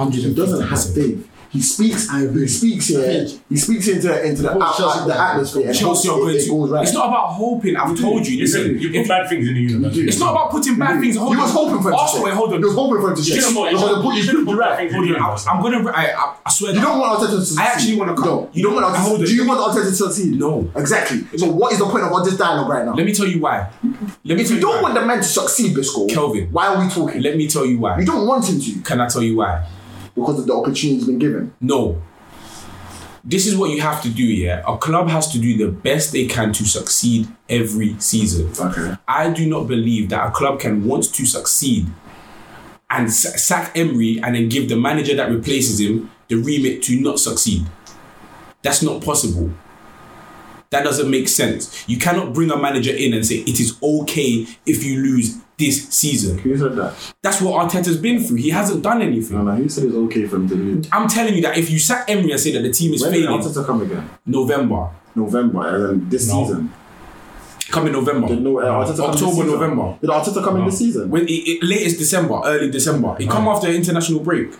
Speaker 2: Cup?
Speaker 1: He doesn't have faith. He He speaks. He speaks here. He speaks into into the,
Speaker 22: Chelsea
Speaker 1: out- the
Speaker 22: are-
Speaker 1: atmosphere. and
Speaker 4: Chelsea are
Speaker 1: it-
Speaker 4: going
Speaker 1: it goes
Speaker 4: to.
Speaker 1: right.
Speaker 4: It's not about hoping. I've told you. Listen,
Speaker 2: you put bad things in the universe.
Speaker 4: It's not about putting bad things. Hold
Speaker 1: You
Speaker 4: on.
Speaker 1: was hoping for him to
Speaker 4: Arsenal,
Speaker 1: say.
Speaker 4: wait, hold on.
Speaker 1: You was hoping for him to
Speaker 4: You
Speaker 1: say.
Speaker 4: know what?
Speaker 1: You was hoping-
Speaker 4: You
Speaker 1: you
Speaker 4: shouldn't put bad things. Hold on. I was- I'm gonna. I, I, I swear.
Speaker 1: You don't want Arteta to
Speaker 4: I actually
Speaker 1: succeed.
Speaker 4: want to come.
Speaker 1: No. You don't want Arteta. Do you want Arteta to succeed?
Speaker 4: No.
Speaker 1: Exactly. So what is the point of all this dialogue right now?
Speaker 4: Let me tell you why. Let me
Speaker 1: if
Speaker 4: tell
Speaker 1: you
Speaker 4: you
Speaker 1: don't
Speaker 4: why.
Speaker 1: want the man to succeed, Bisco,
Speaker 4: Kelvin.
Speaker 1: why are we talking?
Speaker 4: Let me tell you why.
Speaker 1: You don't want him to
Speaker 4: Can I tell you why?
Speaker 1: because of the opportunity he's been given.
Speaker 4: No. This is what you have to do here. A club has to do the best they can to succeed every season.
Speaker 1: Okay.
Speaker 4: I do not believe that a club can want to succeed and sa- sack Emery and then give the manager that replaces him the remit to not succeed. That's not possible. That doesn't make sense. You cannot bring a manager in and say it is okay if you lose this season.
Speaker 3: Who said that?
Speaker 4: That's what Arteta's been through. He hasn't done anything.
Speaker 3: No, no, he said it's okay for him to lose.
Speaker 4: I'm telling you that if you sack Emery and say that the team is
Speaker 3: When did
Speaker 4: failing,
Speaker 3: Arteta come again?
Speaker 4: November.
Speaker 1: November, and then this
Speaker 3: No.
Speaker 1: season.
Speaker 4: Come in November.
Speaker 1: Did no, uh, Arteta come this
Speaker 4: October,
Speaker 1: season?
Speaker 4: November.
Speaker 1: Did Arteta come in this season?
Speaker 4: When it, it, latest December, early December. He come after international break.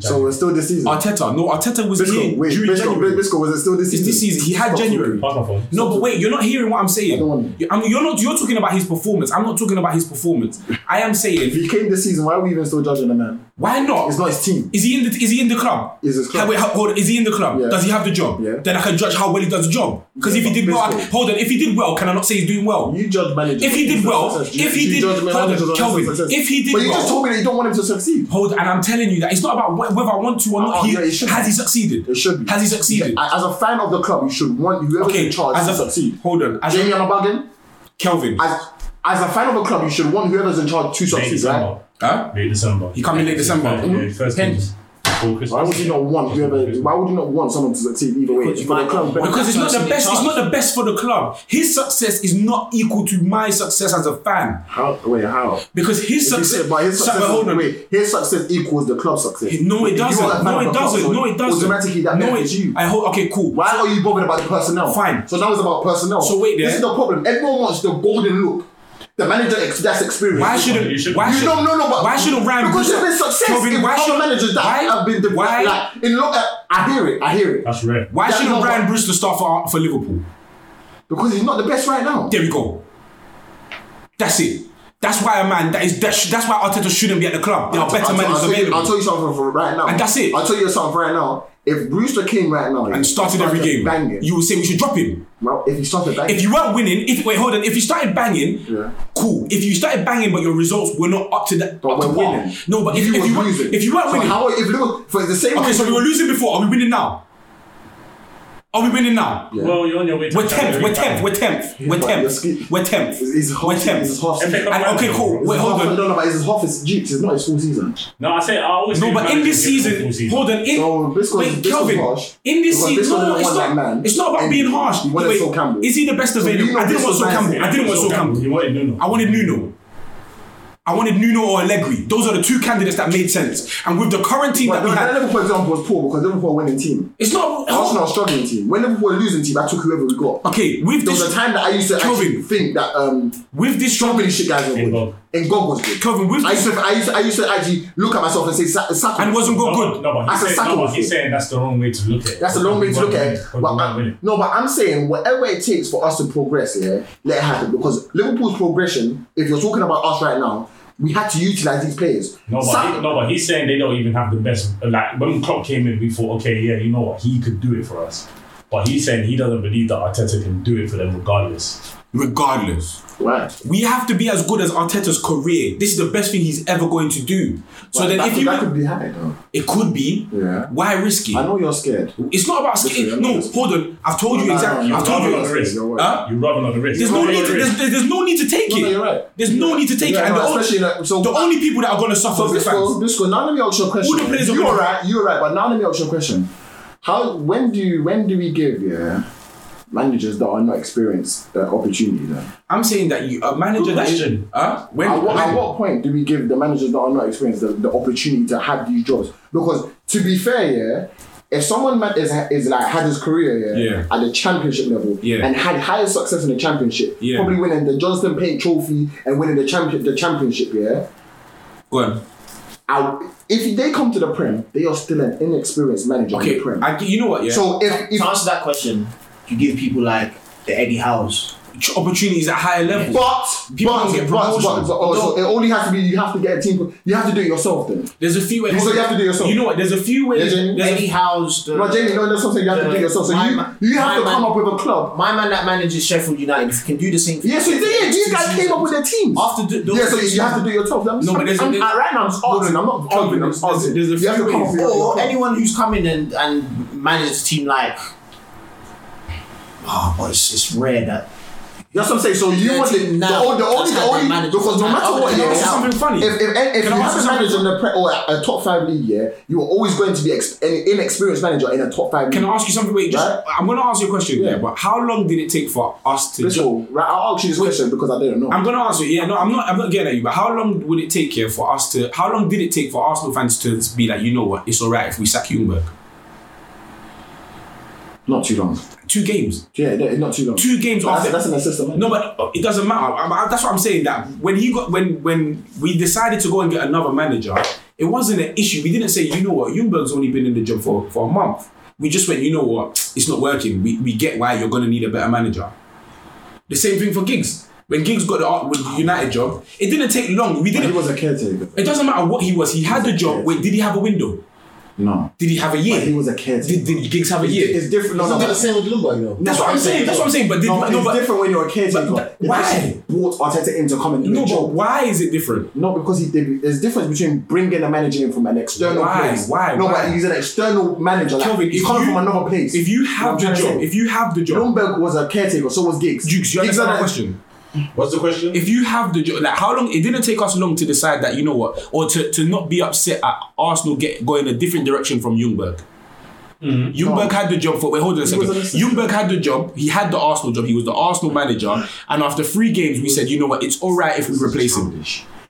Speaker 1: So it's still this season.
Speaker 4: Arteta, no, Arteta was
Speaker 1: Bisco,
Speaker 4: here
Speaker 1: wait,
Speaker 4: during
Speaker 1: Bisco,
Speaker 4: Uh, January.
Speaker 1: Bisco, was it still this
Speaker 4: It's
Speaker 1: season?
Speaker 4: this season. He had
Speaker 1: Stop
Speaker 4: January.
Speaker 1: talking.
Speaker 4: No, but wait, you're not hearing what I'm saying. You- I mean, you're not. You're talking about his performance. I'm not talking about his performance. I am saying
Speaker 1: If he came this season, why are we even still judging the man?
Speaker 4: Why not?
Speaker 1: It's not his team.
Speaker 4: Is he in the Is he in the club?
Speaker 1: Is his club.
Speaker 4: Wait, ho- hold on. Is he in the club?
Speaker 1: Yeah.
Speaker 4: Does he have the job?
Speaker 1: Yeah.
Speaker 4: Then I can judge how well he does the job. Because
Speaker 1: Yeah,
Speaker 4: if he
Speaker 1: but
Speaker 4: did well, I
Speaker 1: Bisco-
Speaker 4: can- hold on. If he did well, can I not say he's doing well?
Speaker 1: You judge managers.
Speaker 4: If he did
Speaker 1: on
Speaker 4: well,
Speaker 1: success. Do you-
Speaker 4: if he
Speaker 1: do you
Speaker 4: did,
Speaker 1: judge
Speaker 4: hold on,
Speaker 1: managers on
Speaker 4: Kelvin.
Speaker 1: success?
Speaker 4: If he did
Speaker 1: But you
Speaker 4: well-
Speaker 1: just told me that you don't want him to succeed.
Speaker 4: Hold, and I'm telling you that it's not about wh- whether I want to or not.
Speaker 1: Oh,
Speaker 4: he,
Speaker 1: yeah, it should
Speaker 4: has
Speaker 1: be.
Speaker 4: he succeeded?
Speaker 1: It should be.
Speaker 4: Has he succeeded?
Speaker 1: Yeah, As a fan of the club, you should want whoever's
Speaker 4: Okay,
Speaker 1: in charge
Speaker 4: as
Speaker 1: to
Speaker 4: a-
Speaker 1: succeed.
Speaker 4: Hold on. As
Speaker 1: Jamie Amabagan?
Speaker 4: Kelvin.
Speaker 1: As, as a fan of a club, you should want whoever's in charge to succeed, right?
Speaker 4: Huh?
Speaker 2: Late December.
Speaker 4: He come in late December. Mhm. Hence.
Speaker 1: Why would you not want whoever? Why would you not want someone to succeed either way?
Speaker 2: Because you
Speaker 1: For the
Speaker 2: might
Speaker 1: club,
Speaker 2: not
Speaker 1: but-
Speaker 4: Because it's not the best. It's not the best for the club. His success is not equal to my success as a fan.
Speaker 1: How? Wait, how?
Speaker 4: Because his
Speaker 1: If you
Speaker 4: success-
Speaker 1: say- But his
Speaker 4: so-
Speaker 1: success.
Speaker 4: but hold on.
Speaker 1: Wait, his success equals the club's success.
Speaker 4: No, it
Speaker 1: If you are a
Speaker 4: doesn't.
Speaker 1: fan
Speaker 4: No,
Speaker 1: of the
Speaker 4: it
Speaker 1: club,
Speaker 4: doesn't.
Speaker 1: so
Speaker 4: No, it doesn't.
Speaker 1: Automatically, that
Speaker 4: no,
Speaker 1: benefits
Speaker 4: it,
Speaker 1: you.
Speaker 4: I hope. Okay, cool.
Speaker 1: Why are you bothered about the personnel?
Speaker 4: Fine.
Speaker 1: So now it's about personnel.
Speaker 4: So wait there.
Speaker 1: This is the problem. Everyone wants the golden look. The manager ex- that's experienced.
Speaker 4: Why shouldn't? Why
Speaker 1: you
Speaker 4: should?
Speaker 1: don't know no, but
Speaker 4: Why shouldn't Ryan?
Speaker 1: Because
Speaker 4: Brewster-
Speaker 1: there's been success
Speaker 4: Kelvin,
Speaker 1: in
Speaker 4: why
Speaker 1: other
Speaker 4: should-
Speaker 1: managed that
Speaker 4: why-
Speaker 1: have been the
Speaker 4: why-
Speaker 1: like in lot. I hear it. I hear it.
Speaker 2: That's rare.
Speaker 4: Why
Speaker 1: Yeah,
Speaker 4: shouldn't
Speaker 1: no,
Speaker 4: Ryan
Speaker 1: but-
Speaker 4: Brewster start for for Liverpool?
Speaker 1: Because he's not the best right now.
Speaker 4: There we go. That's it. That's why a man that is that sh- that's why Arteta shouldn't be at the club. There are better
Speaker 1: I'll, tell-
Speaker 4: managers
Speaker 1: I'll tell you-
Speaker 4: available.
Speaker 1: I'll tell you something for right now.
Speaker 4: And that's it.
Speaker 1: I'll tell you something right now. If Brewster came right now
Speaker 4: and started every game.
Speaker 1: banging,
Speaker 4: You would say we should drop him.
Speaker 1: well, if he started banging,
Speaker 4: If you weren't winning, if wait hold on, if you started banging, cool. If you started banging but your results were not up to that, but up
Speaker 1: we're
Speaker 4: to par.
Speaker 1: winning.
Speaker 4: No, but if
Speaker 1: You
Speaker 4: if
Speaker 1: were
Speaker 4: you, were-
Speaker 1: losing.
Speaker 4: if you weren't
Speaker 1: So
Speaker 4: winning,
Speaker 1: how- if Liverpool- for the same
Speaker 4: okay, so we were losing before. Are we winning now? Are we winning now?
Speaker 2: Well, you're on your way to
Speaker 4: We're tenth. We're tenth. We're tenth. We're
Speaker 1: but
Speaker 4: tenth. We're tenth. We're tenth. And- Okay, cool. Wait, hold on.
Speaker 1: No, no, but it's half his dukes. It's not his full season.
Speaker 2: No, I say I always.
Speaker 4: No,
Speaker 2: think
Speaker 4: but in
Speaker 2: managers
Speaker 4: this
Speaker 2: give them
Speaker 4: season,
Speaker 2: full
Speaker 4: hold on. In,
Speaker 1: So this was-
Speaker 4: wait,
Speaker 1: this was
Speaker 4: Kelvin,
Speaker 1: harsh.
Speaker 4: in this
Speaker 1: Because
Speaker 4: season,
Speaker 1: this
Speaker 4: no,
Speaker 1: was
Speaker 4: no,
Speaker 1: the
Speaker 4: it's
Speaker 1: one
Speaker 4: not.
Speaker 1: that man.
Speaker 4: It's not about
Speaker 1: And
Speaker 4: being harsh.
Speaker 1: he wanted
Speaker 4: Wait,
Speaker 1: Sol Campbell.
Speaker 4: Is he the best
Speaker 1: So we
Speaker 4: available?
Speaker 1: know
Speaker 4: I didn't want
Speaker 1: this
Speaker 4: Sol
Speaker 1: was-
Speaker 4: Campbell. I didn't want Sol Campbell.
Speaker 2: He wanted Nuno.
Speaker 4: I wanted Nuno. I wanted Nuno or Allegri. Those are the two candidates that made sense. And with the current team
Speaker 1: But
Speaker 4: that we
Speaker 1: no, that
Speaker 4: had,
Speaker 1: Liverpool example was poor because Liverpool are winning team.
Speaker 4: it's not.
Speaker 1: Arsenal are struggling team. When Liverpool are losing team, I took whoever we got.
Speaker 4: Okay, with
Speaker 1: there
Speaker 4: this,
Speaker 1: was a time that I used to actually
Speaker 4: Kelvin,
Speaker 1: think that um
Speaker 4: with this
Speaker 1: so many shit guys were good. And God was good.
Speaker 4: Kelvin, with
Speaker 1: I used,
Speaker 4: this,
Speaker 1: to, I, used to, I used to actually look at myself and say, Sa- Saka.
Speaker 4: and wasn't
Speaker 2: No,
Speaker 4: got
Speaker 2: but-
Speaker 4: Oh, good.
Speaker 2: No, but
Speaker 1: That's a
Speaker 2: he's saying, no, but
Speaker 1: sacrifice.
Speaker 2: he's saying that's the wrong way to look at it.
Speaker 1: That's a long way to look at it. But I- no, but I'm saying whatever it takes for us to progress, yeah, let it happen. Because Liverpool's progression, if you're talking about us right now, we had to utilize these players.
Speaker 2: No but,
Speaker 1: Saka-
Speaker 2: he, no, but he's saying they don't even have the best. Like when Klopp came in, we thought, okay, yeah, you know what, he could do it for us. But he's saying he doesn't believe that Arteta can do it for them, regardless.
Speaker 4: Regardless, we have to be as good as Arteta's career. This is the best thing he's ever going to do. So
Speaker 1: But
Speaker 4: then,
Speaker 1: that
Speaker 4: if
Speaker 1: could-
Speaker 4: you
Speaker 1: that could be high though.
Speaker 4: It could be.
Speaker 1: Yeah.
Speaker 4: Why risk it?
Speaker 1: I know you're scared.
Speaker 4: It's not about
Speaker 1: Listen,
Speaker 4: scaling. No, hold on. I've told
Speaker 1: No,
Speaker 4: you
Speaker 1: no,
Speaker 4: exactly.
Speaker 1: no,
Speaker 4: I've
Speaker 1: no,
Speaker 4: told
Speaker 1: no,
Speaker 4: you.
Speaker 1: no, no,
Speaker 4: Risk.
Speaker 1: you're right.
Speaker 4: Huh?
Speaker 2: You rather not the risk.
Speaker 4: There's
Speaker 1: You're
Speaker 4: no
Speaker 1: right,
Speaker 4: need.
Speaker 1: you're
Speaker 4: There's, there's, there's no need to take
Speaker 1: No,
Speaker 4: it.
Speaker 1: no, you're right.
Speaker 4: There's no need to take
Speaker 1: Yeah,
Speaker 4: it. And
Speaker 1: no,
Speaker 4: the, only,
Speaker 1: especially that- so
Speaker 4: the
Speaker 1: what-
Speaker 4: only people that are gonna suffer
Speaker 1: So
Speaker 4: is
Speaker 1: this
Speaker 4: the fans.
Speaker 1: goes, this goes. Now let me ask you a question.
Speaker 4: All the players are
Speaker 1: you're
Speaker 4: gonna-
Speaker 1: right. You're right. But now let me ask you a question. How? When do? you- When do we give? Yeah. Managers that are not experienced uh, opportunity then.
Speaker 4: I'm saying that you a manager that is. Huh? When,
Speaker 1: at, what, at
Speaker 4: when-
Speaker 1: what point do we give the managers that are not experienced the, the opportunity to have these jobs? Because to be fair, yeah, if someone man- is, is like had his career yeah,
Speaker 4: Yeah.
Speaker 1: at the championship level
Speaker 4: Yeah.
Speaker 1: and had higher success in the championship,
Speaker 4: Yeah.
Speaker 1: probably winning the Johnston Payne Trophy and winning the champion the championship, yeah.
Speaker 4: Go on.
Speaker 1: I, if they come to the Prem, they are still an inexperienced manager. in
Speaker 8: Okay,
Speaker 1: the Prem.
Speaker 8: I- you know what, yeah.
Speaker 1: So if, if
Speaker 8: to answer that question, you give people like the Eddie Howe's
Speaker 4: opportunities at higher levels.
Speaker 1: But
Speaker 4: people
Speaker 1: but,
Speaker 4: don't get
Speaker 1: but,
Speaker 4: promotions.
Speaker 1: but, but, oh, so it only has to be you have to get a team. You have to do it yourself then.
Speaker 4: There's a few ways.
Speaker 1: So you have to do it yourself.
Speaker 4: You know what? There's a few ways. there's a-
Speaker 8: Eddie Howe's. The,
Speaker 1: No, Jamie, no, that's something you have to
Speaker 8: the-
Speaker 1: do yourself. So
Speaker 8: my
Speaker 1: you,
Speaker 8: ma-
Speaker 1: you have
Speaker 8: my
Speaker 1: to come
Speaker 8: man-
Speaker 1: up with a club.
Speaker 8: My man that manages Sheffield United can do the same thing.
Speaker 1: Yeah, so yeah, yeah, these
Speaker 8: Two
Speaker 1: guys came up with their teams.
Speaker 8: After the- those
Speaker 1: yeah, so
Speaker 8: seasons-
Speaker 1: you have to do it yourself. I'm,
Speaker 8: No, but there's a-
Speaker 1: I'm,
Speaker 8: there's-
Speaker 1: I- right now I'm just arguing. I'm not arguing. I'm arguing.
Speaker 8: there's a
Speaker 1: you have to
Speaker 8: few
Speaker 1: come up
Speaker 8: ways.
Speaker 1: with your- your
Speaker 8: Or
Speaker 1: club.
Speaker 8: anyone who's coming and, and manages a team like. Oh, but it's, it's rare that.
Speaker 1: That's what I'm saying. So you
Speaker 8: Yeah,
Speaker 1: want the,
Speaker 8: team
Speaker 1: the,
Speaker 8: now,
Speaker 1: only- the
Speaker 8: that's
Speaker 1: only, the
Speaker 8: how they
Speaker 1: only,
Speaker 8: manage
Speaker 1: because no
Speaker 8: it.
Speaker 1: matter
Speaker 8: Oh,
Speaker 1: what,
Speaker 8: can I
Speaker 1: yeah,
Speaker 8: ask something funny?
Speaker 1: If, if, if,
Speaker 8: Can I
Speaker 1: you have
Speaker 8: ask
Speaker 1: a
Speaker 8: something
Speaker 1: manager in the pre- or a, a top five league, yeah, you are always going to be ex- an inexperienced manager in a top five league.
Speaker 4: Can I ask you something? Wait, just,
Speaker 1: Right?
Speaker 4: I'm gonna ask you a question. Yeah. but how long did it take for us to?
Speaker 1: Listen, right, I'll ask you this question because I didn't know.
Speaker 4: I'm gonna answer it. Yeah, no, I'm not. I'm not getting at you. But how long would it take here for us to? How long did it take for Arsenal fans to be like, you know what? It's all right if we sack Jungberg.
Speaker 1: Not too long.
Speaker 4: Two games.
Speaker 1: Yeah, no, not too long.
Speaker 4: Two games
Speaker 1: That's-
Speaker 4: after.
Speaker 1: that's an assist, man.
Speaker 4: No, but it doesn't matter. I'm- I'm- that's what I'm saying. That when he got when when we decided to go and get another manager, it wasn't an issue. We didn't say, you know what, Jungberg's only been in the job for for a month. We just went, you know what, it's not working. We we get why you're gonna need a better manager. The same thing for Giggs. When Giggs got the art with the United job, it didn't take long. We didn't.
Speaker 1: He was a caretaker.
Speaker 4: It doesn't matter what he was. He had the job. Wait, did he have a window?
Speaker 1: No.
Speaker 4: Did he have a year?
Speaker 1: But he was a caretaker.
Speaker 4: Did, did Giggs have a year?
Speaker 1: It's different. No,
Speaker 23: Isn't
Speaker 1: no,
Speaker 23: that
Speaker 1: but-
Speaker 23: the same with Lumba, you know?
Speaker 4: That's what I'm saying. That's what I'm saying. But did,
Speaker 1: no, but
Speaker 4: no,
Speaker 1: it's
Speaker 4: but-
Speaker 1: different when you're a caretaker.
Speaker 4: but
Speaker 1: They
Speaker 4: why?
Speaker 1: actually brought Arteta in to come and do
Speaker 4: No,
Speaker 1: the
Speaker 4: but
Speaker 1: job?
Speaker 4: why is it different?
Speaker 1: Not because he did. There's a difference between bringing a manager in from an external
Speaker 4: Why?
Speaker 1: place.
Speaker 4: Why?
Speaker 1: No,
Speaker 4: Why?
Speaker 1: but he's an external manager. Like,
Speaker 4: Kelvin,
Speaker 1: he's
Speaker 4: if
Speaker 1: coming
Speaker 4: you-
Speaker 1: from another place.
Speaker 4: If you
Speaker 1: know
Speaker 4: have
Speaker 1: what I'm
Speaker 4: the
Speaker 1: trying to
Speaker 4: job,
Speaker 1: say?
Speaker 4: if you have the job,
Speaker 1: Lundberg was a caretaker, so was Giggs.
Speaker 4: Jukes, you understand
Speaker 1: are like-
Speaker 4: my question?
Speaker 3: What's the question?
Speaker 4: If you have the job, like how long? It didn't take us long to decide that you know what, or to, to not be upset at Arsenal get going a different direction from Jungberg.
Speaker 3: Mm-hmm.
Speaker 4: Jungberg had the job for wait, hold on a second. Jungberg had the job. He had the Arsenal job. He was the Arsenal manager. And after three games, we said, you know what, it's all right if we replace him.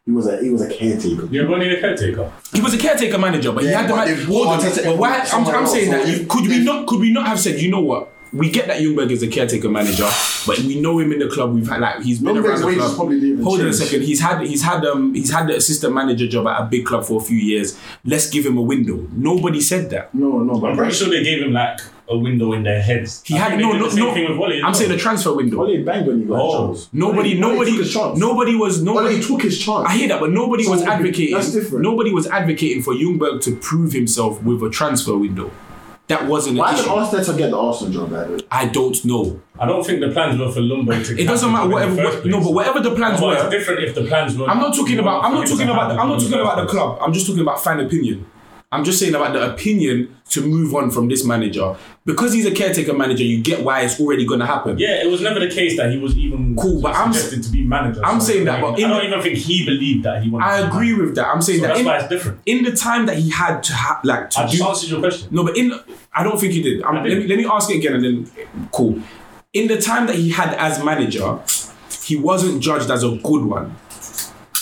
Speaker 1: He was a he was a caretaker.
Speaker 2: You're going to need a caretaker.
Speaker 4: He was a caretaker manager, but he
Speaker 1: Yeah,
Speaker 4: had the
Speaker 1: but
Speaker 4: man-
Speaker 1: if
Speaker 4: hold on,
Speaker 1: Arteta-
Speaker 4: but why? I'm,
Speaker 1: somewhere
Speaker 4: I'm
Speaker 1: else,
Speaker 4: saying
Speaker 1: so
Speaker 4: that
Speaker 1: if-
Speaker 4: you, could we not could we not have said, you know what? We get that Jungberg is a caretaker manager, but we know him in the club. We've had like he's been
Speaker 1: Jungberg's
Speaker 4: around the
Speaker 1: wages
Speaker 4: club.
Speaker 1: probably didn't even
Speaker 4: Hold on a
Speaker 1: change.
Speaker 4: second. He's had he's had um he's had the assistant manager job at a big club for a few years. Let's give him a window. Nobody said that.
Speaker 1: No, no, but
Speaker 2: I'm pretty sure they gave him like a window in their heads.
Speaker 4: He
Speaker 2: I
Speaker 4: had
Speaker 2: think
Speaker 4: no
Speaker 2: they did
Speaker 4: no
Speaker 2: the same
Speaker 4: no.
Speaker 2: thing with Wally as
Speaker 4: I'm
Speaker 2: well.
Speaker 4: saying the transfer window.
Speaker 1: Ole banged when he got
Speaker 2: Oh.
Speaker 1: his chance.
Speaker 4: Nobody,
Speaker 1: Ole- Ole
Speaker 4: nobody,
Speaker 1: took his chance.
Speaker 4: nobody was nobody
Speaker 1: Ole took his chance.
Speaker 4: I hear that, but nobody
Speaker 1: So
Speaker 4: was
Speaker 1: that's
Speaker 4: advocating.
Speaker 1: different.
Speaker 4: Nobody was advocating for Jungberg to prove himself with a transfer window. That wasn't an
Speaker 1: Why did
Speaker 4: issue.
Speaker 1: Arteta get the Arsenal job? By the way?
Speaker 4: I don't know.
Speaker 2: I don't think the plans were for Lumber to.
Speaker 4: It doesn't matter whatever.
Speaker 2: What,
Speaker 4: no, but whatever the plans
Speaker 2: Well, it's
Speaker 4: were,
Speaker 2: different if the plans were.
Speaker 4: I'm not talking about. I'm not talking about. The, I'm not talking about the
Speaker 2: club.
Speaker 4: club. I'm just talking about fan opinion. I'm just saying about the opinion to move on from this manager because he's a caretaker manager. You get why it's already going to happen.
Speaker 2: Yeah, it was never the case that he was even
Speaker 4: Cool, but I'm-
Speaker 2: suggested to be manager.
Speaker 4: I'm saying
Speaker 2: I
Speaker 4: that, but
Speaker 2: don't
Speaker 4: in
Speaker 2: even- I
Speaker 4: the-
Speaker 2: don't even think he believed that he wanted.
Speaker 4: I
Speaker 2: to be
Speaker 4: agree with that. I'm saying
Speaker 2: So
Speaker 4: that
Speaker 2: that's
Speaker 4: in,
Speaker 2: why it's different.
Speaker 4: in the time that he had to ha- like to
Speaker 2: I just
Speaker 4: do-
Speaker 2: answered your question.
Speaker 4: No, but in I don't think he did. Um,
Speaker 2: I
Speaker 4: let,
Speaker 2: did.
Speaker 4: me, let me ask it again and then cool. In the time that he had as manager, he wasn't judged as a good one.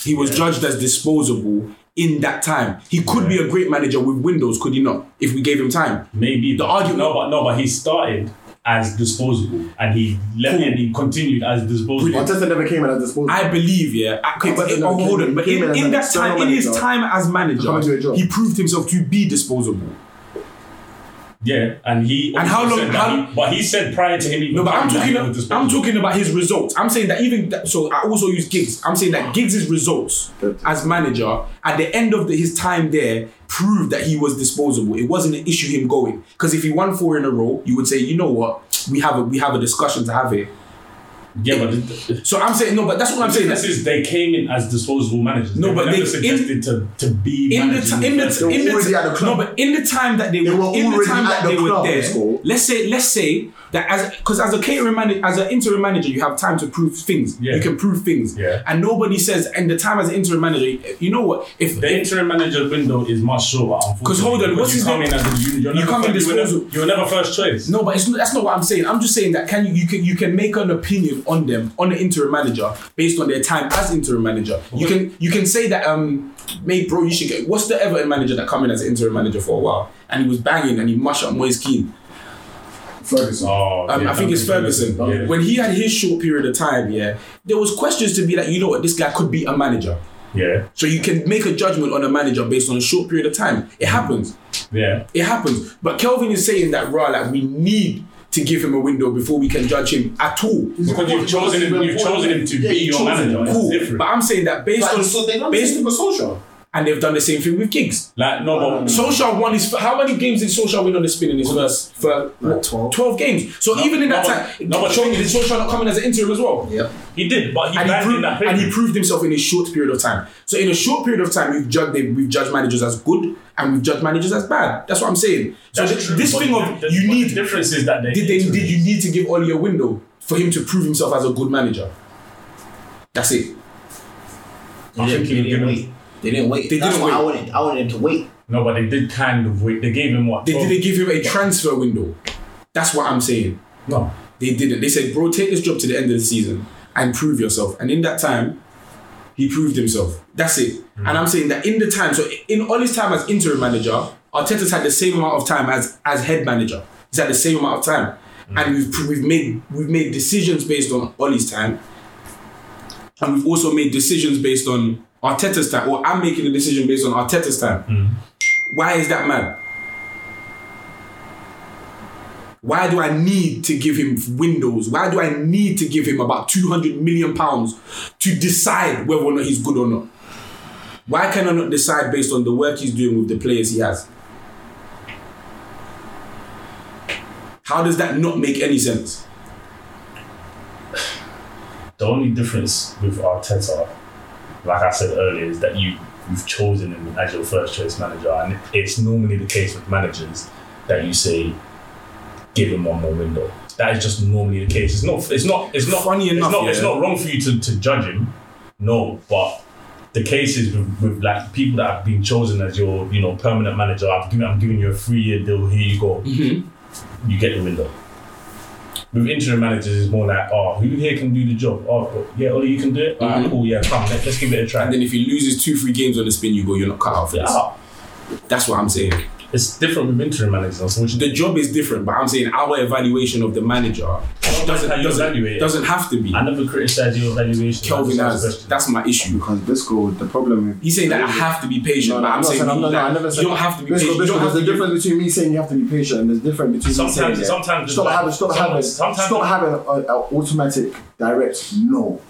Speaker 4: He was judged as disposable in that time. He could be a great manager with windows, could he not? If we gave him time.
Speaker 2: Maybe
Speaker 4: The argument
Speaker 2: No, but no, but he started as disposable and he left and he continued as disposable.
Speaker 1: Arteta never came in as disposable.
Speaker 4: I believe, yeah. Okay, but
Speaker 1: Arteta never
Speaker 4: oh, hold
Speaker 1: came
Speaker 4: on.
Speaker 1: in.
Speaker 4: But
Speaker 1: He came
Speaker 4: in,
Speaker 1: in as
Speaker 4: in
Speaker 1: an
Speaker 4: that time,
Speaker 1: external
Speaker 4: in his
Speaker 1: manager.
Speaker 4: time as
Speaker 1: come into a
Speaker 4: manager,
Speaker 1: job.
Speaker 4: he proved himself to be disposable.
Speaker 2: Yeah, and he
Speaker 4: And how
Speaker 2: also
Speaker 4: long-
Speaker 2: Said that
Speaker 4: how-
Speaker 2: he- but he said prior to him even.
Speaker 4: No, but I'm
Speaker 2: coming that
Speaker 4: talking.
Speaker 2: he was disposable.
Speaker 4: I'm talking about his results. I'm saying that even that, so, I also use Giggs. I'm saying that Giggs' results as manager at the end of the, his time there proved that he was disposable. It wasn't an issue him going because if he won four in a row, you would say, you know what, we have a we have a discussion to have here.
Speaker 2: Yeah, but the-
Speaker 4: So I'm saying no, but that's what I'm
Speaker 2: the
Speaker 4: saying.
Speaker 2: difference
Speaker 4: That
Speaker 2: is they came in as disposable managers.
Speaker 4: No, but
Speaker 2: never
Speaker 4: they- in-
Speaker 2: suggested to to be
Speaker 4: in the
Speaker 2: managers
Speaker 4: time, in the,
Speaker 2: first
Speaker 4: ti- in
Speaker 2: place.
Speaker 4: the, ti- no, but in the time that they, were in the
Speaker 1: already
Speaker 4: time
Speaker 1: at
Speaker 4: that
Speaker 1: the
Speaker 4: they were
Speaker 1: club,
Speaker 4: there,
Speaker 1: so-
Speaker 4: let's say let's say that as because as a catering manager, as an interim manager, you have time to prove things.
Speaker 2: Yeah.
Speaker 4: You can prove things,
Speaker 2: Yeah.
Speaker 4: and nobody says. And the time as an interim manager, you know what? If
Speaker 2: The interim manager window is much shorter.
Speaker 4: Because hold on,
Speaker 2: unfortunately,
Speaker 4: what's
Speaker 2: when you
Speaker 4: his
Speaker 2: come
Speaker 4: name?
Speaker 2: in as a, you, you're
Speaker 4: You
Speaker 2: never
Speaker 4: come in
Speaker 2: first- you were never-
Speaker 4: disposable.
Speaker 2: You were never first choice.
Speaker 4: No, but it's not, that's not what I'm saying. I'm just saying that can you you can you can make an opinion on them on the interim manager based on their time as interim manager. You can you can say that um, mate, bro, you should get. What's the Everton manager that come in as an interim manager for a while and he was banging and he mushed up Moyes Keane.
Speaker 2: Ferguson. Oh,
Speaker 4: Um,
Speaker 2: yeah,
Speaker 4: I think it's Ferguson.
Speaker 2: Yeah.
Speaker 4: When he had his short period of time, yeah, there was questions to be like, you know what, this guy could be a manager.
Speaker 2: Yeah.
Speaker 4: So you can make a judgment on a manager based on a short period of time. It happens.
Speaker 2: Yeah.
Speaker 4: It happens. But Kelvin is saying that rah, like we need to give him a window before we can judge him at all.
Speaker 2: Because you've chosen him- you've chosen him to be your manager. It's
Speaker 4: Cool.
Speaker 2: different.
Speaker 4: But I'm saying that based
Speaker 2: Like,
Speaker 4: on
Speaker 2: so they've done the
Speaker 4: based
Speaker 2: same
Speaker 4: on social. And they've done the same thing with gigs.
Speaker 2: Like no, but
Speaker 4: Solskjaer won his how many games did Solskjaer win on the spin in his first for twelve games? So even in that time, no, but showing did Solskjaer not come in as an interim as well?
Speaker 2: Yeah. He did, but he
Speaker 4: and he,
Speaker 2: landed
Speaker 4: proved,
Speaker 2: that
Speaker 4: and he proved himself in a short period of time. So in a short period of time, we've judged him, we've judged managers as good and we've judged managers as bad. That's what I'm saying. So
Speaker 2: That's
Speaker 4: th-
Speaker 2: true,
Speaker 4: this
Speaker 2: but
Speaker 4: thing of you need differences
Speaker 2: that they
Speaker 4: did they did you need to give Oli a window for him to prove himself as a good manager? That's it.
Speaker 2: I think he would give him.
Speaker 8: They didn't wait.
Speaker 4: They
Speaker 8: That's
Speaker 4: didn't
Speaker 8: what I
Speaker 4: wait.
Speaker 8: wanted. I wanted him to wait.
Speaker 2: No, but they did kind of wait. They gave him what?
Speaker 4: They didn't give him a transfer window. That's what I'm saying.
Speaker 2: No.
Speaker 4: They didn't. They said, bro, take this job to the end of the season and prove yourself. And in that time, he proved himself. That's it. And I'm saying that in the time, so in all his time as interim manager, Arteta's had the same amount of time as as head manager. He's had the same amount of time. And we've pr- we've made we've made decisions based on Ollie's time. And we've also made decisions based on Arteta's time, or I'm making a decision based on Arteta's time. Why is that mad? Why do I need to give him windows? Why do I need to give him about 200 million pounds to decide whether or not he's good or not? Why can I not decide based on the work he's doing with the players he has? How does that not make any sense?
Speaker 2: The only difference with Arteta, like I said earlier, is that you you've chosen him as your first choice manager, and it's normally the case with managers that you say, give him one more window. That is just normally the case. It's not. It's not. It's not.
Speaker 4: Funny enough,
Speaker 2: it's not, it's
Speaker 4: yeah.
Speaker 2: not wrong for you to, to judge him. No, but the cases with, with like people that have been chosen as your you know permanent manager, I've given, I'm giving you a three year deal. Here you go.
Speaker 4: Mm-hmm.
Speaker 2: You get the window. With interim managers, it's more like, oh, who here can do the job? Oh, but- yeah, Oli, you can do it. Alright, cool. Yeah, come. Let, let's give it a try.
Speaker 4: Mm-hmm. And then if he loses two, three games on the spin, you go, you're not cut out for this.
Speaker 2: Yeah.
Speaker 4: That's what I'm saying.
Speaker 2: It's different with interim managers, unfortunately.
Speaker 4: The job is different, but I'm saying our evaluation of the manager doesn't, doesn't, doesn't have to be. I
Speaker 2: never criticise your evaluation.
Speaker 4: Kelvin
Speaker 2: I just asked
Speaker 4: has. That's my issue.
Speaker 1: Because Bisco, the problem with
Speaker 4: He's saying that I have to be
Speaker 1: No,
Speaker 4: patient,
Speaker 1: no,
Speaker 4: but I'm
Speaker 1: not
Speaker 4: saying
Speaker 1: saying- no, no,
Speaker 4: that
Speaker 1: I never said
Speaker 4: you don't have to be
Speaker 1: Bisco,
Speaker 4: patient. You
Speaker 1: Bisco,
Speaker 4: don't
Speaker 1: there's
Speaker 4: have to
Speaker 1: a
Speaker 4: be-
Speaker 1: difference between me saying you have to be patient and there's difference between me saying
Speaker 2: Sometimes-
Speaker 1: that.
Speaker 2: sometimes
Speaker 1: stop
Speaker 2: it's
Speaker 1: having
Speaker 2: like-
Speaker 1: stop
Speaker 2: sometimes-
Speaker 1: having
Speaker 2: sometimes-
Speaker 1: stop having an automatic direct no.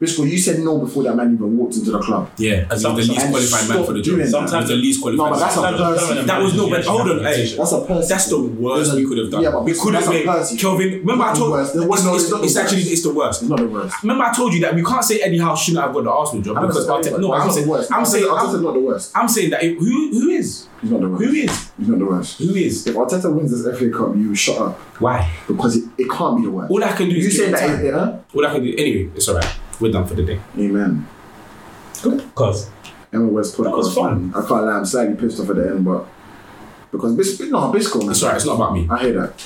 Speaker 1: Bisco, you said no before that man even walked into the club.
Speaker 4: Yeah, as the least
Speaker 1: And
Speaker 4: qualified man
Speaker 1: stop
Speaker 4: for the job.
Speaker 1: doing that.
Speaker 4: Sometimes the least qualified.
Speaker 1: No, but that's a
Speaker 4: man.
Speaker 1: person.
Speaker 4: That was no, but hold on, hey,
Speaker 1: That's a person.
Speaker 4: That's the worst we could have done.
Speaker 1: Yeah, but
Speaker 4: we could
Speaker 1: that's
Speaker 4: have
Speaker 1: a
Speaker 4: made
Speaker 1: person.
Speaker 4: Kelvin. Remember, I
Speaker 1: It's
Speaker 4: told
Speaker 1: the worst. There was
Speaker 4: it's,
Speaker 1: no-
Speaker 4: it's,
Speaker 1: it's not the
Speaker 4: it's actually
Speaker 1: worst.
Speaker 4: it's the worst.
Speaker 1: It's not the worst.
Speaker 4: Remember, I told you that we can't say Eddie Howe shouldn't have got the Arsenal job
Speaker 1: I never
Speaker 4: because
Speaker 1: said Eddie
Speaker 4: Arteta-
Speaker 1: Howe.
Speaker 4: no,
Speaker 1: Arteta's
Speaker 4: I'm saying
Speaker 1: the worst.
Speaker 4: I'm saying
Speaker 1: Arteta's-
Speaker 4: I'm-
Speaker 1: Arteta's not the worst.
Speaker 4: I'm saying that it- who who is
Speaker 1: He's not the worst.
Speaker 4: who is
Speaker 1: He's not the worst.
Speaker 4: who is?
Speaker 1: If Arteta wins this FA Cup, you shut up.
Speaker 4: Why?
Speaker 1: Because it, it can't be the worst.
Speaker 4: All I can do
Speaker 1: You
Speaker 4: is
Speaker 1: said
Speaker 4: give it
Speaker 1: that,
Speaker 4: time.
Speaker 1: yeah?
Speaker 4: All I can do anyway. It's alright. We're done for the day.
Speaker 1: Amen.
Speaker 2: Cause
Speaker 1: Emma West podcast.
Speaker 4: That was fun.
Speaker 1: I can't lie, I'm slightly pissed off at the end, but because Bis- no, Bisco, man.
Speaker 4: It's alright. It's not about me.
Speaker 1: I hear that.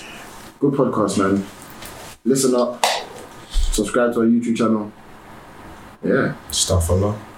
Speaker 1: Good podcast, man. Listen up. Subscribe to our YouTube channel. Yeah.
Speaker 4: Stuff a lot.